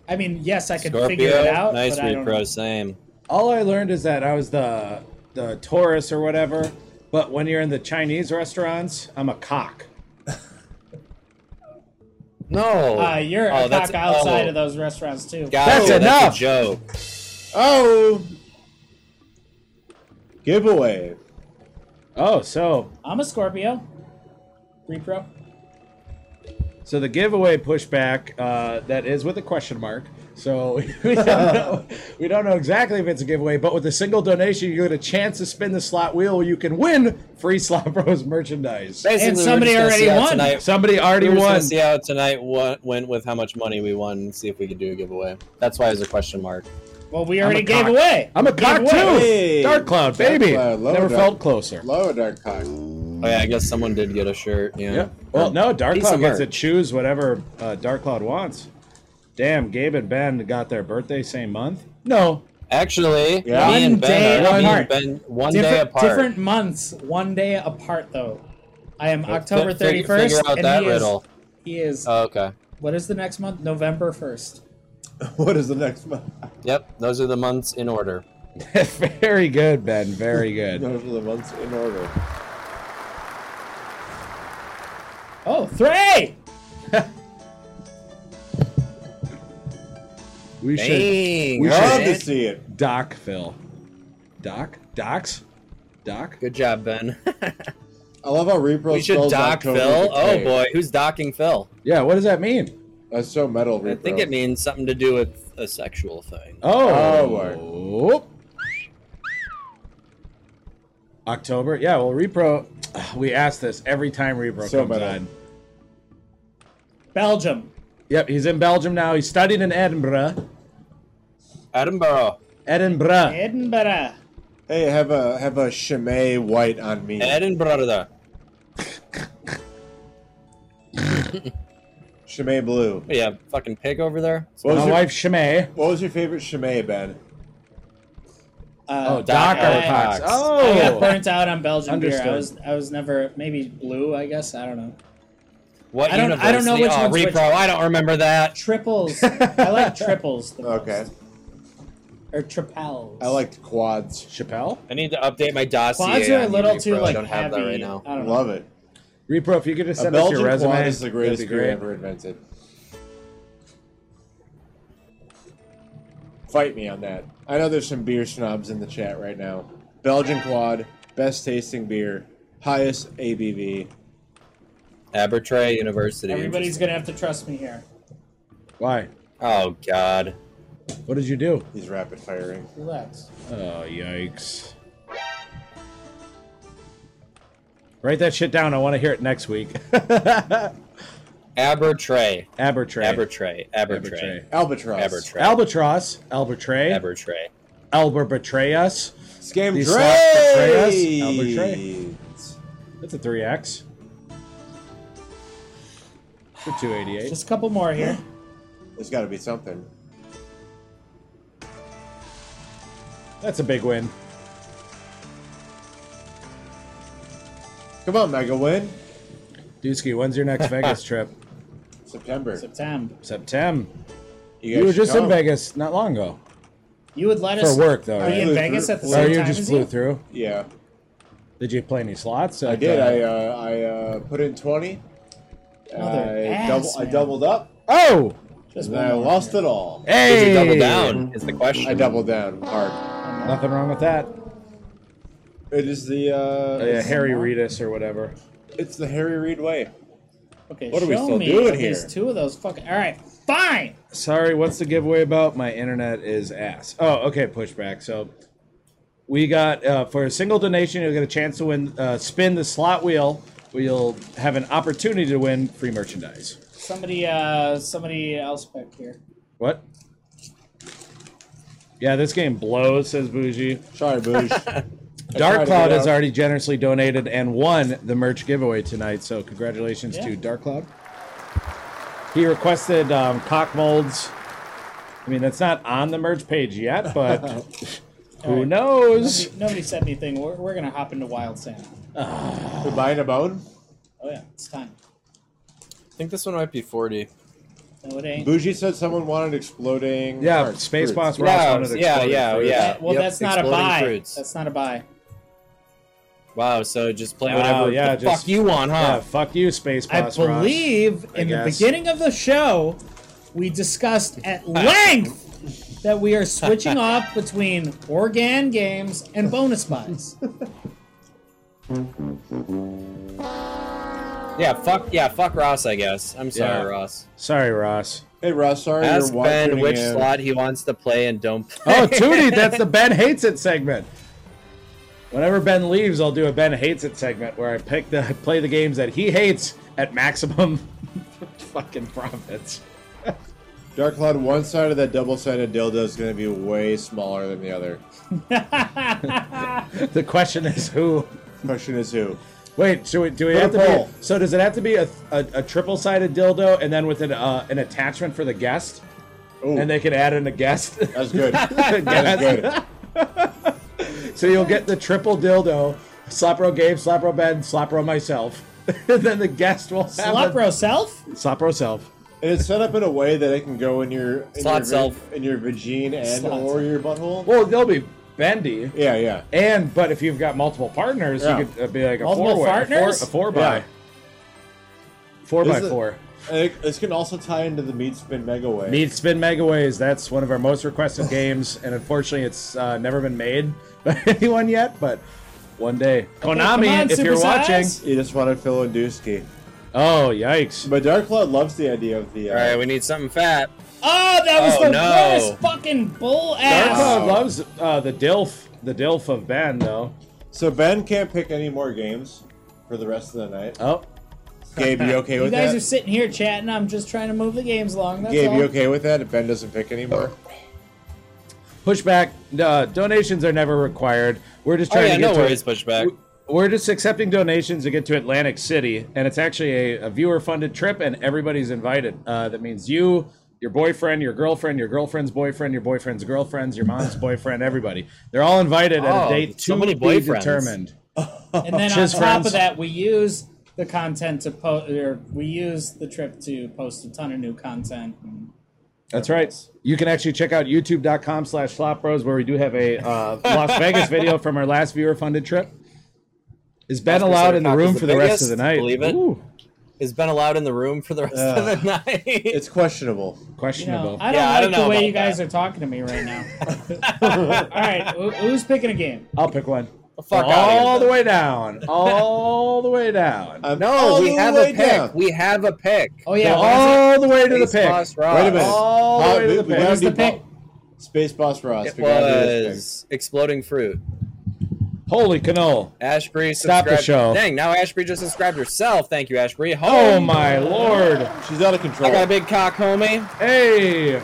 I mean, yes, I could figure Scorpio, it out. nice but I don't know. repro, same. All I learned is that I was the the Taurus or whatever. But when you're in the Chinese restaurants, I'm a cock. No. Uh, you're Oh, a that's- cock outside oh. of those restaurants too. Got That's it, enough. a joke. Oh, giveaway. Oh, so Oh, I'm a Scorpio. repro? So the giveaway pushback uh, that is with a question mark. So <laughs> we don't, <laughs> know, we don't know exactly if it's a giveaway, but with a single donation, you get a chance to spin the slot wheel. You can win free Slot Bros merchandise. Basically, And we're somebody just gonna see already how won. Tonight. Somebody already We're just won. gonna see how tonight wa- went with how much money we won. and See if we could do a giveaway. That's why there's a question mark. Well, we I'm a already gave cock. away. I'm a We cock gave too. away. Hey. Dark Cloud, Dark baby. Cloud, love Never that. felt closer. Low dark cock. Oh yeah, I guess someone did get a shirt. Yeah. Yeah. Well, no, Dark Piece Cloud of gets to merch. choose whatever uh, Dark Cloud wants. Damn, Gabe and Ben got their birthday same month. No, <laughs> Actually, Yeah. me One and day Ben, are, me apart. and Ben, one day Different, apart. different months, one day apart though. I am Well, October fi- figure- thirty first, Figure out and that he, riddle. Is, he is. Oh, okay. what is the next month? November first. <laughs> What is the next month? Yep, those are the months in order. very good, Ben. Very good. <laughs> Those are the months in order. Oh, three. We should Dang, we all should- Love right. to see it. doc Phil. Doc, docs, doc. Good job, Ben. <laughs> I love how repro we should spells dock October Phil. with a Oh K. boy, who's docking Phil? Yeah. What does that mean? That's so metal, repro. I think it means something to do with a sexual thing. Oh. Oh, boy. Whoop. October. Yeah. Well, repro. <sighs> We ask this every time repro So comes metal. on. Belgium. Yep. He's in Belgium now. He's studied in Edinburgh. Edinburgh. Edinburgh. Edinburgh. Uh, Hey, have a have a Chimay white on me. Edinburgh. Chimay blue. What do you have? Fucking pig over there? What was, My your, wife Shimei. what was your favorite Chimay, Ben? Oh, Uh, Doc I- Cox. I got burnt out on Belgian beer. Understood. I was I was never maybe blue. I guess I don't know. What I don't- I don't know university? which oh, one's repro. which. I don't remember that. <laughs> Triples. I like triples. The most. Okay. Or triples. I liked quads. Chappelle. I need to update my dossier. Quads are a on little repro. too like I don't have heavy. uh, that right now. I don't know. Love it. Repro, if you could just A send us Belgian your resume, quad is the greatest that'd be beer great. ever invented. Fight me on that. I know there's some beer snobs in the chat right now. Belgian quad, best tasting beer, highest ABV. Abertray University. Everybody's gonna have to trust me here. Why? Oh God. What did you do? He's rapid firing. Relax. Oh, yikes. Write that shit down. I want to hear it next week. <laughs> Abertray. Abertray. Abertray. Abertray. Albatross. Abertray. Albatross. Albertray. Abertray. Albert betray us. Scam These slots betray us. trades. That's a 3X. For 288. Just a couple more <gasps> here. There's got to be something. That's a big win. Come on, Mega Win. Dusky, when's your <laughs> next Vegas trip? September. September. September. guys You were should just in come. Vegas not long ago. You would let us For work, though, Are you right? in Vegas at the Or Or same you time just as flew you? through? Yeah, Did you play any slots? I did. I uh, I uh, put in twenty. Mother I, ass, double, I man. doubled up, Oh! Just and one I more lost here. it all. Hey! Did you double down? Is the question. I doubled down hard. Nothing wrong with that. It is the uh, Oh, Yeah, it's, Harry Reedus or whatever. it's the Harry Reid way. Okay, What are we show still me doing at least here? Two of those fucking. All right, fine. Sorry, what's the giveaway about? My internet is ass. Oh, okay, pushback. So we got uh, for a single donation, you'll get a chance to win, uh, spin the slot wheel. We'll have an opportunity to win free merchandise. Somebody, uh, somebody else back here. What? Yeah, this game blows, says Bougie. Sorry, <laughs> Boosh. I tried Dark to Cloud get has out. already generously donated and won the merch giveaway tonight, so congratulations Yeah. to Dark Cloud. He requested um, cock molds. I mean, that's not on the merch page yet, but All who right. knows? Nobody, nobody said anything. We're, we're gonna hop into Wild Santa. We're buying a bone. Oh yeah, it's time. I think this one might be 40. No, it ain't. Bougie said someone wanted exploding. Yeah, hearts, Space fruits. Boss Ross Yeah, wanted to yeah, explode yeah, first. yeah. That- well, Yep, that's not a exploding buy. fruits. That's not a buy. Wow, so just play Wow, whatever yeah, the just- fuck you want, Yeah, huh? fuck you, Space I Boss Ross. believe I in the guess. beginning of the show, we discussed at length that we are switching off between organ games and bonus buys. Yeah, fuck. Yeah, fuck Ross. I guess. I'm sorry, Yeah. Ross. Sorry, Ross. Hey, Ross, sorry Ask you're watching Ben which him. slot he wants to play and don't play. Oh, Tootie, that's the Ben hates it segment. Whenever Ben leaves, I'll do a Ben hates it segment where I pick the play the games that he hates at maximum <laughs> fucking profits. Dark Cloud, one side of that double-sided dildo is going to be way smaller than the other. The question is who. Question is who? Wait, so it, do we Put a have to poll. be? So does it have to be a, a, a triple sided dildo and then with an uh, an attachment for the guest, Oh, and they can add in a guest? <laughs> that's <laughs> good. Guest. that's good. So you'll get the triple dildo, Slapro Gabe, Slapro Ben, Slapro myself. <laughs> and then the guest will have Slopro self? A, Slapro self. And it's set up in a way that it can go in your in Slot your, va- self. in your vagina and Slot or your butthole. Well, they'll be bendy. Yeah, yeah. And but if you've got multiple partners, Yeah. you could uh, be like a Multiple four partners? a four, a four by Yeah. four by This is- four. And it- this can also tie into the meat spin mega way. Need spin megaways. That's one of our most requested games, and unfortunately, it's uh, never been made <laughs> by anyone yet. But one day, Konami, come on, if you're Supersize. watching. You just want to fill in Dusky. Oh yikes! But Dark Cloud loves the idea of the. Uh, All right, we need something fat. Oh, that was Oh, the no. worst fucking bull Dark ass. Cloud loves uh, the Dilf, the Dilf of Ben though. So Ben can't pick any more games for the rest of the night. Oh, Gabe, you okay You with guys that? are sitting here chatting. I'm just trying to move the games along. That's Gabe, all. you okay with that? If Ben doesn't pick anymore, pushback. Uh, donations are never required. We're just Oh trying yeah, to get no to worries, pushback. W- We're just accepting donations to get to Atlantic City, and it's actually a, a viewer-funded trip, and everybody's invited. Uh, that means you, your boyfriend, your girlfriend, your girlfriend's boyfriend, your boyfriend's girlfriends, your mom's boyfriend, everybody. They're all invited at Oh, a date so to many be boyfriends. determined. And then on Cheers, top friends. of that, we use the content to post, or we use the trip to post a ton of new content. That's right. You can actually check out youtube.com slash flopros where we do have a uh, Las Vegas video from our last viewer-funded trip. Is Las Ben Vegas allowed in the Cop is room the for the rest biggest, of the night? believe it. Ooh, Is Ben allowed in the room for the rest of the <laughs> night? it's questionable. You know, questionable. I don't Yeah, I like don't know the way about you guys that. are talking to me right now. all right, who, who's picking a game? I'll pick one. Fuck outta here, all the Ben. way down, all the way down, <laughs> I'm No, all we the have way a pick. down. We have a pick. Oh yeah, Go what is it? all the way to the Face pick. Boss Ross. Wait a minute. All the Hot- way to the we pick. gotta What's the do pick? Bo- Space Boss Ross. It we gotta do this pick. was exploding fruit. Holy canola! Ashbury Stop the subscribed- show. Dang, now Ashbury just subscribed herself. Thank you, Ashbury. Oh Home. my lord! She's out of control. I got a big cock, homie. Hey,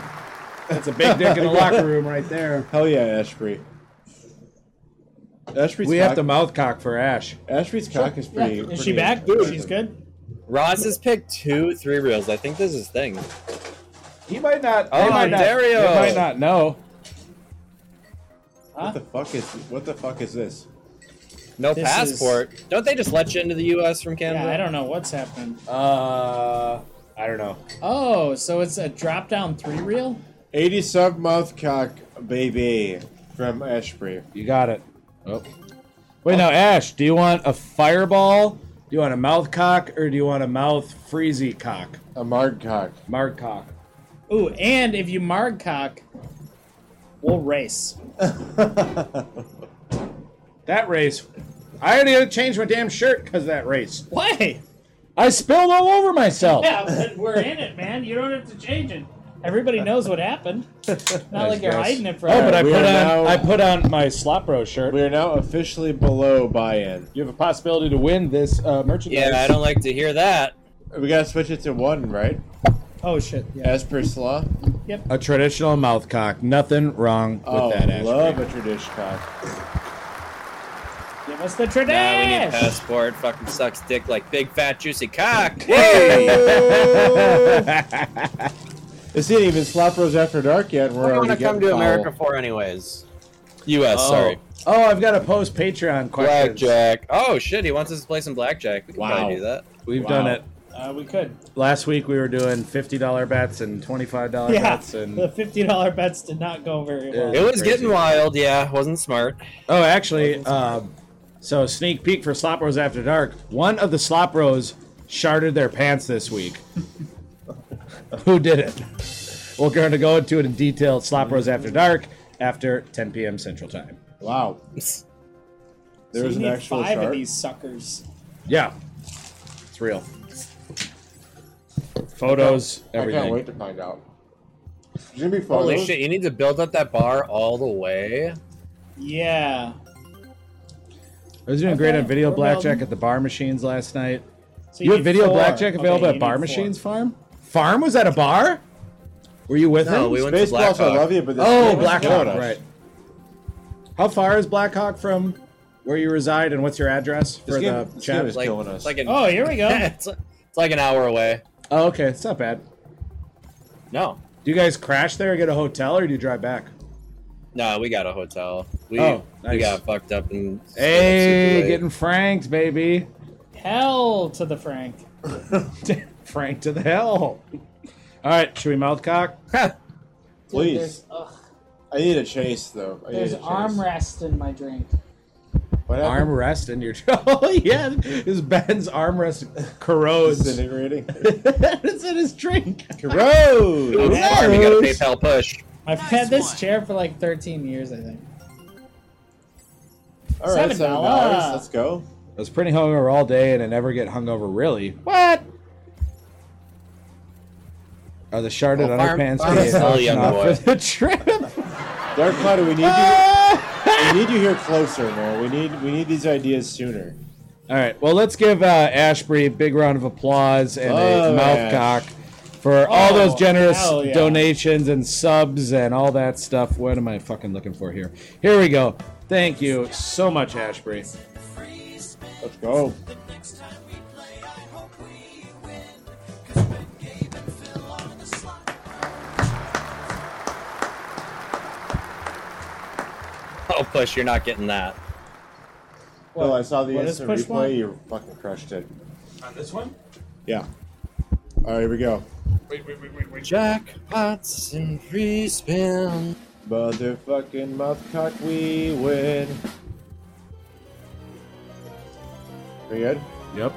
that's a big dick in <laughs> the <laughs> locker room right there. Hell yeah, Ashbury. Ashbury's We cock, have to mouth cock for Ash. Ashbury's cock is pretty. Yeah, Is pretty she back? impressive. She's good. Ross has picked two three reels. I think this is his thing. He might not. Oh, he might not, Dario. He might not know. What the fuck is? What the fuck is this? No This passport. Don't they just let you into the U.S. from Canada? Yeah, I don't know what's happening. Uh, I don't know. Oh, so it's a drop down three reel. 80 sub mouth cock baby from Ashbury. You got it. Oh. Wait now, Ash. Do you want a fireball? Do you want a mouth cock or do you want a mouth freezy cock? A marg cock. Marg cock. Ooh, and if you marg cock, we'll race. That race. I already had to change my damn shirt because that race. Why? I spilled all over myself. Yeah, but we're in it, man. You don't have to change it. Everybody knows <laughs> what happened. Not like you're guess. hiding it from. Oh, but I We put on are now- I put on my slop bro shirt. We are now officially below buy-in. You have a possibility to win this uh, merchandise. Yeah, I don't like to hear that. We gotta switch it to one, right? oh shit. Yeah. As per slaw. A traditional mouth cock. Nothing wrong with Oh, that. Ash. love a tradish cock. Give us the Nah, we tradition. need passport. Fucking sucks dick like big fat juicy cock. This ain't even Slop Rose After Dark yet. and We're What do you want already to come getting to foul. America for, anyways? U.S. Oh. Sorry. <laughs> Oh, I've got a post Patreon question. Blackjack. Oh shit, he wants us to play some blackjack. We can Wow. probably do that. We've Wow. done it. Uh, we could. Last week we were doing fifty dollar bets and twenty five dollar Yeah. bets and The fifty dollar bets did not go very well. It was Crazy. getting wild, yeah. Wasn't smart. Oh, actually, um, so sneak peek for Slop Rose After Dark. One of the Slop Rose sharded their pants this week. <laughs> Who did it? We're going to go into it in detail. at Slop Rose After Dark after 10 p.m. Central Time. Wow. <laughs> There So was you an need actual five shark. of these suckers. Yeah, it's real. photos, I can't everything. wait to find out. There's gonna be photos. Holy shit, you need to build up that bar all the way. Yeah. I was doing great Okay, on video we're blackjack building. at the bar machines last night. So You, have need video four. blackjack available Okay, at you Bar need four. Machines Farm? Farm was at a bar? Were you with No, him? we went to Spaceballs, Blackhawk. I love you, but this game oh, is Blackhawk, killing us. right. How far is Blackhawk from where you reside, and what's your address for This game- the this chat? game is- Like, Killing us. it's like an, <laughs> Oh, here we go. <laughs> it's, it's like an hour away. oh, okay, it's not bad. No, Do you guys crash there, get a hotel, or do you drive back? no, we got a hotel. We Oh, nice. we got fucked up and Hey, Super late. getting franked, <laughs> baby. Hell to the Frank. Frank to the hell. All right, should we mouth <laughs> cock? Please. There's, ugh, I need a chase though. I need there's a chase. armrest in my drink. What happened? Armrest in your. <laughs> Oh, yeah. His Ben's armrest <laughs> corrodes. Disintegrating. <laughs> <laughs> it's in his drink. Oh, Corrode. sorry, we got a Gross. PayPal push. I've Nice had this one. chair for like 13 years, I think. All right, Seven seven dollars. dollars. Let's go. I was pretty hungover all day, and I never get hungover really. What? Are the sharded Oh, farm- underpants farm gonna get sell auctioned young off boy. for the trip? <laughs> Dark Cloud, we need you. We need you here closer, man. We need we need these ideas sooner. all right. Well, let's give uh, Ashbury a big round of applause and a Oh, mouth cock Ash. for all those Oh, generous hell yeah. donations and subs and all that stuff. What am I fucking looking for here? Here we go. Thank you so much, Ashbury. Let's go. Oh, push, you're not getting that. What- Well, Oh, I saw the what is instant push replay. one? You fucking crushed it. On this one? Yeah. All right, here we go. Wait, wait, wait, wait, wait. Jackpots and free spin. Motherfucking mouthcock, we win. We good? Yep.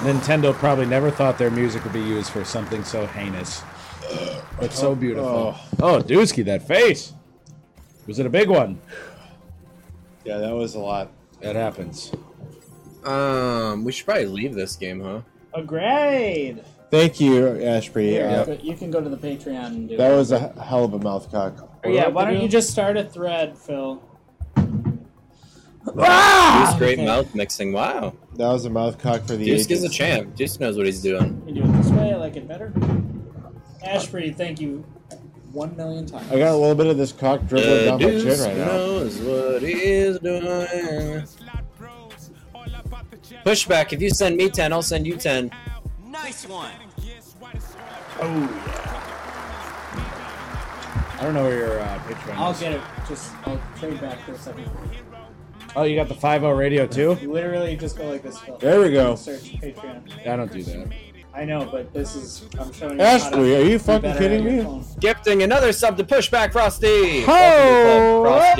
Nintendo probably never thought their music would be used for something so heinous, but so beautiful. Oh. Oh, Dusky, that face! Was it a big one? Yeah, that was a lot. That happens. Um, we should probably leave this game, huh? A grade. Thank you, Ashby. Here, Uh, go- You can go to the Patreon and do That it. was a hell of a mouthcock. Or Oh, yeah, why don't you just start a thread, Phil? Ah! Deuce, great Okay. mouth mixing. Wow. That was a mouthcock for the Deuce ages. is a champ. Deuce knows what he's doing. You do it this way, I like it better. Ashbury, thank you one million times. I got a little bit of this cock dribbling Uh, down my chin Deuce right now. knows what he's doing. Slot bros, all about the jack- Pushback, if you send me 10, I'll send you 10. Nice one. Guess what it's all about. I don't know where your uh, Patreon I'll is. get it. Just I'll trade back for a second. oh, you got the five O radio too? You literally just go like this, Phil. There we go. Search Patreon. I don't do that. I know, but this is I'm showing you. how to Ashby, are you be fucking better kidding on your me? phone. Gifting another sub to Pushback Frosty. Ho! Welcome to the club,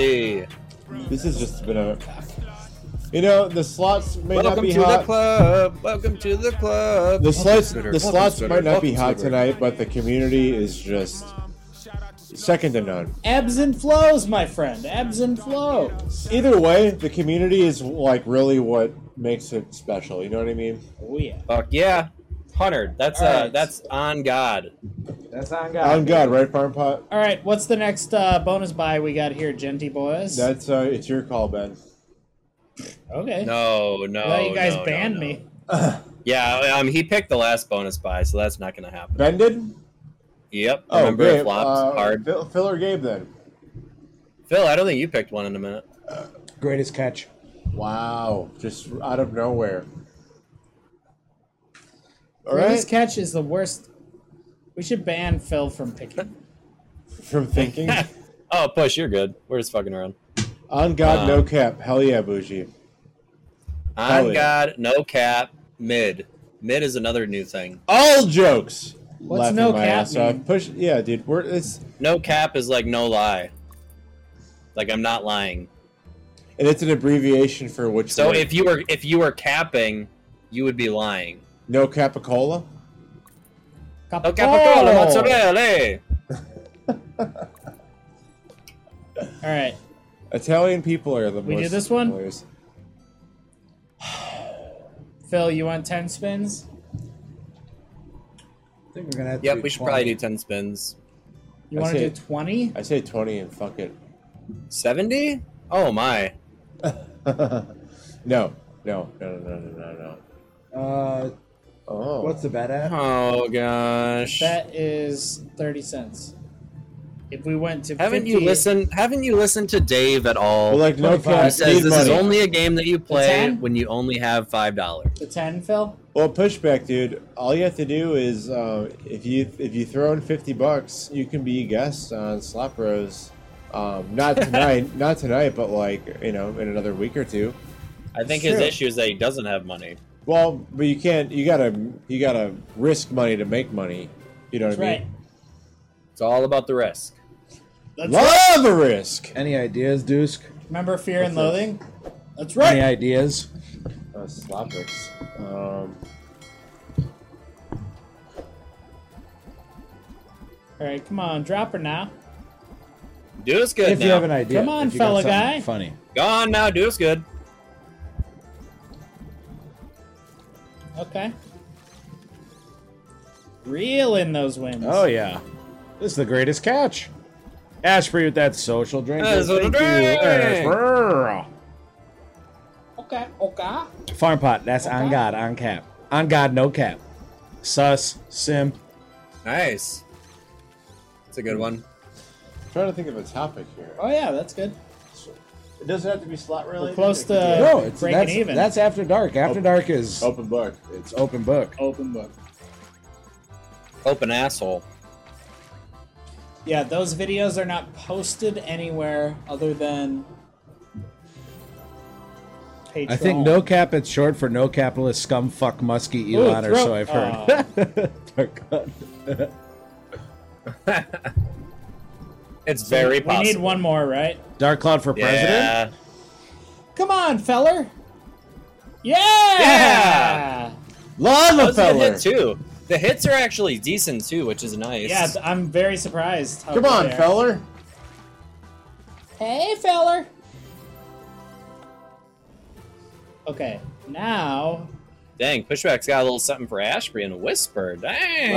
Frosty. This has just been a. You know, the slots may not Welcome be to the hot. club. Welcome to the club. The slots, Twitter. the Welcome, slots Twitter. might not be Welcome, hot Twitter. tonight, but the community is just second to none. Ebbs and flows, my friend. Ebbs and flows. Either way, the community is like really what makes it special. You know what I mean? Oh yeah. Fuck yeah. Hunter, that's uh Alright. that's on God. That's on On God, right, Farm Pot? All right, what's the next uh, bonus buy we got here, Genty boys? That's uh, it's your call, Ben. okay. No, no. I thought you guys no, no, banned no. me. Yeah, um he picked the last bonus buy, so that's not gonna happen. Ben did. Yep. Oh, Remember Gabe. it flopped uh, hard. Phil, Phil or Gabe then? Phil, I don't think you picked one in a minute. Greatest catch. Wow, just out of nowhere. All right, Greatest catch is the worst. We should ban Phil from picking. from thinking. oh push, you're good. We're just fucking around. On God, Um, no cap. Hell yeah, bougie. On Hell yeah. God, no cap, mid. Mid is another new thing. All jokes. What's Laughing no my cap ass off. mean? Push. Yeah, dude. We're it's No cap is like no lie. Like I'm not lying. and it's an abbreviation for which. So word? if you were if you were capping, you would be lying. no capicola. No capicola, Oh! mozzarella. All right. Italian people are the We most do this one? hilarious. Phil, you want ten spins? I think we're gonna have to. Yep, do we should 20. probably do 10 spins. You I want say- to do twenty? I say 20 and fuck it. 70? Oh my. no, no, no, no, no, no, no. Uh, Oh. what's the bet at? Oh gosh. That is thirty cents. If we went to Haven't 50, you listened? Haven't you listened to Dave at all? Well, like, no 25. he cap. says Need this is money. only a game that you play ten? when you only have five dollars. the ten, Phil? Well, pushback, dude. All you have to do is uh, if you if you throw in fifty bucks, you can be a guest on Slop Bros. Um, <laughs> not tonight, not tonight, but like you know, in another week or two. I think It's his true. issue is that he doesn't have money. Well, but you can't. You gotta you gotta risk money to make money. You know what That's I right. mean? It's all about the risk. That's right. Love a risk. Any ideas, Dusk? Remember Fear That's and it. Loathing? That's Any right. ideas? Uh, slop Bros. Um, All right, come on, drop her now. Dude is good If now. you have an idea. Come on, if you got fella something guy. Funny. Gone now. Dude is good. Okay. Reel in those wins. Oh yeah, this is the greatest catch. Ashbury with that social drink. That's a Thank you, drink. Ashbury. Okay. Okay. Farm pot. That's on Okay. God, on cap, on God, no cap. Sus, simp. Nice. It's a good one. trying to think of a topic here. Oh yeah, that's good. It doesn't have to be slot related. We're close It to- could be No, it's breaking that's, even. that's after dark. After Oh. Open- dark is a- open book. It's it's open book. Open book. Open asshole. Yeah, those videos are not posted anywhere other than Patreon. I think no cap. It's short for no capitalist scum fuck muskie Ooh, Elon, or throat- so I've Aw. heard. <laughs> Dark God. It's very We possible. need one more, right? Dark cloud for Yeah. president. Come on, feller. Yeah. Yeah! love a Those are feller. hit too. The hits are actually decent too, which is nice. Yeah, th- I'm very surprised. how Come good on, they are. feller. Hey, feller. Okay, <laughs> now Dang, pushback's got a little something for Ashbury and Whisper. Dang.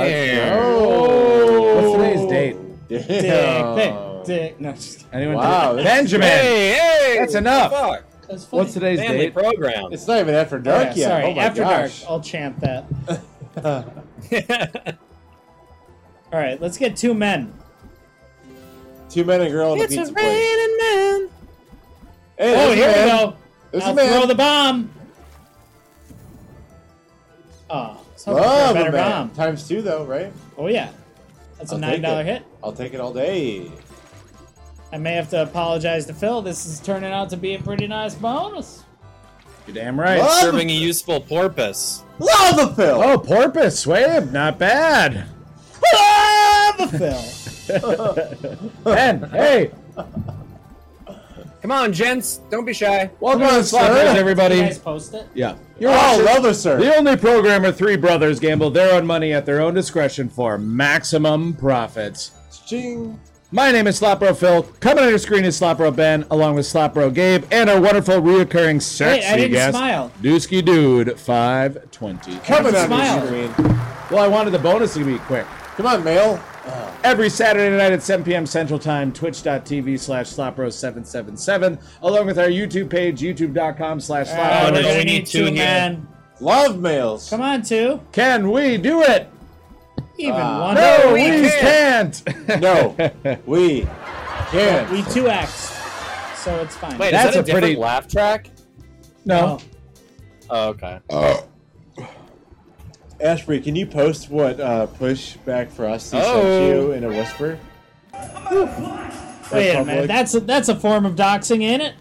What's today's date? dick, Damn. dick, dick. No, just Anyone? Wow, do- that's- Benjamin. Hey, hey, That's enough. Fuck. that's funny. What's today's Family date? <laughs> program. <laughs> It's not even after Oh, dark yeah, yet. Sorry, oh my after gosh. dark. I'll chant that. it's All right, let's get two men. Two men and a girl in a a pizza place. raining man. Hey, Oh, there's a here man. we go. There's I'll a man. throw the bomb. Oh, it's hoping for a Love a better man. bomb. Times two though, right? Oh yeah, that's a I'll nine take dollar it. hit. I'll take it all day. I may have to apologize to Phil. This is turning out to be a pretty nice bonus. You're damn right. What? Serving a useful porpoise. Love a pill. Oh, porpoise. Wham, not <laughs> bad. Love a Phil. Ben, hey, Come on, gents. Don't be shy. welcome to the Slackers, You everybody. guys post it. Yeah. Oh, You're all Oh, love a The sir. only program where three brothers gamble their own money at their own discretion for maximum profits. Ching. My name is Slapro Phil. Coming on your screen is Slapro Ben, along with Slapro Gabe, and our wonderful reoccurring sexy didn't guest, smile. Dusky Dude, five twenty. Coming on Smile. your screen. Well, I wanted the bonus to be quick. Come on, male. every Saturday night at 7 p.m. Central Time, twitch.tv slash slopro777, along with our YouTube page, youtube.com slash All Oh, no, right, we're slopro. gonna we need two here. men. Love males. Come on, two. Can we do it? Even Ah. one. No, we we can't. <laughs> No, we can't. We two X. So it's fine. Wait, That's is that a a, pretty- different laugh track? no. Oh, okay. Ashbury, can you post what uh, push back for us he Oh. sent you in a whisper? Wait a Public. minute. That's a, that's a form of doxing, ain't it?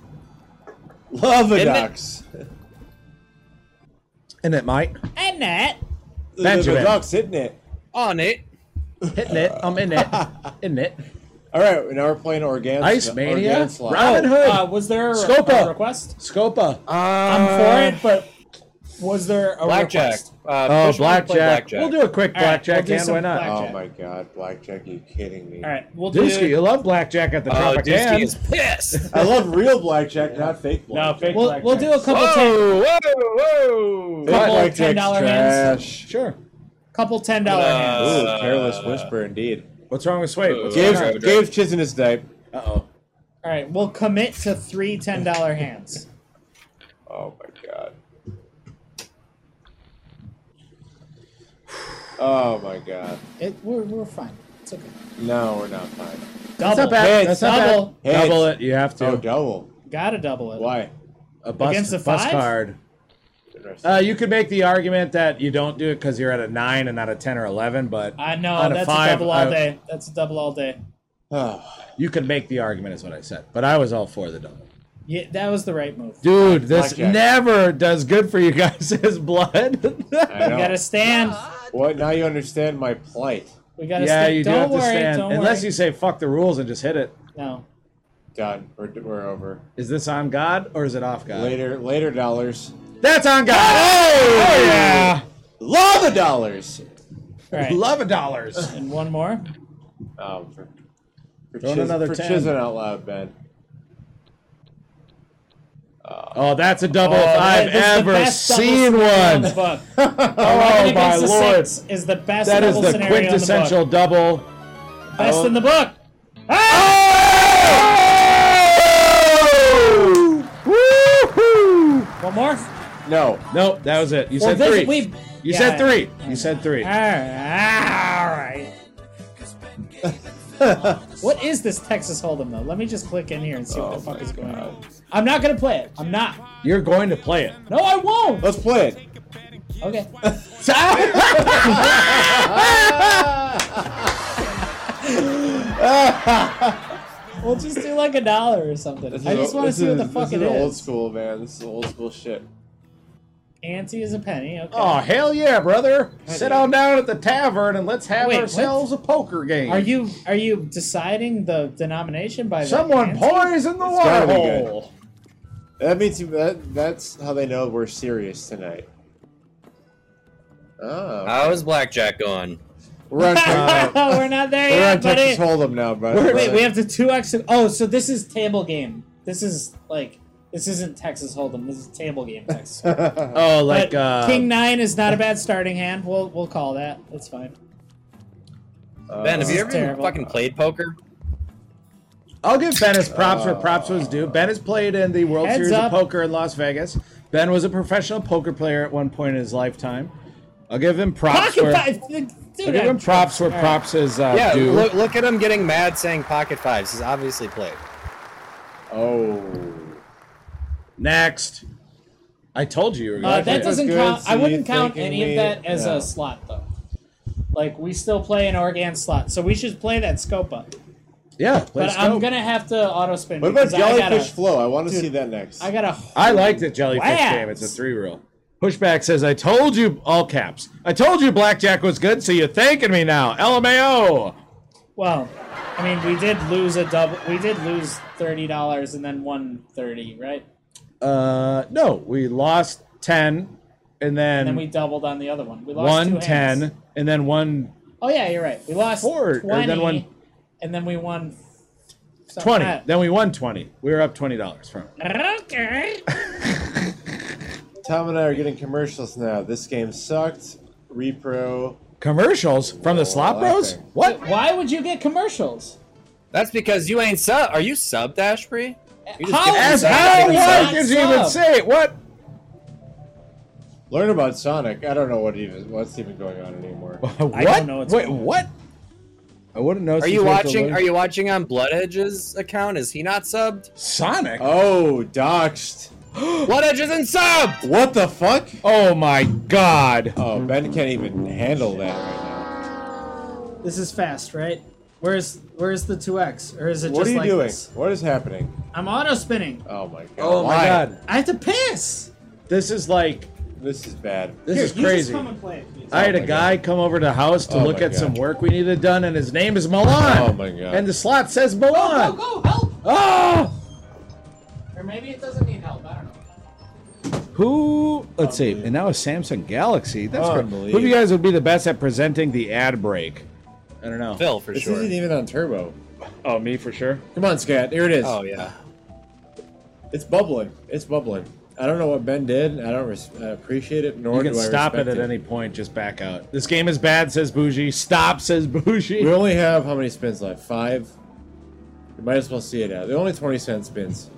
Love a Isn't it- dox. And it might. And that. Benjamin. The dox, isn't it? Oh, On it. Hitting it. I'm in it. In it. All right, now we're playing Organ. Ice Mania. Organ Slot. Robin Hood. Oh, Uh, was there a, Scopa. a request? Scopa. I'm for it, but Was there a Blackjack. request? Uh, Oh, push one, play blackjack. We'll do a quick All right, blackjack we'll do hand. some Why not? black- Oh Blackjack. my god, blackjack! You kidding me? All right, we'll do. Dusky, you love blackjack at the Oh, Tropic Dusky Hand. is pissed. I love real blackjack, not fake No, blackjack. fake We'll, blackjack. we'll do a couple ten, Whoa, whoa, Fake whoa! couple blackjack's $10 hands. trash. Sure. couple ten dollar hands. Ooh, Uh, careless whisper indeed. What's wrong with Sway? What's Ooh. going Gabe's, Gabe's- on? Gabe's chiseling his diaper. Uh oh. All right, we'll commit to three ten dollar hands. Oh my <sighs> god. Oh my god. It, we're, we're fine. It's okay. No, we're not fine. Double. That's not bad. Heads. That's not bad. Double. Heads. Double it. You have to. Oh, double. Gotta double it. Why? a bus, Against the bus five? card. Interesting. Uh, you could make the argument that you don't do it because you're at a nine and not a ten or eleven, but I know on that's five, uh, a double all I- day. That's a double all day. Uh, Oh, You could make the argument, is what I said. But I was all for the double. Yeah, that was the right move. Dude, this Blackjack. never does good for you guys. <laughs> Is blood? <laughs> I We gotta know. stand. <sighs> What? Now you understand my plight. We gotta yeah, stand. you do don't have worry. to stand. Don't Unless worry. you say fuck the rules and just hit it. No. Done. We're, we're over. Is this on God or is it off God? Later, later dollars. That's on God. Oh, yeah. Lava dollars. All right. Love a dollars. And one more. Um, for for, Throw in chis- another for 10. chiseling out loud, Ben. Oh, that's a double if I've This is the ever best double seen scenario <laughs> in the one. book. Oh Eleven my against the lord. six is the best That is double the scenario in the quintessential double. book. Best in the book. Woo-hoo! One more. All No. Nope, that was it. You Well, said this- three. we've- You Yeah. said three. You said three. right. <laughs> All right. What is this Texas Hold'em though? Let me just click in here and see what Oh the fuck is going on. I'm not gonna play it. I'm not. You're going to play <laughs> it. No, I won't. Let's play it. Okay. We'll just do like a dollar or something. I This just is- want to this see what the is- fuck this it is old is. school, man. This is old school shit. Ante is a penny. Okay. Oh, hell yeah, brother. Sit on down at the tavern and let's have Wait, what? ourselves a poker game. Are you are you deciding the denomination by the Someone ante? poison the It's water gotta be hole. That means you, that, that's how they know we're serious tonight. Oh. How is blackjack going? <laughs> We're on, uh, We're not there we're on yet, buddy. Texas Hold'em now, brother. Wait, we have the two X. Oh, so this is table game. This is like this isn't Texas Hold'em. This is table game Texas. <laughs> Hold'em. Oh, like But uh, King Nine is not a bad starting hand. We'll we'll call that. That's fine. Uh, ben, have you ever This is terrible. fucking played poker? I'll give Ben his props where props was due. Ben has played in the World Heads Series up. of Poker in Las Vegas. Ben was a professional poker player at one point in his lifetime. I'll give him props Pocket where five, dude. I'll give I'm- him props where All right. props is uh, yeah, due. look, look at him getting mad saying pocket fives. He's obviously played. Oh. Next, I told you you were Uh, going. that to doesn't good, count. I so wouldn't you're count thinking any of we- that as no. a slot though. Like we still play an Oregon slot, so we should play that scope up. yeah, But please I'm go. gonna have to auto spin. What about because I gotta- Jellyfish Flow? I want to Dude, see that next. I got a. I like the jellyfish Wow. game. It's a three reel. Pushback says, "I told you all caps. I told you blackjack was good, so you're thanking me now. LMAO. Well, I mean, we did lose a double. We did lose thirty dollars and then one thirty, right? Uh, no, we lost ten, and And then, then we doubled on the other one. We lost two one hands. ten, and then one Oh yeah, you're right. We lost Four, or twenty, then one- and then we won something twenty. like that. Then we won twenty. We were up twenty dollars from. it. <laughs> Okay. Tom and I are getting commercials now. This game sucked. Repro. Commercials from the Slop Bros. Laughing. What? Why would you get commercials? That's because you ain't sub. Are you sub Dash Bree? You just How- give As yourself how? a big Why? Why sub. did you even Stop. say it? What? Learn about Sonic. I don't know what even what's even going on anymore. What? I don't know what's Wait, going on. what? <laughs> I wouldn't know. Are you watching? Are you watching on Blood Edge's account? Is he not subbed? Sonic? Oh, doxed. Blood Edge isn't subbed. What the fuck? Oh my God! Oh, Ben can't even handle that right now. This is fast, right? Where's where's the two X, or is it What are just you like doing? this? What is happening? I'm auto spinning. Oh my god. Oh my Why? God! I have to piss. This is like This is bad. this Here, is you just crazy. come and play it, please. I had Oh a my guy come over to the house to Oh look my at some God. work we needed done, and his name is Milan. Oh my God. And the slot says Milan. Go help. Oh! Or maybe it doesn't need help. I don't know. Who? Let's see. And now a Samsung Galaxy. That's cra- Who do Unbelievable. you guys would be the best at presenting the ad break? I don't know. Phil for This sure. isn't even on turbo. Oh, me for sure. Come on, Scat. Here it is. Oh yeah. It's bubbling. It's bubbling. I don't know what Ben did. I don't res- I appreciate it, nor You can do I stop it respect at any point. Just back out. This game is bad, says Bougie. Stop, says Bougie. We only have how many spins left? Five. You might as well see it out. They're only twenty cent spins,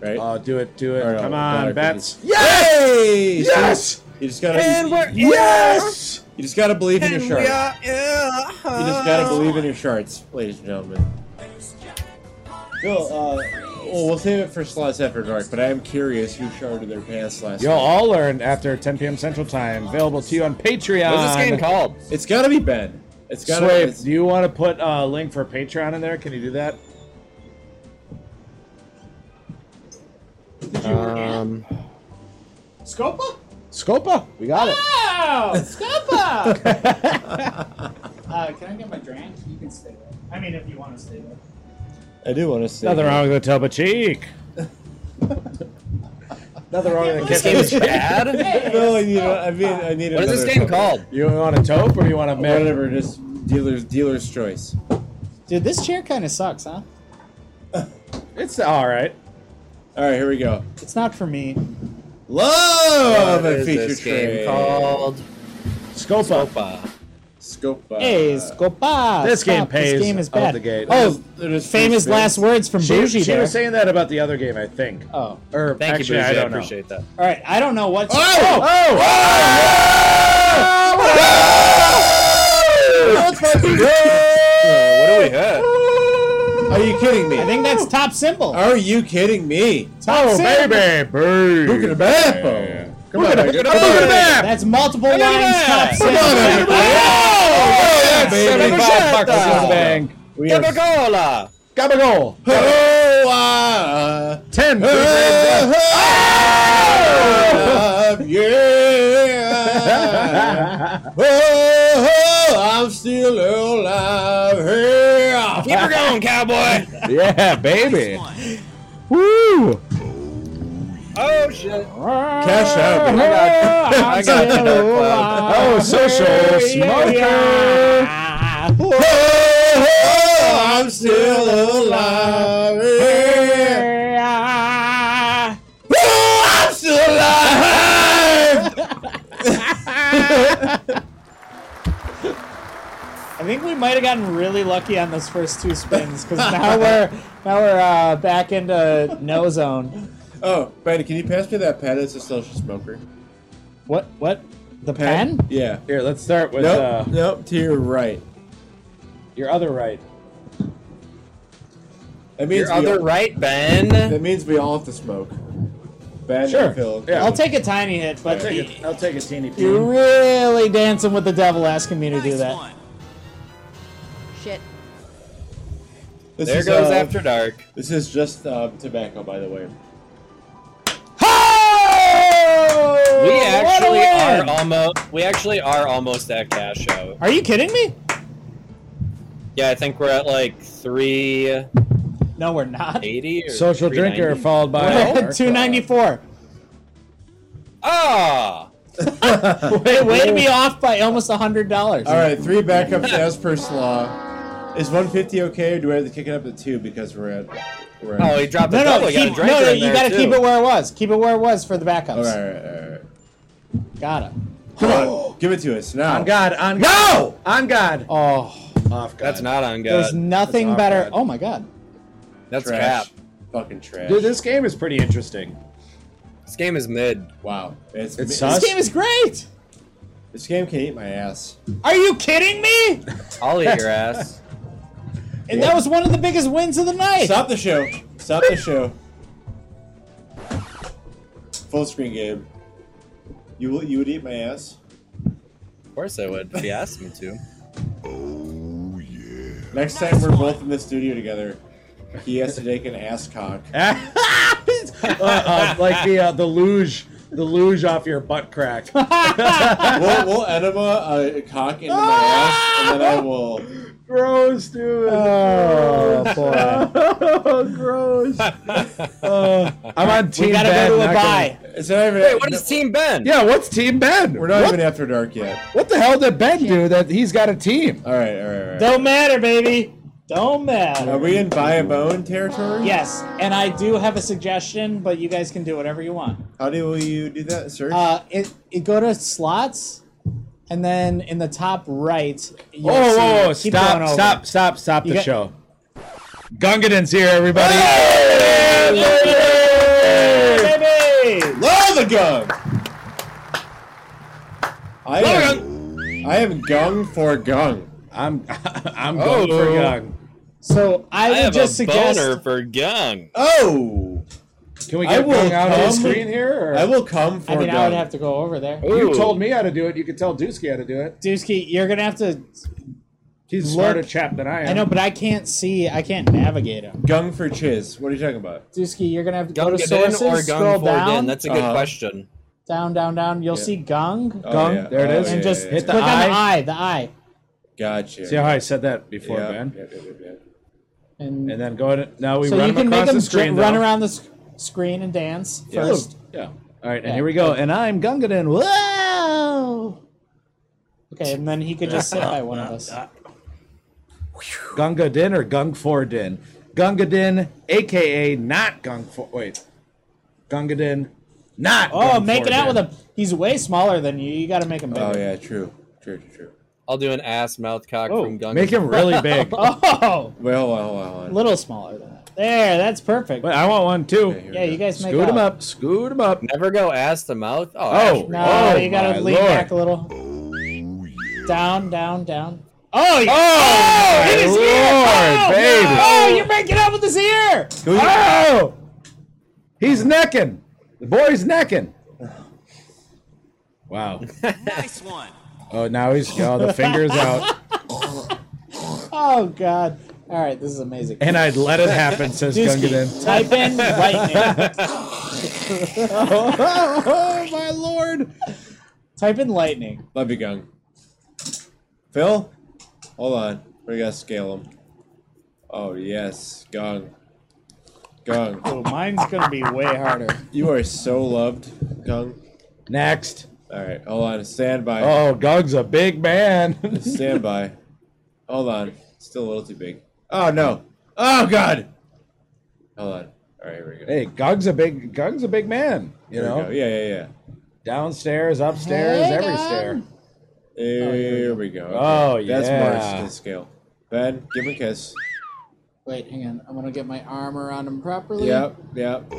right? Oh, do it, do it. Or, uh, Come on, dollar bets. Yay! Yes! You just gotta. And we're in. yes! You just gotta believe in your And we sharks. are in. You just gotta believe in your sharks, ladies and gentlemen. Well, uh, well, we'll save it for slots after dark. But I am curious who sharded their pants last You'll night. all learn after 10 p.m. Central Time. Available to you on Patreon. What's Uh, this game called? It's gotta be Ben. It's gotta. Swave, it's- do you want to put a link for Patreon in there? Can you do that? Um, Scopa? Scopa, we got it. <laughs> Wow! <laughs> Scopa! <laughs> uh, can I get my drink? You can stay there. I mean, if you want to stay there. I do want to see. Nothing wrong with a tub of cheek. Nothing wrong <laughs> with a <laughs> this kiss game of is cheek. bad. No, I need. I mean, I need. What is this another game cover. called? You want a taupe or you want a man? Whatever. Just dealer's dealer's choice. Dude, this chair kind of sucks, huh? It's all right. All right, here we go. It's not for me. Love What and is feature this trade. game called? Scopa. Opa. Scopa. Hey, Scopa! Uh, this game stop. pays This game is out bad. the gate. Oh, There's famous three last spins. words from She, Bougie she there. was saying that about the other game, I think. oh. Or Thank actually, you, I Bougie. I, don't know. appreciate that. All right, I don't know what's. Oh! Oh! Uh, what do we have? Are you kidding me? I think that's top symbol. Are you kidding me? Top Oh, symbol. baby, baby. Look at the map. Yeah. Come on, Look at baby. the map. That's multiple lines. Top Come on, symbol. baby. Oh, yeah, baby. Seventy-five bucks Oh, in the bank. Bang. We are. Gabagola. Got a goal. Oh, ah, Ten. ah, ah, <laughs> yeah. Oh, I'm still alive. Yeah. Keep her going, cowboy. yeah, baby. Woo! Oh shit. Cash out. baby. I got the dark cloud. Oh, social smoker. Ah! Oh, I'm still alive. Yeah. Oh, I'm still alive. I think we might have gotten really lucky on those first two spins because now we're now we're uh, back into no zone. <laughs> Oh, Brandon, can you pass me that pen? It's a social smoker. What? What? The pen? Yeah. Here, let's start with Nope. uh, Nope. To your right. your other right. That means Your we other all, right, Ben. That means we all have to smoke. Ben Sure. and Phil. Yeah. I'll take a tiny hit, but it. I'll take a teeny you're really dancing with the devil asking me to do Nice that. one. Shit. This There is, goes uh, after dark. This is just uh, tobacco, by the way. We Oh! What a actually win! are almost. We actually are almost at cash out. Are you kidding me? Yeah, I think we're at like three No, we're not. eighty. Or Social drinker 390. followed by <laughs> Two ninety four. Ah. Wait, way to be off by almost hundred dollars. All right, three backups as per slaw. Is 150 okay, or do I have to kick it up to two because we're at? We're at Oh, he dropped the No, no, double. keep, got a no, no. drinker in You there, gotta too. keep it where it was. Keep it where it was for the All backups. right, all right, all right. Got it. <gasps> Come on, give it to us now. On God, on God. No! On God. Oh, Off God. That's not on there's God. nothing That's better. awkward. Oh my god. That's trash. crap. Fucking trash. Dude, this game is pretty interesting. <laughs> This game is mid. wow, it's, It's this, sus- This game is great. this game can eat my ass. Are you kidding me? I'll eat <laughs> your ass. And that was one of the biggest wins of the night. Stop the show. Stop the show. Full screen game. You will. You would eat my ass. Of course I would. If you asked me to. Next time we're both in the studio together, he has to take an ass cock. Uh, uh, like the uh, the luge, the luge off your butt crack. we'll, we'll enema uh, a cock into my ass, and <laughs> then I will. <laughs> gross, dude. Oh boy. Oh, <laughs> gross. Uh, I'm on team. we gotta Ben, go to a not buy. gonna- It's not even. Wait, what is Team Ben? yeah, what's Team Ben? We're not what, even after dark yet. what the hell did Ben do that he's got a team? All right, all right, all right. Don't matter, baby. Don't matter. Are we in buy a bone territory? Yes, and I do have a suggestion, but you guys can do whatever you want. How do you do that, sir? Uh, it, it go to slots, and then in the top right. Oh, You'll whoa, see- whoa, keep going stop, over. stop, stop, stop You the got- show. Gungadin's here, everybody. Baby! Love the gung. I am, I am gung for gung. I'm, <laughs> I'm going Oh. for Gung. So I, I would have just a suggest boner for Gung. Oh, Can we I get will Gung out of the come- screen here? Or? I will come for I mean, gung. I would have to go over there. Oh. You told me how to do it. You could tell Dusky how to do it. Dusky, you're gonna have to. He's a Look- smarter chap than I am. I know, but I can't see. I can't navigate him. gung for chiz. What are you talking about? Dusky, you're gonna have to go Gung to sources, or scroll Gung down, Forden? That's a good Uh-huh. question. down, down, down. You'll Yeah. see Gung. Oh, Gung, yeah. there it Oh, is. yeah, and just yeah, yeah. hit the click on the eye. eye, the eye, Gotcha. See how I said that before, Yeah, Ben? yeah, yeah, yeah, yeah. and, And then go in. Now we so run you can across make him the j- screen. run though. around the sc- screen and dance Yeah. first. Yeah. All right, and Yeah. here we go. And I'm Gungadin. Whoa! Okay, and then he could just sit by one of us. Gunga Din or Gung For Din? Gunga Din, aka not Gung For. Wait. Gunga Din, not. Oh, Gung make it out Fordin. with him. He's way smaller than you. You got to make him bigger. Oh yeah, true, true, true, true. I'll do an ass mouth cock from Gung. Oh, Make him really big. <laughs> Oh, Well, well, well. a well. little smaller than that. There, that's perfect. Wait, I want one Okay, here too. yeah, we you go. guys make Scoot him out. up. Scoot him up. Never go ass to mouth. Oh, Oh, ass- No, Oh, you got my to lean lord. back a little. Down, down, down. Oh, yeah. Oh, it is here. Lord, oh, baby. Oh, you're making out with his ear. Oh! He's necking. The boy's necking. Wow. Nice one. Oh, now he's oh the fingers out, Oh, God. All right, this is amazing. and I'd let it happen. Says Dusky, Gungadin. type in lightning. oh my lord! type in lightning. Love you, gung. Phil, hold on. We gotta scale him. Oh yes, gung, gung. Oh, mine's gonna be way harder. You are so loved, gung. Next. All right, hold on. Stand by. Oh, Gug's a big man. <laughs> Stand by. Hold on. Still a little too big. Oh no. Oh god. Hold on. All right, here we go. hey, Gug's a big Gug's a big man. You Here we know, go. Yeah, yeah, yeah. downstairs, upstairs, Hey, every Gug. stair. There we go. Oh, That's yeah. Mark's kiss scale. Ben, give him a kiss. Wait, hang on. I'm gonna get my arm around him properly. Yep, yep. <laughs>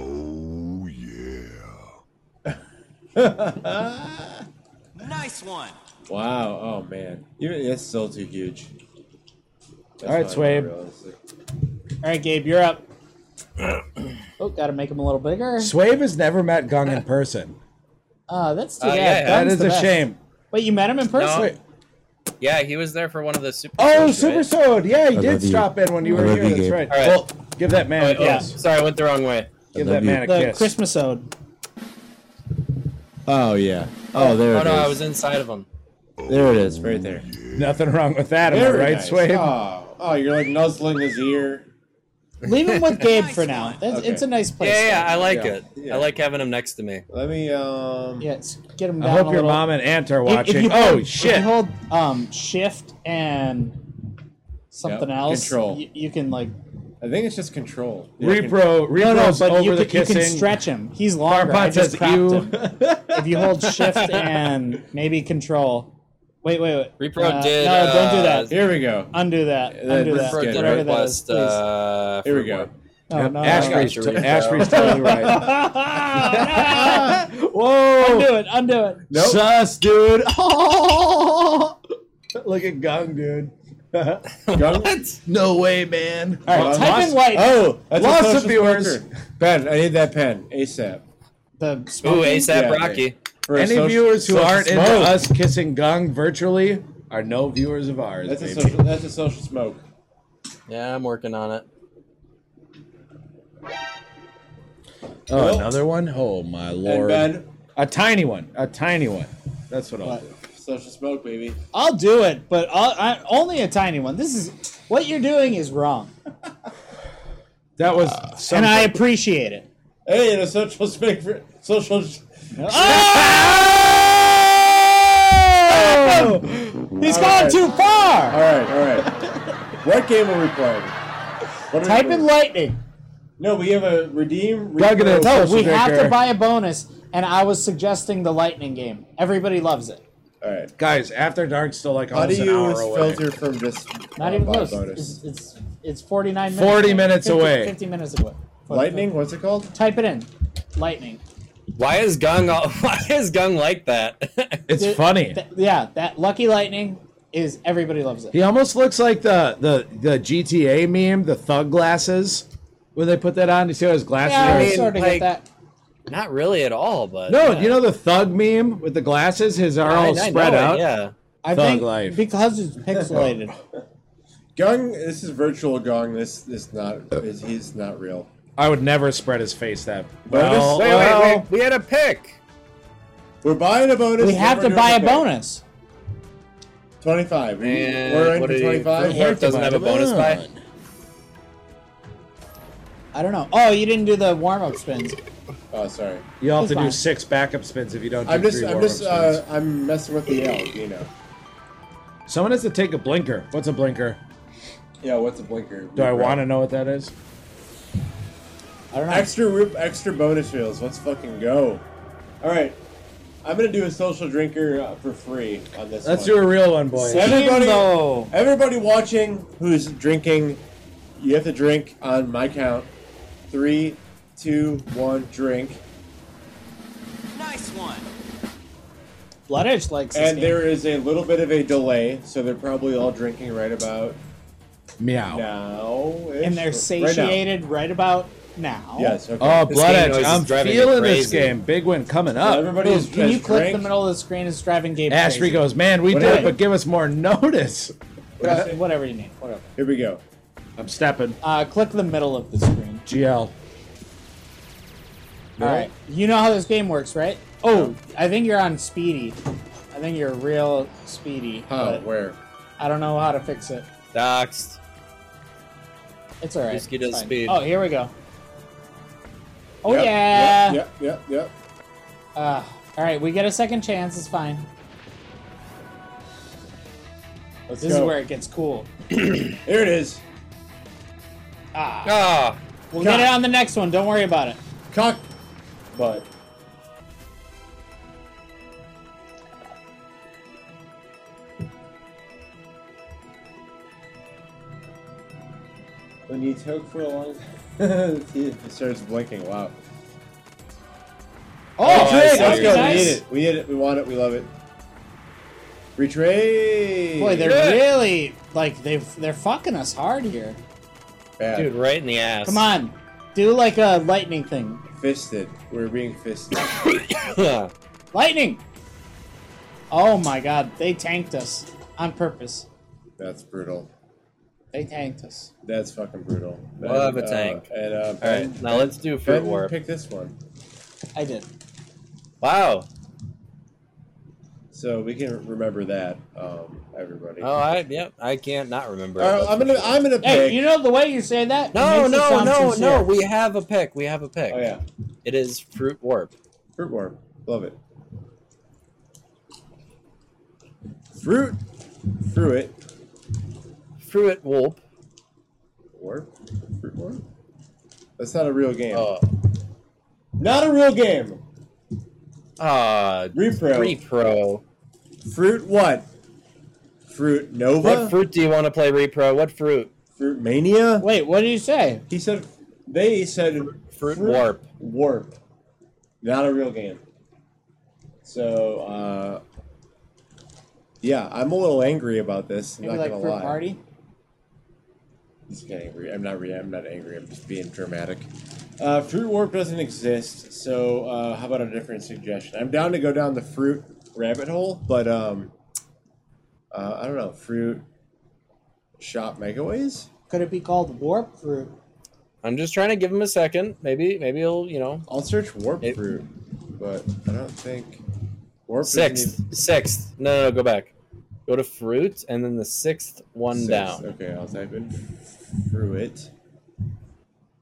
Nice one. Wow. Oh man, Even that's still too huge. That's All right, not even Swabe. realistic. All right, Gabe, you're up. oh, gotta make him a little bigger. Swave has never met Gung in person. Uh, that's too Uh, bad. yeah, That Gun's is the a best. shame. Wait, you met him in person? No. Yeah, he was there for one of the super. Oh, shows, right? Super Sword. Yeah, he did love you. stop in when you I were love here. you, That's Gabe. right. All right. Well, give that man a Oh, yeah. kiss. Sorry, I went the wrong way. Oh, Give I that love man a The kiss. Christmas ode. Oh yeah. Oh, there Oh it no, I is. was inside of him. There it is, right there. Nothing wrong with that, am I Very right, nice. Swave? Oh, oh, you're like nuzzling his ear. Leave him with Gabe for now. That's, Okay. It's a nice place. Yeah, yeah, I like Yeah. it. Yeah. I like having him next to me. Let me um. Yeah, it's- get him I down hope a your little. mom and aunt are If- if watching. you oh hold- If shit! you hold um, shift and something Yep, else, control. You, you can like I think it's just control. Yeah, con- repro, repro's No, no, but over you the can, you kissing. can stretch him. He's longer. I Farpod just says cropped ew. him. If you hold shift and maybe control. Wait, wait, wait. Repro Uh, did. No, don't do uh, that. Here we go. Undo that. Yeah, Undo that's that. Repro good, did right? Whatever that is, request. please. Uh, Here we for <laughs> go. more. No, no, no, no. <laughs> Ashby's, no, no. Ashby's totally right. Ah, no. Whoa! Undo it. Undo it. Nope. Sus, <laughs> dude. Look at Gung, dude. Gung- No way, man. All right, Lost- type in light. Oh, that's a Lots social of viewers. smoker. Ben, I need that pen ASAP. The Ooh, smoking- ASAP Yeah, Rocky. For a Any social- viewers who social aren't smoke. into us kissing Gung virtually are no viewers of ours. That's a baby. social. That's a social smoke. Yeah, I'm working on it. Oh, another one? Oh my And lord. Ben, A tiny one. A tiny one. That's what I'll do. social smoke, baby. I'll do it, but I'll, I, only a tiny one. This is what you're doing is wrong, That was something. and I appreciate it. Hey, in a social space for social. Oh! He's gone right. too far. All right, all right. what game are we playing? What are Type we in doing? lightning. No, we have a redeem. Doug, regrow, it's- No, Oh, Social we have drinker. to buy a bonus, and I was suggesting the lightning game. Everybody loves it. All right. Guys, After Dark's still like How do almost an you hour use away. filter from just Not uh, even buy close. bonus? It's, it's it's 49 minutes. 40 away. minutes 50 away. 50 minutes away. Lightning? What's it called? Type it in. Lightning. Why is Gung? All, <laughs> why is Gung like that? It's Th- funny. th- yeah, that lucky lightning is everybody loves it. He almost looks like the, the the GTA meme, the thug glasses. When they put that on, you see how his glasses Yeah, are. I mean, sort of like- get that. <laughs> Not really at all, but no, you know the thug meme with the glasses. His are all I- I spread know it, out. yeah. I Thug think life. because it's pixelated. Gung. This is virtual Gung. This is not. Is, he's not real. I would never spread his face that. Well, Well, this- Wait, well, wait, wait. We had a pick. We're buying a bonus. we and have we're to doing buy a pick. bonus. Twenty-five. We- And We're in what for do you- twenty-five. Herp doesn't have a bonus buy. I don't know. Oh, you didn't do the warm up spins. Oh, sorry. you all have to It's do fine. six backup spins if you don't. Do I'm just. three I'm warm-up just. Uh, spins. I'm messing with the L. You know. Someone has to take a blinker. What's a blinker? Yeah. What's a blinker? Do I want to know what that is? I don't know. Extra roop, extra bonus reels. Let's fucking go. All right. I'm gonna do a social drinker uh, for free on this. Let's do one. a real one, boys. Everybody, though. everybody watching who's drinking, you have to drink on my count. Three, two, one, drink. Nice one. Blood Edge likes this And game. there is a little bit of a delay, so they're probably all drinking right about Oh. Meow. now. and they're satiated right, about now. Yes. Okay. Oh, This Blood game Edge. noise is I'm driving me feeling this crazy. game. Big win coming So up. everybody Boom, is Can you just click the drink. middle of the screen? It's driving Gabe Ashby crazy. goes, man, we What did it, happened? but give us more <laughs> notice. Whatever, whatever you need. Whatever. Here we go. I'm stepping. Uh, click the middle of the screen. GL. All right. You know how this game works, right? Oh, I think you're on Speedy. I think you're real Speedy. How? but Uh, Where? I don't know how to fix it. Doxed. It's all right. Whiskey it's does fine. speed. Oh, here we go. Oh Yep, yeah. Yep. Yep. Yep. Uh, all right, we get a second chance. It's fine. Let's This go. is where it gets cool. Here it is. Ah, Ah, we'll get it on the next one. Don't worry about it. Cock. But when you toke for a long time, <laughs> it starts blinking. Wow. Oh, I drink! see. Let's go. Nice. We need it. We need it. We want it. We love it. Retrade. Boy, they're Yeah. really like they've they're fucking us hard here. Bad. dude, right in the ass. <laughs> Come on, do like a lightning thing. Fisted. We're being fisted. on. Lightning! Oh my god, they tanked us on purpose. That's brutal. They tanked us. That's fucking brutal. Love And, a tank. Uh, and uh, All Ben, right, now let's do fruit ben, warp. pick this one. I did. Wow. So we can remember that, um, everybody. Oh, I yep. I can't not remember. it, All right, that's I'm for gonna, sure. I'm gonna pick. Hey, you know the way you say that? No, It makes it no, sound no, sincere. no. We have a pick. We have a pick. oh yeah, It is fruit warp. fruit warp, love it. Fruit, fruit Fruit warp. warp, fruit warp. That's not a real game. Oh, Not a real game. ah, Repro. free pro. Fruit what? Fruit Nova. What fruit do you want to play repro? What fruit? fruit Mania. Wait, what did you say? He said. They said Fruit warp. Warp. Not a real game. So, uh, yeah, I'm a little angry about this. I'm Maybe not like gonna for lie. a party? Just get angry. I'm not. Re- I'm not angry. I'm just being dramatic. Uh, fruit warp doesn't exist. So, uh, how about a different suggestion? I'm down to go down the fruit rabbit hole, but um, uh, I don't know. Fruit shop megaways. Could it be called warp fruit? I'm just trying to give him a second. Maybe, maybe he'll, you know, I'll search warp It- fruit, but I don't think warp doesn't sixth, sixth. No, no, no, go back. Go to fruit and then the sixth one Six. down. Okay, I'll type in fruit.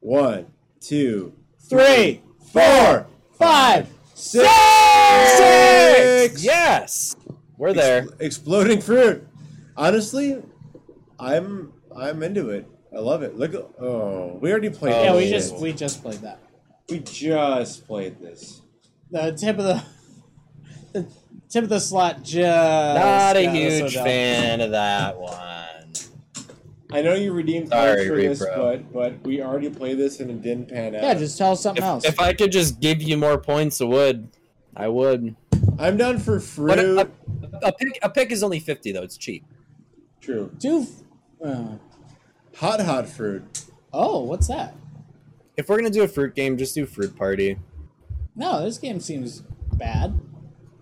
One, two, Three. four, Five. six. Six! Yes! We're there. Exploding fruit. Honestly, I'm I'm into it. I love it. Look, oh, we already played. Oh, Yeah, we this just shit. we just played that. we just played this. The tip of the <laughs> the tip of the slot just Not a got us huge so dumb. fan of that one. I know you redeemed Sorry, points for this, repro. but but we already played this and it didn't pan out. Yeah, just tell us something else. If, if I could just give you more points, I would. I would. I'm down for But uh, fruit. a, a, a pick a pick is only fifty though. It's cheap. True. Do f- uh, Hot hot fruit. oh, what's that? If we're gonna do a fruit game, just do fruit party. No, this game seems bad.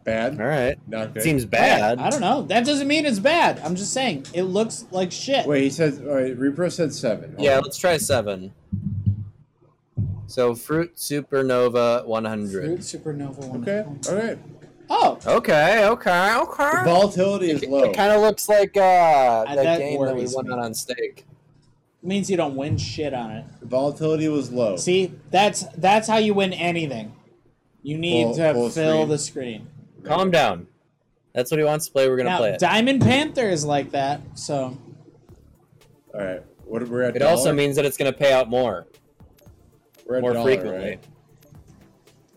Bad. All right. Not good. Seems bad. I don't know. That doesn't mean it's bad. I'm just saying it looks like shit. Wait, he says. All right, repro said seven. Hold Yeah, on. let's try seven. So fruit supernova one Fruit hundred. Supernova one. Okay. All right. Oh, Okay, okay, The okay. volatility is low. It kind of looks like uh, that, that game that we worries won me. on on stake. means you don't win shit on it. The volatility was low. See, that's that's how you win anything. You need Full- to full fill screen. the screen. Calm down. That's what he wants to play. We're gonna Now, play it. Diamond Panther is like that, so All right. What are we at? It also dollar? means that it's gonna pay out more, We're at more dollar, frequently. right?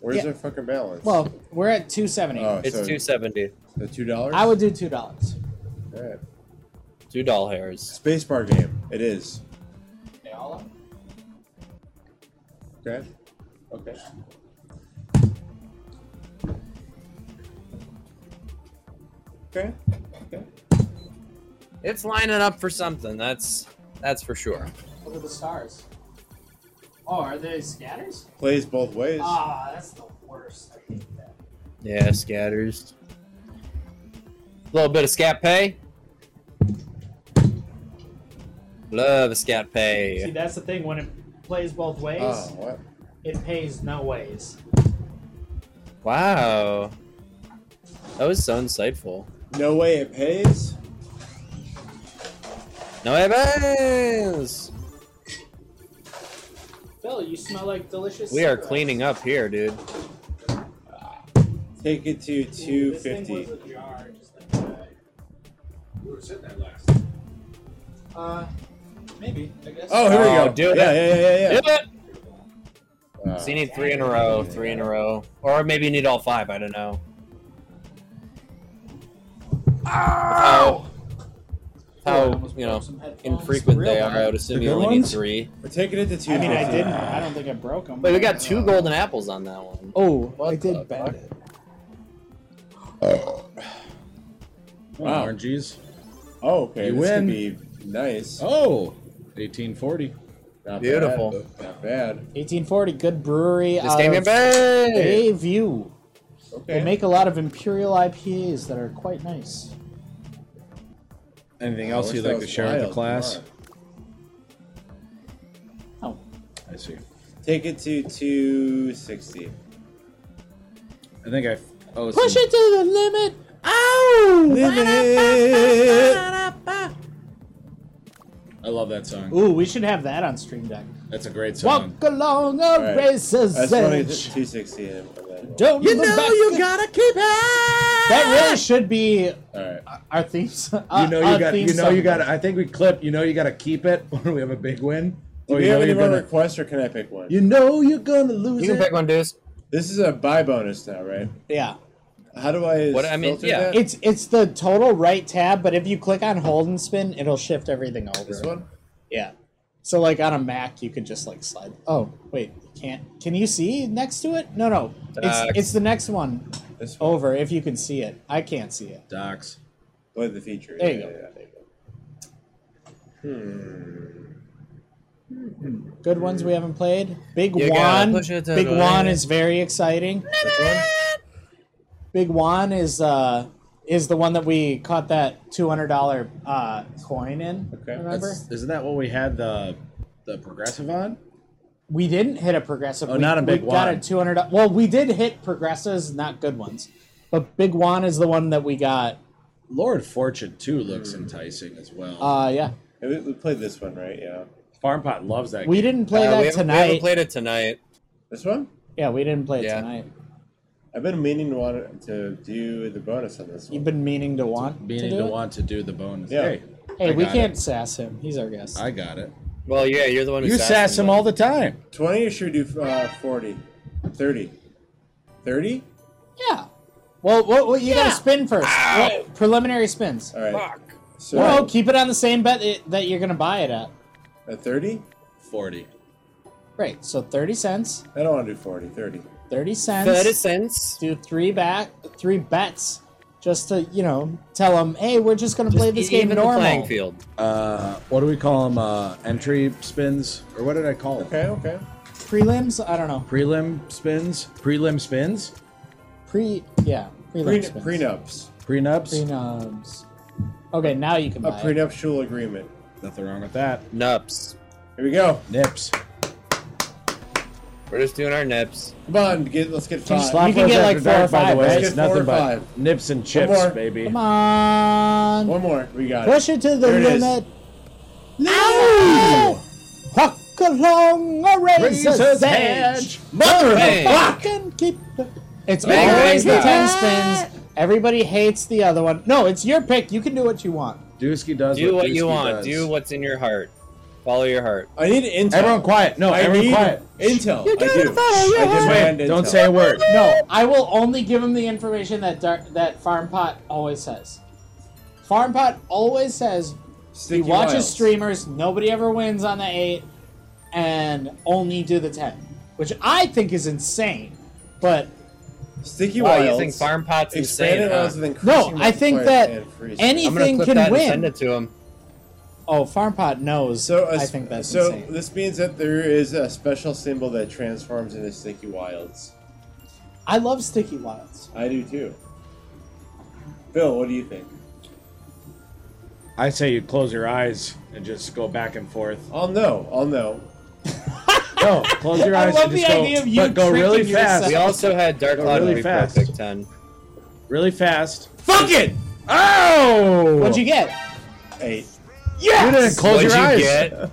Where's Yeah. our fucking balance? well, we're at two seventy. oh, It's so two seventy. The two dollars. I would do two dollars. All right. Two doll hairs. Spacebar game. It is. Okay. Okay. Okay. Okay. It's lining up for something. That's that's for sure. Look at the stars. Oh, are they scatters? Plays both ways. Ah, that's the worst. I hate that. Yeah, scatters. A little bit of scat pay. Love a scat See, pay. that's the thing. When it plays both ways, Oh, what? it pays no ways. Wow. That was so insightful. No way it pays. No heavens! Phil, you smell like delicious. We are cleaning up here, dude. Take it to two We fifty. were sitting there last. Uh, maybe. I guess. Oh, here we Oh, go. do it. yeah, yeah, yeah, Uh, yeah. Do it! Wow. So you need three in a row, three in a row. Or maybe you need all five, I don't know. Ow! How, you know, infrequent they are, I would assume The you good only need ones? three. We're taking it to two. I mean, I didn't. I don't think I broke them. But we got two golden apples on that one. Oh, What I the did fuck? bend it. Wow. Oranges. Oh, okay. You this win. could be nice. Oh, 1840. Not Beautiful. Bad. Not bad. 1840, good brewery. This out game in of bed! Bayview. They Okay. make a lot of imperial IPAs that are quite nice. Anything I else wish you'd that like to was share with the Oh, wild. class? Come on. Oh, I see. Take it to two sixty. I think I. Oh, push it to the limit. Limit. I love that song. Ooh, we should have that on Stream Deck. That's a great song. Walk along a right. racer's That's only edge. two sixty. All Don't you know you gotta keep it. That really should be right. our theme. So- You know our you got. theme You know song. you got. I think we clip. You know you got to keep it, <laughs> or we have a big win. Do Or we you know have any you're more gonna. requests, or can I pick one? You know you're gonna lose You can it. pick one, Deuce. This is a buy bonus now, right? Yeah, How do I What- I mean, filter yeah. that? it's it's the total right tab, but if you click on hold and spin, it'll shift everything over. this one. Yeah. So like on a Mac, you could just like slide. Oh wait, you can't. Can you see next to it? No, no. It's Uh, it's the next one This one. over. If you can see it, I can't see it. Docs. Play the feature. There you go. Good ones we haven't played. Big You gotta Juan. push it to Big the Juan limit. is very exciting. yeah. Big Juan is uh is the one that we caught that two hundred dollar uh coin in. Okay. Remember? Isn't that what we had the the progressive on? We didn't hit a progressive. Oh, we, not a big we Got a one. two hundred. Well, we did hit progressives, not good ones, but big one is the one that we got. Lord Fortune too looks enticing as well. Uh, yeah, We, we played this one, right? Yeah. Farm Pot loves that. we game. didn't play Uh, we that haven't- We haven't tonight. played it tonight. This one. Yeah, we didn't play it Yeah. tonight. I've been meaning to want to do the bonus on this one. You've been meaning to want Meaning to, to, do it? want to do the bonus. Yeah. Hey, I Hey, we got can't sass him. He's our guest. It. I got it. Well, yeah, you're the one who You sass him all the time. 20 or should we do uh, 40? 30. 30? yeah. Well, what, what you Yeah. gotta spin first? What- preliminary spins. All right. Fuck. So No, keep it on the same bet it, that you're gonna buy it at. at 30? Forty. Right. So thirty cents. I don't want to do 40. 30. Thirty cents. 30 cents. do three back three bets just to you know tell them hey we're just gonna play this game e-, even the normal playing field. Uh, what do we call them? Uh, entry spins, or what did I call them? Okay, okay. prelims i don't know Prelim spins, prelim spins, pre yeah Pre- prelims spins. prenups. prenups. prenups okay now you can A buy it. prenuptial agreement. Nothing wrong with that. Nups. Here we go. Nips. We're just doing our nips. Come on, get, let's get five. Slop you can Bros get like After four or Dark, by five, the way, right? it's Just four nothing or but five. nips and chips, more. baby. come on One more. We got push it to the There it is. limit it. Huck along a razor's Razor's edge. edge. Mother of a fuck. fucking keep the- It's Bang, always bang, the ten bang. spins. Everybody hates the other one. No, it's your pick. You can do what you want. Dusky does Do what you Dusky want. does. Do what's in your heart. Follow your heart. I need intel. Everyone quiet. No, I everyone need quiet. intel. I do. Shh, I just demand wait. intel. Don't say a word. No, I will only give him the information that dar- that Farm Pot always says. Farm Pot always says he Sticky watches wiles. streamers. Nobody ever wins on the eight, and only do the ten, which I think is insane. But Sticky Wow, you wilds. think farm pots Expanded insane? huh? wilds with no, increasing I think multipliers that and freezing. I'm gonna anything clip can that and send win. it to him. Oh, Farm Pot knows. So a I s- think that's so insane. this means that there is a special symbol that transforms into sticky wilds. I love Sticky Wilds. I do too. Bill, what do you think? I say you close your eyes and just go back and forth. I'll know. I'll know. No, close your <laughs> I eyes love and just the go, idea of you but go really tricking yourself. fast, We also had Dark Go Cloud really really fast. Pick 10. really fast. Fuck it! Oh! What'd you get? Eight. You didn't close What'd your you eyes. <laughs> get?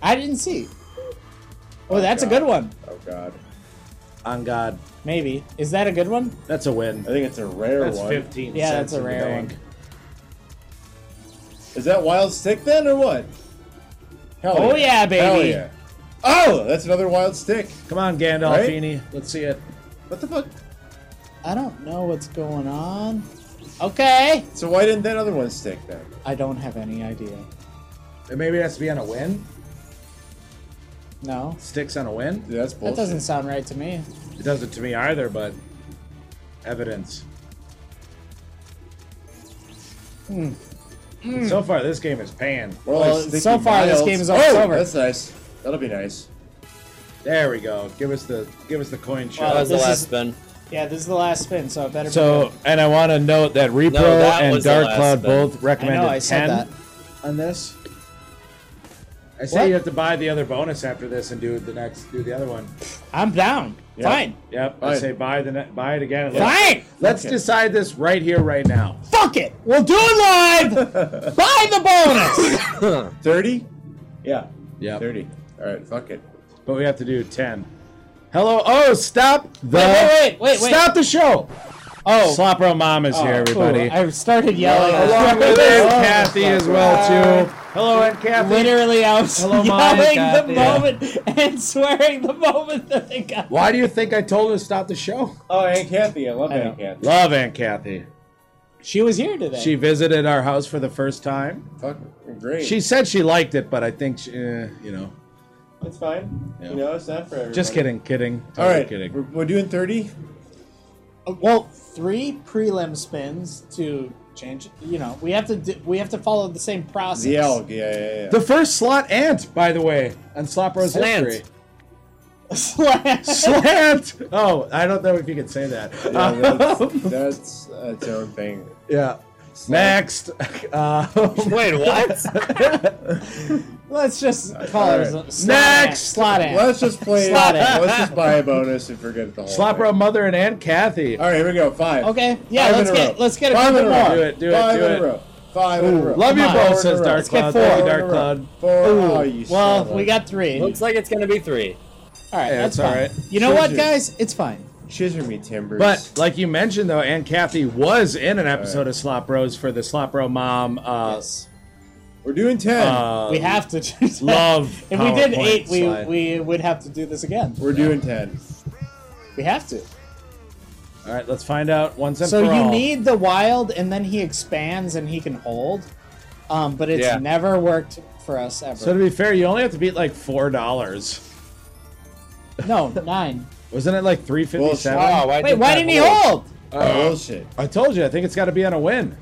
I didn't see. Oh, Oh, that's a God. good one. Oh God. On God, Maybe is that a good one? that's a win. I think it's a rare That's one. fifteen. Yeah, cents that's a in the rare bank. one. Is that wild stick then, or what? Hell Oh, yeah, baby. Hell yeah. Oh, that's another wild stick. Come on, Gandalfini. Let's see it. What the fuck? I don't know what's going on. Okay. So why didn't that other one stick then? I don't have any idea. And Maybe it has to be on a win. No. Sticks on a win. Dude, that's bullshit. That doesn't sound right to me. It doesn't to me either, but evidence. Hmm. So far, this game is pan. More Well, sticky so far, this miles. game is almost oh, over. That's nice. That'll be nice. <laughs> There we go. Give us the give us the coin That shot. was the this last is- spin. Yeah, this is the last spin, so it better. so, and I want to note that Repro No, that and was the Dark last Cloud spin. both be good. I recommended know I said ten that. on this. I say What? you have to buy the other bonus after this and do the next, do the other one. I'm down. Yeah. Fine. Yep. I Fine. say buy the ne- buy it again. and let's- Fine. Let's Okay. decide this right here, right now. Fuck it. We'll do it live. Buy the bonus. Thirty. Yeah. Yep. Thirty. All right. Fuck it. But we have to do 10. Hello. Oh, stop the. wait, wait, wait, wait. Stop the show. Oh. Slopper Mom is here, Ooh, everybody. I started <laughs> yelling. Along with Aunt Kathy Oh, as well, too. Hello, Aunt Kathy. Literally, I was Hello, Mom. <laughs> yelling Got the it. moment and swearing the moment that they got. Why do you think I told her to stop the <laughs> show? Oh, Aunt Kathy. I love I Aunt know. Kathy. Love Aunt Kathy. She was here today. She visited our house for the first time. Fuck. Great. She said she liked it, but I think, she, eh, you know. It's fine. Yeah. You know, it's not for everybody. Just kidding, kidding. All Totally right. We're, kidding. we're doing thirty. Uh, well, three prelim spins to change. You know, we have to do, we have to follow the same process. The elk. Yeah, yeah, yeah. The first slot ant, by the way, on Slop Rose Slant. <laughs> history. <laughs> Slash. Slant. Oh, I don't know if you can say that. Yeah, <laughs> Um, that's, that's its own thing. Yeah. Next. <laughs> Um, Wait, what? <laughs> Let's just call it Alright. a slot Next. slot in. Let's just play. Slot it. let's just buy a bonus and forget the whole. Slop thing. Row Mother and Aunt Kathy. All right, here we go. Five. Okay, yeah, Five let's in a get row. let's get a Five couple in a row. more. Do it, do it, Five do in it. a row. Five in a row. Love you Come on. both, Four says in a row. Dark Let's get Cloud. Thank you, four Dark in a row. Cloud. Four. Oh, you well, son of a- we got three. Looks like it's gonna be three. All right, Yeah, that's it's all fine. right. You know Shows what, you- guys? It's fine. Shizzle me timbers. But like you mentioned though, Aunt Kathy was in an episode of Slop Bros for the Slop Bro Mom. Uh, we're doing ten. uh, we have to. Choose that. love. <laughs> If we did PowerPoint eight, we, slide. we would have to do this again. we're doing ten. We have to. All right, let's find out once and So for you all. need the wild, and then he expands and he can hold. Um, but it's Yeah. never worked for us ever. so to be fair, you only have to beat like four dollars. no, nine. Wasn't it like three fifty seven? Wow, I Wait, why that didn't he hold? Uh-huh. Bullshit. I told you. I think it's got to be on a win.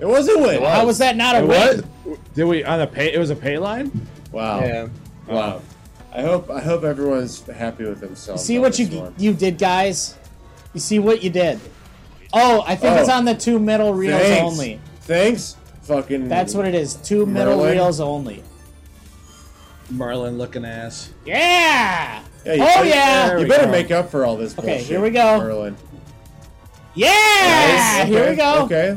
It was a win. How was that not a It win? was. Did we on the pay? It was a pay line. Wow. Yeah. Wow. I hope I hope everyone's happy with themselves. See on what this you one. you did, guys. You see what you did. Oh, I think it's Oh. on the two middle reels Thanks. only. Thanks. Fucking. That's what it is. Two middle Merlin? reels only. Merlin looking ass. Yeah. Yeah, you oh better- yeah. There You we better go. make up for all this. Okay, bullshit, here we go. Merlin. Yeah. Nice. Here Okay, we go. Okay.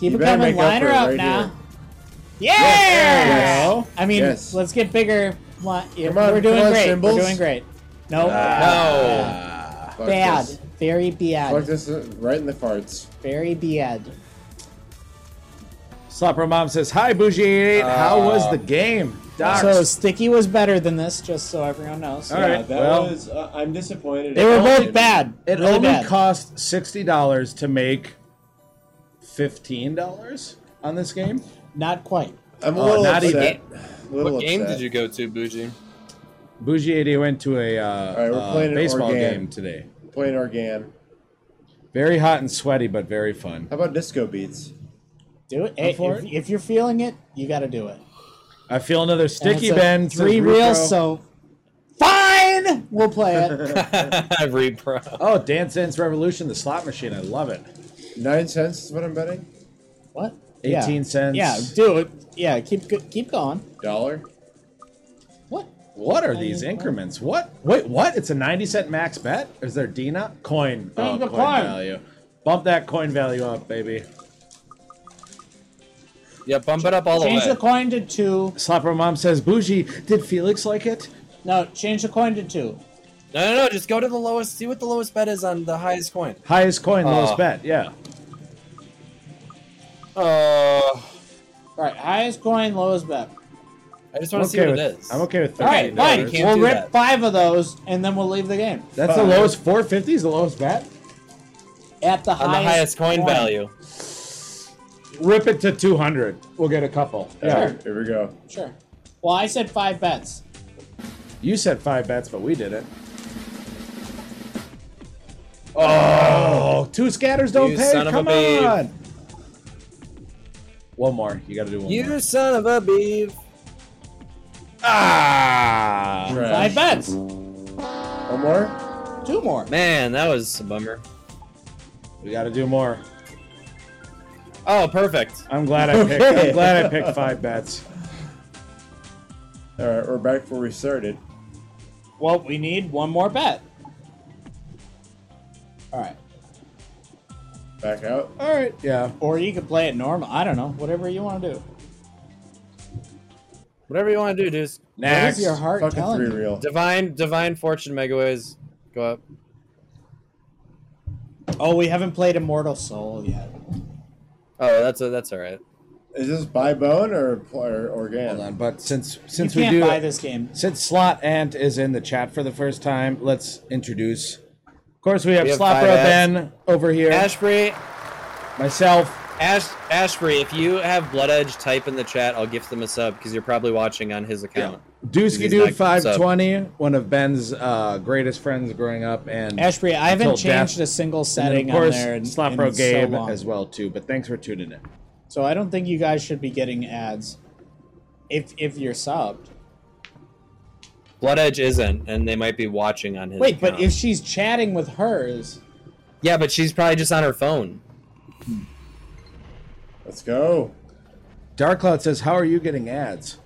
Keep You it better coming. make up Line for her it up right now. here. Yeah. Yes. Yes. I mean, Yes. let's get bigger. Li- yeah, Come on, We're doing come on, great. Symbols. We're doing great. No. Ah. <laughs> No. Fuck Bad. this. Very Fuck bad. this uh, right in the farts. Very bad. Slopper Mom says, "Hi, Bougie 88. How was the game, Doc?" Uh, So Sticky was better than this, just so everyone knows. All right, Yeah, that well- was. Uh, I'm disappointed. They were It both only- bad. It really only bad. cost sixty dollars to make fifteen dollars on this game. Not quite. I'm a Oh, little not upset. A little What game upset. did you go to, Bougie? Bougie eighty went to a uh, right, we're uh, playing an baseball organ. game today. Playing Organ. Very hot and sweaty, but very fun. How about disco beats? Do it. Hey, for if, it. if you're feeling it, you got to do it. I feel another And sticky it's a bend. Three reels, so fine. We'll <laughs> play it. Repro. Oh, Dance Dance Revolution, the slot machine. I love it. Nine cents is what I'm betting. what? Yeah. 18 cents. Yeah, do it. Yeah, keep go- keep going. Dollar. What? What are these Ninety- increments? What? Wait, what? It's a 90 cent max bet? Is there Dina? Coin. Oh, Bump the coin coin. value. Bump that coin value up, baby. Yeah, bump it up all the Change the way. coin to two. Slapper Mom says, Bougie, did Felix like it? No, change the coin to two. No, no, no. Just go to the lowest. See what the lowest bet is on the highest coin. Highest coin, lowest Oh. bet. Yeah. Uh, All right, highest coin, lowest bet. I just I'm want to okay see what with it is. I'm okay with All right, $13. fine. can't We'll do rip that. five of those, and then we'll leave the game That's the Fine. lowest. 450 is the lowest bet. at the On the highest coin value. Rip it to 200. We'll get a couple. Yeah. Alright, Here we go. Sure. Well, I said five bets. You said five bets, but we didn't. Oh, two scatters don't You pay. son of a Come babe. on. One more. You got to do one more. You son of a beef. Ah! Trash. Five bets. One more. Two more. Man, that was a bummer. We got to do more. Oh, perfect. I'm glad I picked. I'm glad I picked five bets. All right, we're Uh, back where we started. Well, we need one more bet. All right. Back out. All right. Yeah. Or you could play it normal. I don't know. Whatever you want to do. Whatever you want to do, dudes. What Next. is your heart Fucking telling three you? reel. Divine, divine fortune megaways. Go up. Oh, we haven't played Immortal Soul yet. Oh, that's a, that's all right. Is this by bone or or Hold organ? on, but since since you we can't do buy this game. since Slot Ant is in the chat for the first time, let's introduce. Of course, we have, We have Slot five Bro ads. Ben over here. Ashbury, myself. Ash, Ashbury, if you have Blood Edge, type in the chat. I'll gift them a sub because you're probably watching on his account. Dusky He's Dude not- what's up? 520, one of Ben's uh, greatest friends growing up, and Ashbury, I haven't Until death. changed a single and then, setting of course on there in, Slot in Pro so Gabe long. as well too. But thanks for tuning in. So I don't think you guys should be getting ads. If if you're subbed. Blood Edge isn't, and they might be watching on his. Wait, but account. if she's chatting with hers, yeah, but she's probably just on her phone. Let's go. Dark Cloud says, "How are you getting ads?"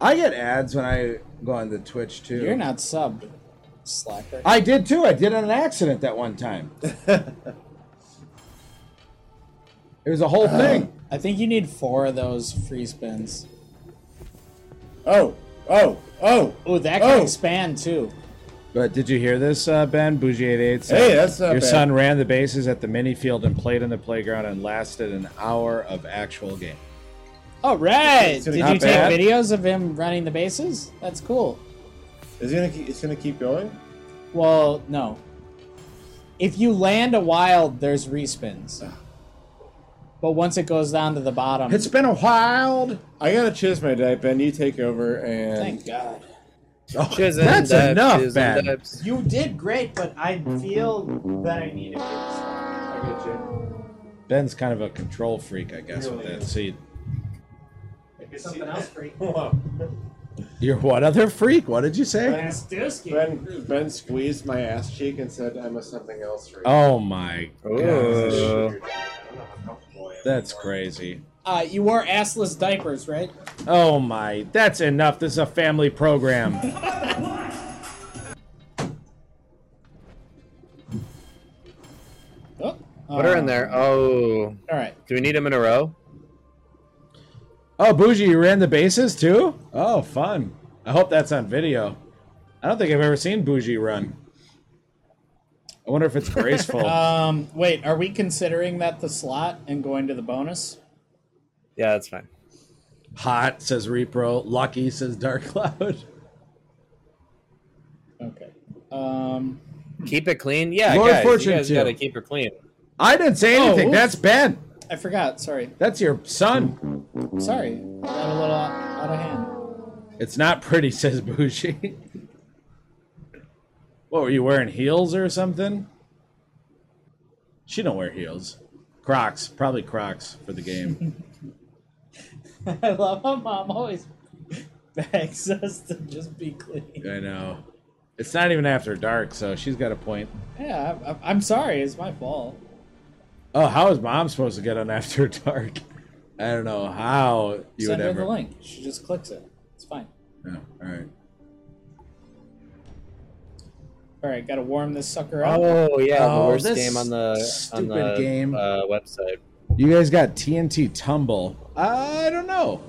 I get ads when I go on the Twitch too. you're not subbed, slacker. I did too. I did it on an accident that one <laughs> time. it was a whole thing. I think you need four of those free spins. Oh. Oh, Oh, oh, Oh, that can Oh. expand too. But did you hear this, uh, Ben? Bougie 88 said, Hey, that's not Your bad." son ran the bases at the mini field and played in the playground and lasted an hour of actual game. All right. So Did not you bad. take videos of him running the bases? That's cool. is it gonna keep, it's gonna keep going? Well, no. If you land a wild, there's respins. But once it goes down to the bottom, It's been a wild. I gotta chiz my day, Ben. You take over and thank God. Chisin, Oh, that's dibs, enough, chisin, Ben. dibs. You did great, but I feel that I need a Ben's kind of a control freak, I guess, with that seed. big something else <laughs> for you. You're what other freak? What did you say? Last Dusky. Ben Ben squeezed my ass cheek and said, "I'm a something else for you." Oh my gosh. Ooh. That's crazy. Uh, you wore assless diapers, right? Oh my, that's enough. This is a family program. Oh, Put her in there. Oh, All right. do we need him in a row? Oh, Bougie, you ran the bases too? Oh, fun. I hope that's on video. I don't think I've ever seen Bougie run. I wonder if it's graceful. <laughs> Um, Wait, are we considering that the slot and going to the bonus? Yeah, that's fine. Hot says Repro. Lucky says Dark Cloud. Okay. um, Keep it clean. Yeah, Lord guys, Fortune you guys too. gotta keep her clean. I didn't say anything. oops. That's Ben. I forgot. Sorry. That's your son. Sorry. I got a little out of hand. <laughs> It's not pretty, says Bougie. <laughs> what were you wearing heels or something? She don't wear heels. Crocs, probably Crocs for the game. I love how mom always begs us to just be clean. I know. It's not even after dark, so she's got a point. Yeah, I, I, I'm sorry. It's my fault. Oh, how is mom supposed to get on <laughs> after dark? I don't know how you Send would her ever. the link. She just clicks it. It's fine. Yeah, all right. All right, gotta warm this sucker up. Oh yeah, Oh, the worst this game on the stupid on the, game. uh, website. You guys got TNT Tumble. I don't know.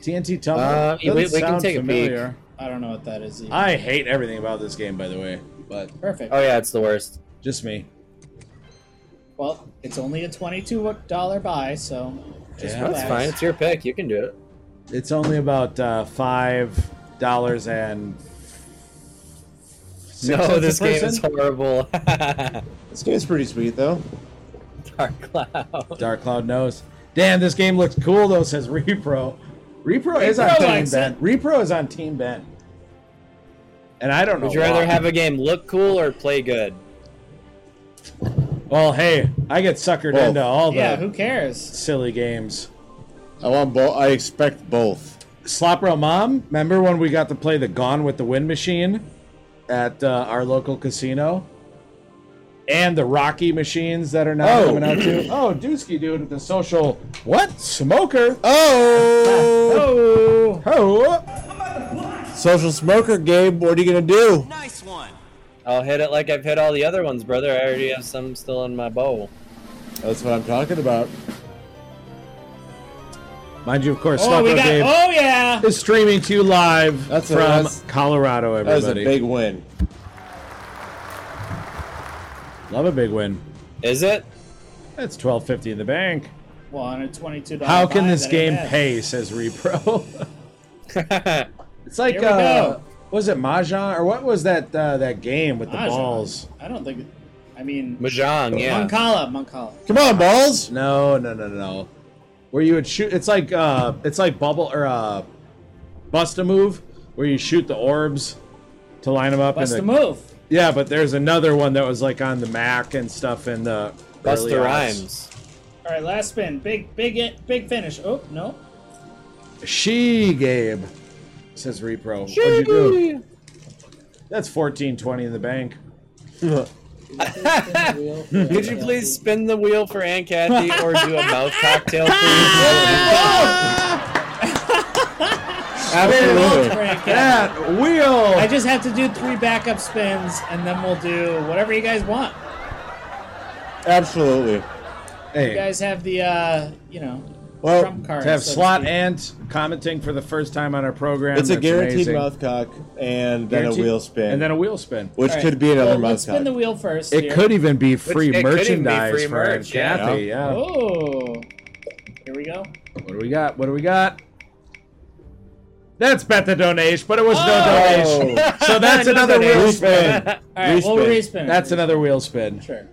TNT Tumble. Uh, we- Doesn't we can sound take a peek. I don't know what that is. Either. I hate everything about this game, by the way, but Perfect. Oh yeah, it's the worst. just me. Well, it's only a twenty-two dollar buy, so just Yeah. relax. That's fine. It's your pick. You can do it. It's only about uh, five dollars and. six cents no, a this game person? is horrible. <laughs> Dark This game's pretty sweet though. cloud. Dark Cloud knows. Damn, this game looks cool though. Says Repro. Repro is on Repro Team likes Ben. Repro is on Team Ben. And I don't know. Would you rather why. have a game look cool or play good? Well, hey, I get suckered Well, into all the Yeah, who cares? silly games. I want both. I expect both. Slopro Mom, remember when we got to play the Gone with the Wind machine at uh, our local casino? And the Rocky machines that are now Oh. coming out <clears throat> too. Oh, Dusky dude with the social what smoker? Oh, Oh, oh. <laughs> social smoker, Gabe. What are you gonna do? Nice one. I'll hit it like I've hit all the other ones, brother. I already have some still in my bowl. That's what I'm talking about. Mind you, of course, Oh, we Slopro got. Gabe Oh yeah. is streaming to you live That's a- from that's- Colorado. That was a Everybody, big win. love a big win. Is it? That's twelve fifty in the bank. Well, on a twenty-two dollar. How can this game pay? Says Repro. <laughs> It's like Here we uh, go. was it mahjong or what was that uh, that game with the Mahjong. balls? I don't think. I mean, Mahjong, yeah. Moncala, Moncala. Come on, balls. No, no, no, no. Where you would shoot? It's like uh, it's like bubble or uh, bust a move where you shoot the orbs to line them up. in Bust the, a move. Yeah, but there's another one that was like on the Mac and stuff in the Bust early the aughts. rhymes. All right, last spin. Big, big, it, big finish. Oh no. She Gabe says Repro. What'd you do? That's fourteen twenty in the bank. Could you please spin the wheel for Aunt Kathy or do a mouth cocktail, please? Absolutely. <laughs> Frank, yeah. That wheel. I just have to do three backup spins, and then we'll do whatever you guys want. Absolutely. You Hey, guys have the, uh, you know, Well, trump card. to have so to slot speak. ant commenting for the first time on our program. It's a that's guaranteed amazing. mouth cock and then a Guaranteed- wheel spin, and then a wheel spin. which All right. could be another well, mouth let's cock. spin the wheel first. It here. could even be free it could even be merchandise free for merch, yeah. Kathy. Yeah. Oh, here we go. What do we got? What do we got? That's bet the donation, but it was no Oh! donation. So that's Another another wheel donation. spin. All right, we'll Respin. respin. That's another wheel spin. Sure.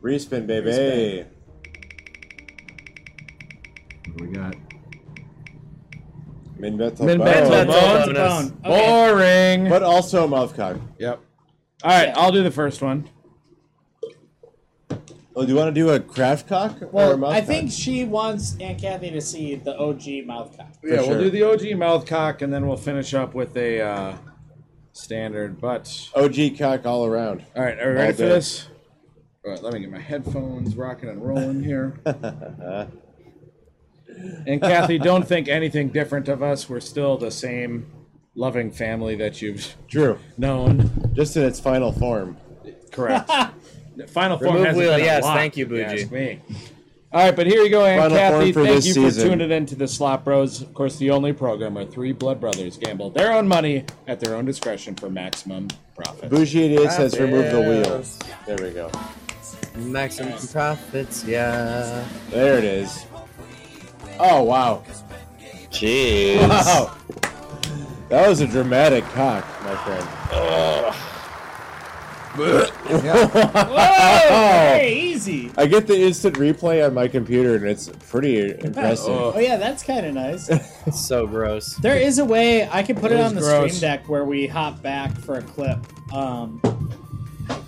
Respin, baby. Respin. What do we got? Min metal. Min bow. metal That's bow. a Bonus. bone. Okay. Boring. But also mouth cock. Yep. All right, Yeah. I'll do the first one. Well, Oh, do you want to do a craft cock or a Well, mouth I cock? think she wants Aunt Kathy to see the OG mouth cock. yeah, sure. we'll do the OG mouth cock, and then we'll finish up with a uh, standard. But OG cock all around. all right, are we ready All for good. this? All right, let me get my headphones rocking and rolling here. and Kathy, don't think anything different of us. We're still the same loving family that you've True. known. Just in its final form. Correct. Final form Remove has wheel, been yes, unlocked, thank you, if ask Buji. me. All right, but here you go, Aunt Final Kathy. form for Thank this you season. for tuning in to the Slop Bros. Of course, the only program where three blood brothers gamble their own money at their own discretion for maximum profit. Bougie Idiots Ah, has Profits. removed the wheel. There we go. Maximum profits, yeah. There it is. Oh, wow. Jeez. Wow. That was a dramatic cock, my friend. Whoa! Very easy. I get the instant replay on my computer, and it's pretty impressive. Oh yeah, that's kind <laughs> of nice. It's so gross. There is a way I could put It it, is on the gross. stream deck where we hop back for a clip. Um,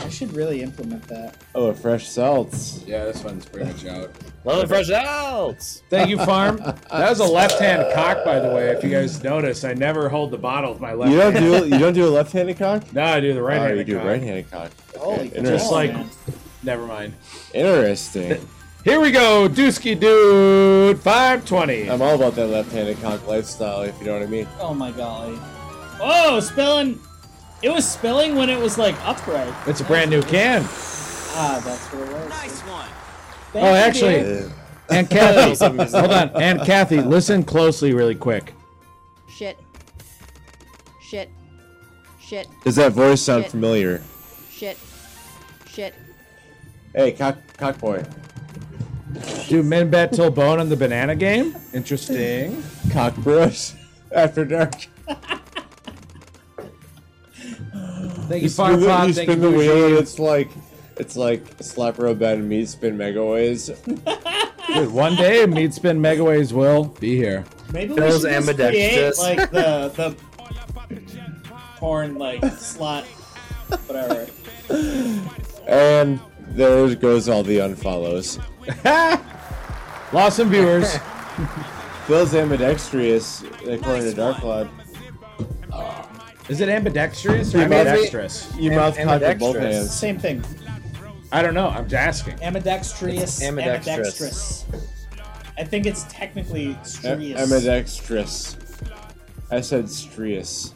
I should really implement that. Oh, a fresh salts. Yeah, this one's pretty much out. Love the fresh <laughs> outs. Thank you, Farm. That was a left-hand cock, by the way. If you guys notice, I never hold the bottle with my left. You don't hand. do you don't do a left-handed cock. No, I do the oh, right-handed. you do cock. right-handed cock. Holy Okay, cow, interesting. Just like- man. Never mind. Interesting. Here we go, Dusky Dude, five twenty. I'm all about that left-handed cock lifestyle, if you know what I mean. Oh my golly. Oh, spilling. It was spilling when it was like upright. It's a brand new can. Ah, that's what it was. Nice one. Thank Oh, you, actually- dude. <laughs> And Kathy, hold on. And Kathy, listen closely, really quick. Shit. Shit. Shit. Does that voice sound Shit. familiar? Shit. Shit. Hey, cock, cock boy, Do men bet till bone on the banana game? Interesting. cock brush. <laughs> After dark. Thank you, You spin, Farm the, Pod. you Thank spin the you, wheel, and Bougie. it's like it's like slap row bed and meat spin mega ways. Dude, one day, Meat Spin Megaways will be here. Maybe we Bill's should just create ambidextrous. like the the porn like slot, whatever. And there goes all the unfollows. Lost some <laughs> viewers. Bill's ambidextrous, according Nice to Dark one. Cloud. Is it ambidextrous or You mouth- ambidextrous? You mouth cock with both ambidextrous. hands. Same thing. I don't know. I'm just asking. Ambidextrous. It's ambidextrous. ambidextrous. I think it's technically A- strius. Ambidextrous. I said strius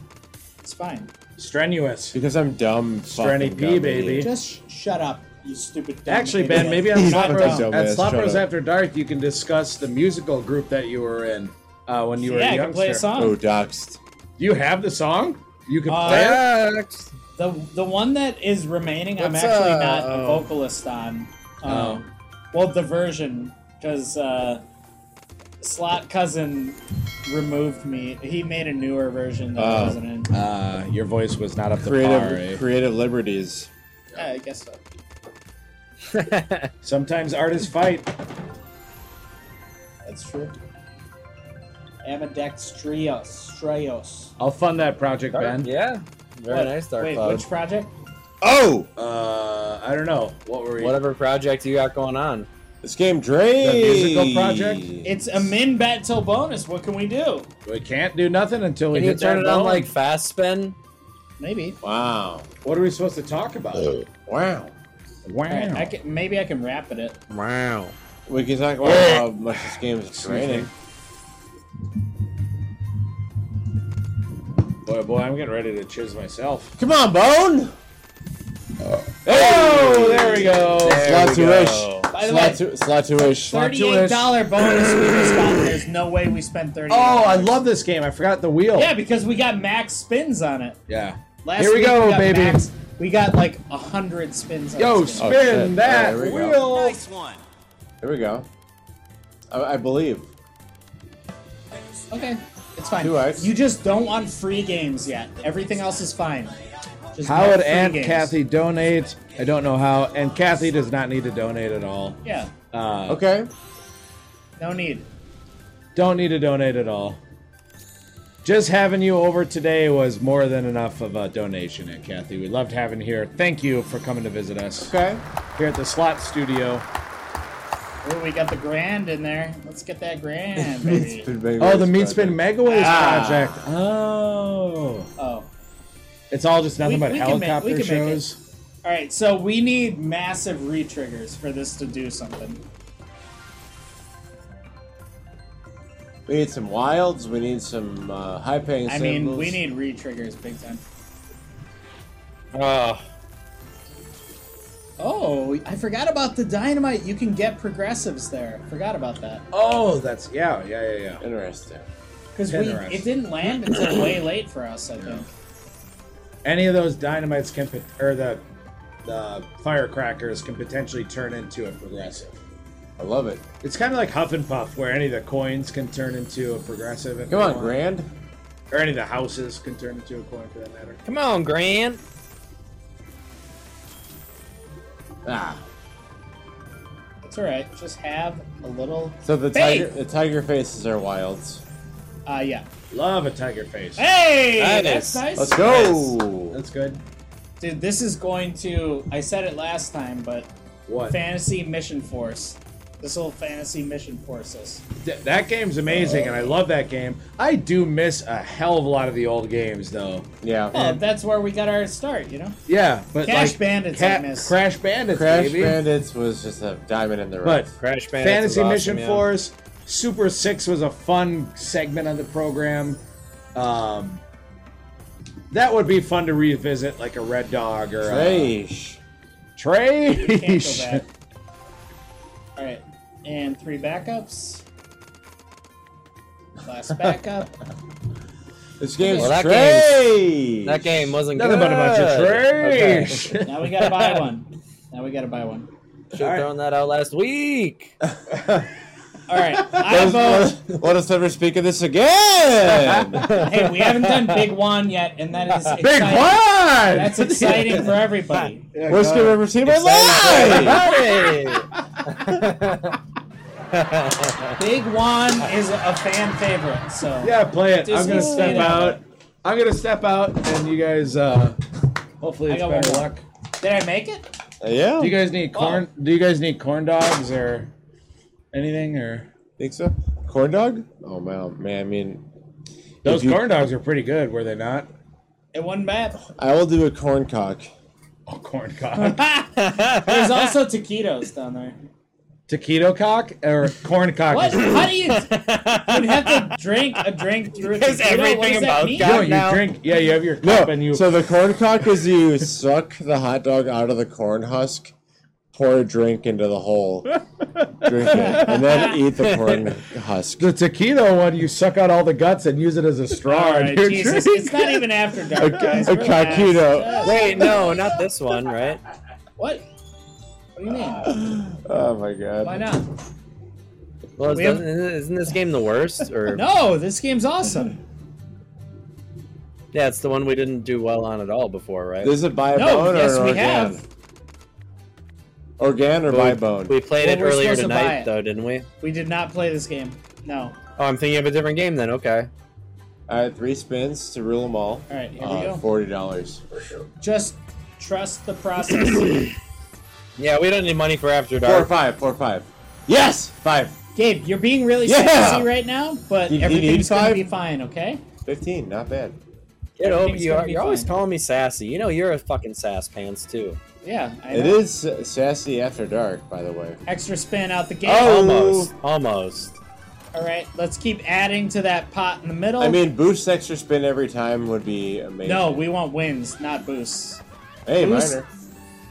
It's fine. Strenuous. because I'm dumb. Strenny fucking P, dumb baby. idiot. Just sh- shut up, you stupid. dumb Actually, idiot. Ben, maybe on He's Slop fucking Bros, at dumbass. Slop Shut Bros up. After Dark, you can discuss the musical group that you were in uh, when you were yeah, a I can youngster. play a song. Oh, doxed. Do you have the song? You can Uh, play it? Facts. The the one that is remaining, I'm What's, actually uh, not a oh. vocalist on. Um, Oh. Well, the version because uh, Slot Cousin removed me. He made a newer version that I Oh. wasn't in. Uh, your voice was not up to Creative, par. eh? creative liberties. Yeah, I guess so. Sometimes artists fight. That's true. Ambidextrios, strios. I'll fund that project, Dark, Ben. yeah. Very What? nice, Dark Wait, Cloud. which project? Oh, Uh, I don't know. What were you? Whatever project you got going on. this game drains. musical project? It's a min bet till bonus. What can we do? We can't do nothing until we Can hit you turn that it on button. like fast spin? Maybe. Wow. What are we supposed to talk about? Uh, Wow. Wow. All right, I can, maybe I can rap at it. Wow. We can talk about how much this game is draining. boy, boy, I'm getting ready to chiz myself. Come on, Bone. Oh, there we go. Slot to wish. Bye By the way, Slatu- Slatuish. thirty-eight dollar bonus we just got. There's no way we spent thirty. Oh, I love this game. I forgot the wheel. Yeah, because we got max spins on it. Yeah. Last Here we week go, got baby. max- we got like a hundred spins. On Yo, this game. spin Oh, shit. that Oh, there we go. wheel. Nice one. There we go. I, I believe. Okay, it's fine. Two X. You just don't want free games yet. Everything else is fine. Just no How would free Aunt games. Kathy donate? I don't know how. And Kathy does not need to donate at all. Yeah, Uh, Okay. no need. Don't need to donate at all. Just having you over today was more than enough of a donation, Aunt Kathy. We loved having you here. Thank you for coming to visit us Okay. here at the Slot Studio. Oh, we got the grand in there. Let's get <laughs> that grand, Meat baby. Spin Mega Oh, the Waste Meat Spin Project. Megaways Ah. project. Oh, Oh. it's all just nothing We- but we can make- helicopter we can make it. shows. All right, so we need massive re-triggers for this to do something. We need some wilds. We need some uh, high-paying. I mean, symbols. we need re-triggers big time. Ah, Oh, I forgot about the dynamite. You can get progressives there. Forgot about that. Oh, that's yeah, yeah, yeah, yeah. Interesting. Because we Interesting. it didn't land until way late for us, I think. Any of those dynamites can pot- or the the firecrackers can potentially turn into a progressive. I love it. It's kind of like Huff and Puff, where any of the coins can turn into a progressive. If Come they on, want. Grand. Or any of the houses can turn into a coin for that matter. come on, Grand. Ah. It's all right. Just have a little. So the Faith. tiger, the tiger faces are wilds. Uh, yeah. Love a tiger face. Hey, That that's is- nice. Let's go. That's good. Dude, this is going to. I said it last time, but What? fantasy mission force. This will fantasy mission force us. Th- that game's amazing, and I love that game. I do miss a hell of a lot of the old games, though. Yeah. Well, that's where we got our start, you know. Yeah, but Crash like, Bandits, I miss. Crash Bandits, Crash baby. Bandits was just a diamond in the But rough. Crash Bandits Fantasy was awesome, Mission yeah. Force, Super Six was a fun segment of the program. Um, that would be fun to revisit, like a Red Dog or a Trash. Can't Trash. go back. All right, and three backups. Last backup. This game's Well, that trash. That game wasn't Nothing good. but a bunch of trash. now we gotta buy one. Now we gotta buy one. Should have thrown that out last <laughs> week. All right, I Let vote. us, <laughs> let, let us never speak of this again. Hey, we haven't done Big One yet, and that is Big exciting. one. That's exciting for everybody. <laughs> Worst game I've ever seen in my life. Big One is a fan favorite, so Yeah, play it. I'm gonna Disney step Channel. out. I'm gonna step out, and you guys. Uh, hopefully, I it's got better one more. luck. Did I make it? <laughs> Yeah. Do you guys need corn? Do you guys need corn dogs or anything? Or think so? Corn dog? Oh man, man. I mean, those you- corn dogs are pretty good, were they not? It wasn't bad. I will do a corn cock. Oh, corn cock, There's also taquitos down there. taquito cock, or corn cock? What? is- How do you? You'd have to drink a drink through a Is taquito. what everything does that about mean? No, God you now. drink. Yeah, you have your No. cup, and you. So the corn cock is you suck the hot dog out of the corn husk, pour a drink into the hole, drink it, and then eat the corn husk. the taquito one, you suck out all the guts and use it as a straw. All in <laughs> right, your Jesus, drink. <laughs> it's not even after A, a dark, guys. Relax. cockito. Wait, no, not this one, right? What? What do you mean? Oh my Why god. not? Well, We have- doesn't- isn't this game the worst? Or No, this game's awesome. yeah, it's the one we didn't do well on at all before, right? Is it by a No, bone yes, or an we organ? have. Organ or But we- by bone? We played Well, it we're earlier supposed to buy tonight, it. though, didn't we? We did not play this game. No. Oh, I'm thinking of a different game then. Okay. All right, three spins to rule them all. All right, here we Uh, go. Forty dollars. Just trust the process. <clears throat> Yeah, we don't need money for After Four Dark. five. Four five. Yes, five. Gabe, you're being really Yeah! sexy right now, but You- you need everything's going to five? be fine, okay? Fifteen. Not bad. Get over Everything's you. gonna Are, be you're always fine. calling me sassy. You know you're a fucking sass pants too. Yeah, I It know. is sassy after dark, by the way. Extra spin out the game. Oh. Almost. Almost. All right, let's keep adding to that pot in the middle. I mean, boost extra spin every time would be amazing. no, we want wins, not boosts. Hey, boost- minor.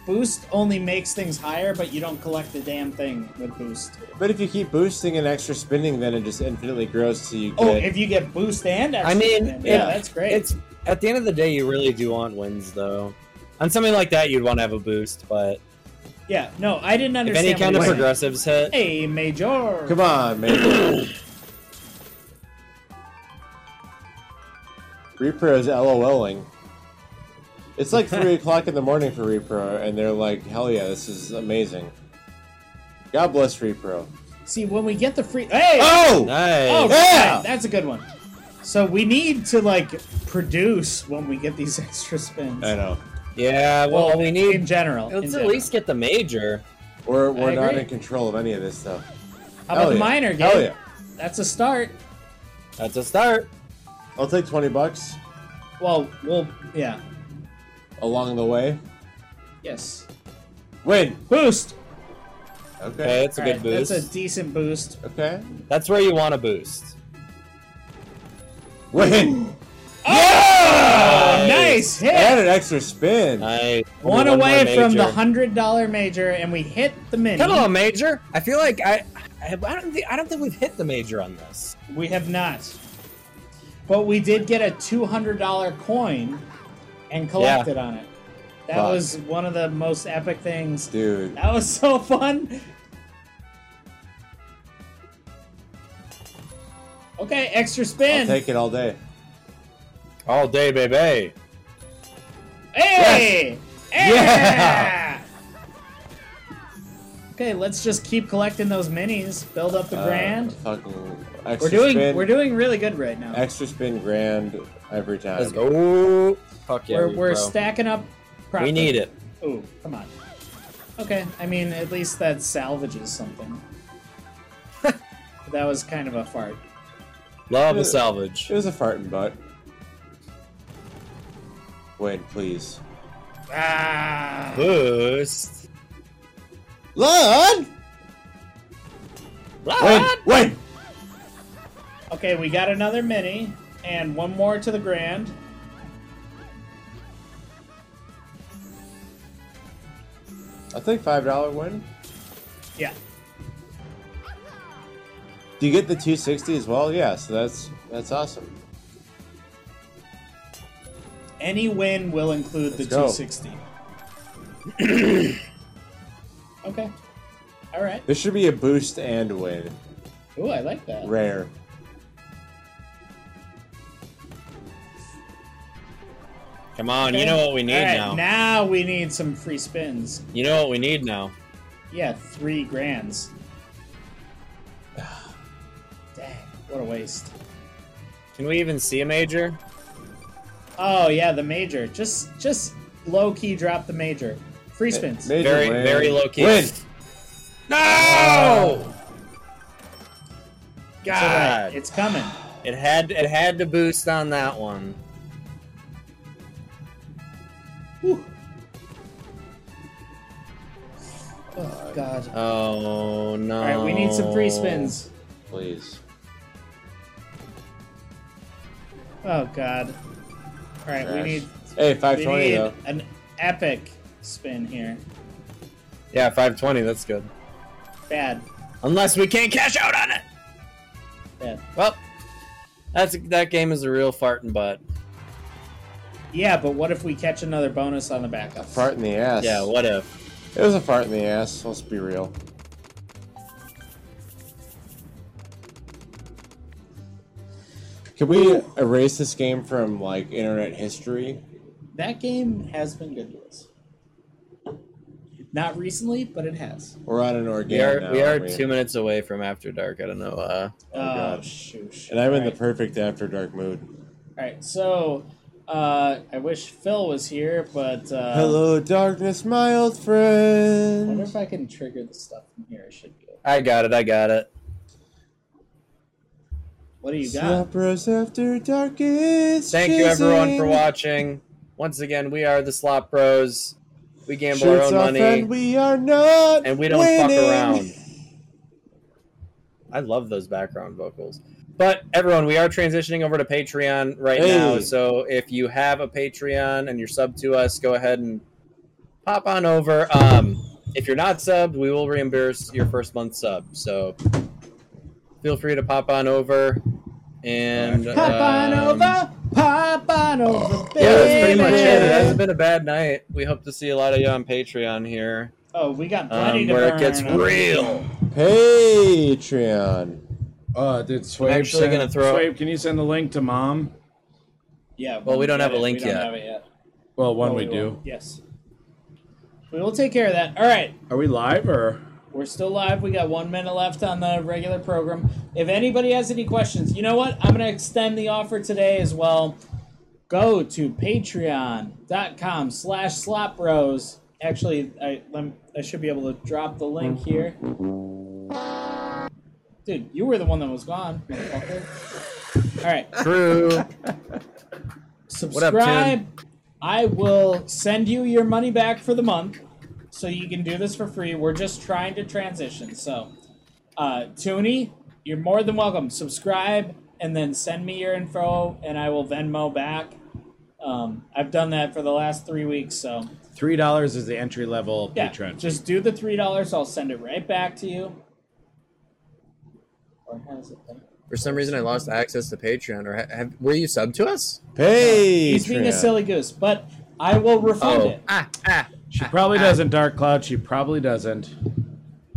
boost only makes things higher, but you don't collect the damn thing with boost. But if you keep boosting and extra spinning, then it just infinitely grows till you get. Oh, if you get boost and extra I mean, spin, it- yeah, that's great. It's at the end of the day, you really do want wins, though. On something like that, you'd want to have a boost, but yeah, no, I didn't if understand. any kind of what you're progressives hit, saying. Hey, Major. Come on, <coughs> man. Repro is LOLing. It's like <laughs> 3 o'clock in the morning for Repro, and they're like, hell yeah, this is amazing. God bless Repro. See, when we get the free. Hey! Oh! Nice. Oh, Yeah! right, that's a good one. So we need to like produce when we get these <laughs> extra spins. I know. yeah, well, we need. in general. in Let's at general. least get the major. We're, we're I not agree. in control of any of this stuff. How Hell about the Oh, yeah. minor game? Hell yeah. That's a start. That's a start. I'll take 20 bucks Well, we'll yeah. along the way. Yes. Win! Boost. Okay, Okay. that's a All good right, boost. That's a That's, decent boost. Okay. where you want to boost. Win! Oh, nice hit. Add an extra spin. Nice. one, Only more away from the major. hundred dollar major, and we hit the mini. Come on, major. I feel like I, I, I don't think I don't think we've hit the major on this. We have not. But we did get a two hundred dollar coin, and collected on it. That Fuck. was one of the most epic things. Dude. That was so fun. Okay, extra I'll spin. take it all day. All day, baby. hey! Yes! Yeah! Okay, let's just keep collecting those minis, build up the Uh, grand. fucking extra We're doing spin, we're doing really good right now. extra spin grand every time. Let's go. Fuck yeah, we're bro. we're stacking up. We profit. need it. Ooh, come on. Okay, I mean at least that salvages something. <laughs> that was kind of a fart. Love a salvage. It was a farting butt. Win, please. Ah! Boost. Lon! Win! Win! Okay, we got another mini, and one more to the grand. I think five dollar win. Yeah. Do you get the two sixty as well? Yeah, so that's that's awesome. Any win will include the Let's go. 260. <clears throat> okay. All right. This should be a boost and win. Ooh, I like that. Rare. Come on, Okay. you know what we All need right, now. Now we need some free spins. You know what we need now. Yeah, three grands. <sighs> Dang, what a waste. Can we even see a major? Oh yeah, the major. Just just low key drop the major. Free spins. Major Very, win. very low key. Uh, Win. No! It's all right, God, it's coming. it had it had to boost on that one. Oh god. Oh no! All right, we need some Oh. free spins. Please. Oh god. All right, we Trash. need Hey, five we twenty need though. an epic spin here. Yeah, five twenty. That's good. Bad, Unless we can't cash out on it. bad. Well, that's that game is a real farting butt. Yeah, but what if we catch another bonus on the backup? Fart in the ass. Yeah, what if? It was a fart in the ass. Let's be real. Can we erase this game from like internet history? That game has been good to us. Not recently, but it has. We're on an organic. We are now, we are aren't two minutes away from after dark. I don't know. Uh, Oh, God. shoosh. And I'm in All the right. perfect after dark mood. All right, so uh, I wish Phil was here, but uh, Hello, darkness, my old I wonder if friend. I can trigger the stuff from here. I should go. I got it. I got it. What do you got? Slappers after dark is Thank you everyone for fizzing. watching. Once again, we are the Slop Bros. We gamble our Shirts own off money. and we are not and we don't winning. fuck around. I love those background vocals. But everyone, we are transitioning over to Patreon right Hey. now. So if you have a Patreon and you're sub to us, go ahead and Pop on over. Um, if you're not subbed, we will reimburse your first month sub. So feel free to pop on over and Pop on um, over, pop on over, baby. Yeah, that's pretty much it. It hasn't been a bad night. We hope to see a lot of you on Patreon here. Oh, we got Um, plenty to where burn. it gets real. Patreon. Uh, did Swabe actually send- gonna throw- Swabe, can you send the link to mom? Yeah. Well, we don't have a link we don't yet. have it yet. Well, one Oh, we we do. Yes. We will take care of that. All right. Are we live or? We're still live. We got one minute left on the regular program. If anybody has any questions, you know what? I'm going to extend the offer today as well. Go to patreon.com slash slopros. Actually, I, lem- I should be able to drop the link here. Dude, you were the one that was gone, motherfucker. All right. True. up, Tim? Subscribe. I will send you your money back for the month so you can do this for free. We're just trying to transition. So, uh, Toonie, you're more than welcome. Subscribe and then send me your info, and I will Venmo back. Um, I've done that for the last three weeks, so Three dollars is the entry level yeah, Patreon. just do the three dollars. I'll send it right back to you. Or has it been? For some reason, I lost access to Patreon. Or ha- have, were you sub to us? Hey, He's being a silly goose, but I will refund Oh. it. ah, She probably doesn't, Dark Cloud. She probably doesn't.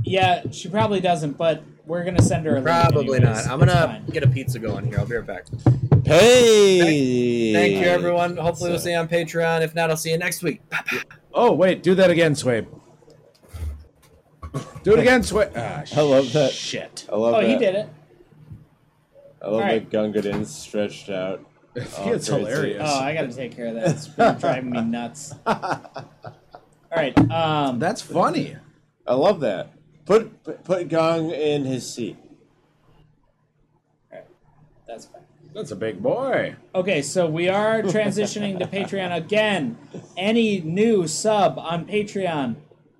Yeah, she probably doesn't, but we're gonna send her a Probably link anyways. not. I'm It's gonna fine. get a pizza going here. I'll be right back. Hey. Thank you, everyone. Hopefully, we'll see you on Patreon. If not, I'll see you next week. Oh wait, do that again, Swabe. Do it again, Swabe. Ah, I love that. Shit. I love Oh, that. he did it. I love Alright. that Gungadin stretched out. Oh, it's crazy. hilarious. Oh, I gotta take care of that. It's been driving me <laughs> nuts. All right. Um, That's funny. I love that. Put put- put Gong in his seat. that's fine. That's a big boy. Okay, so we are transitioning to Patreon again. Any new sub on Patreon,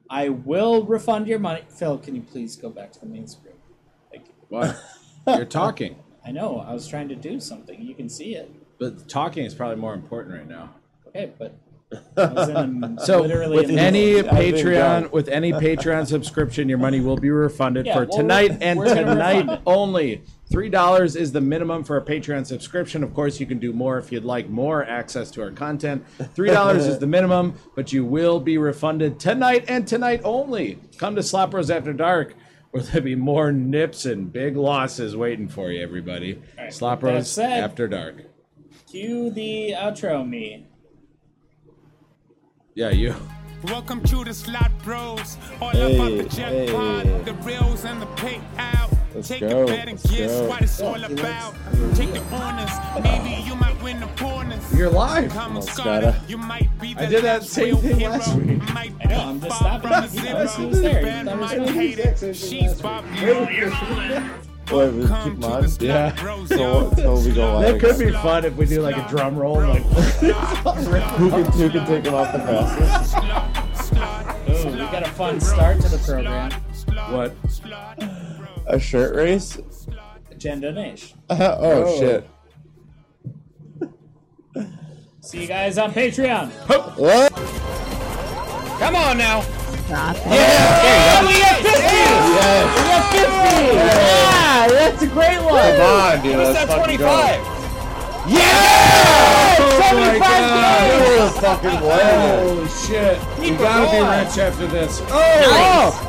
I will refund your money. Phil, can you please go back to the main screen? Thank you. <laughs> What? You're talking, I know. I was trying to do something. You can see it. but talking is probably more important right now. Okay, but. I was in- <laughs> So literally with in the- any I've been Patreon dumb. with <laughs> any Patreon subscription, your money will be refunded Yeah, for well, tonight we're- and we're gonna refund tonight it. only. Three dollars is the minimum for a Patreon subscription. Of course, you can do more if you'd like more access to our content. Three dollars is the minimum, but you will be refunded tonight and tonight only. Come to Slop Rose After Dark. Where there'll be more nips and big losses waiting for you, everybody. right, Slop with that Rose said- After Dark. Cue the outro me. Yeah, you. Welcome to the Slot Bros. All about the jackpot, hey. the reels, and the payout. Let's Take go, the bet and let's guess go. what it's all about. Take the honors, maybe you might win the corners. You're live. Come on, Come on, Scott. Scott. You might be the I did that same thing last week. Might I know, I'm just stopping. from a He zero. was- he was there. Bad He was might doing the hate exact it. same thing She's last Bob. Wait, we keep Welcome him to on? the Yeah. Slot Bros. So, yo. so we go That live. could be fun if we do like a drum roll. Like, <laughs> Who can, who can take him off the fastest? Ooh, we got a fun start to the program. what? A shirt race? <laughs> Jen Donesh. oh, shit. See you guys on Patreon. What? Come on now. Yes. Yeah, that's a great one. Come on, dude. What's Let's that? fucking Twenty-five. go. Yeah! Oh my God. You're a fucking winner. Holy shit. You Keep it gotta be going. rich after this. Oh! Nice.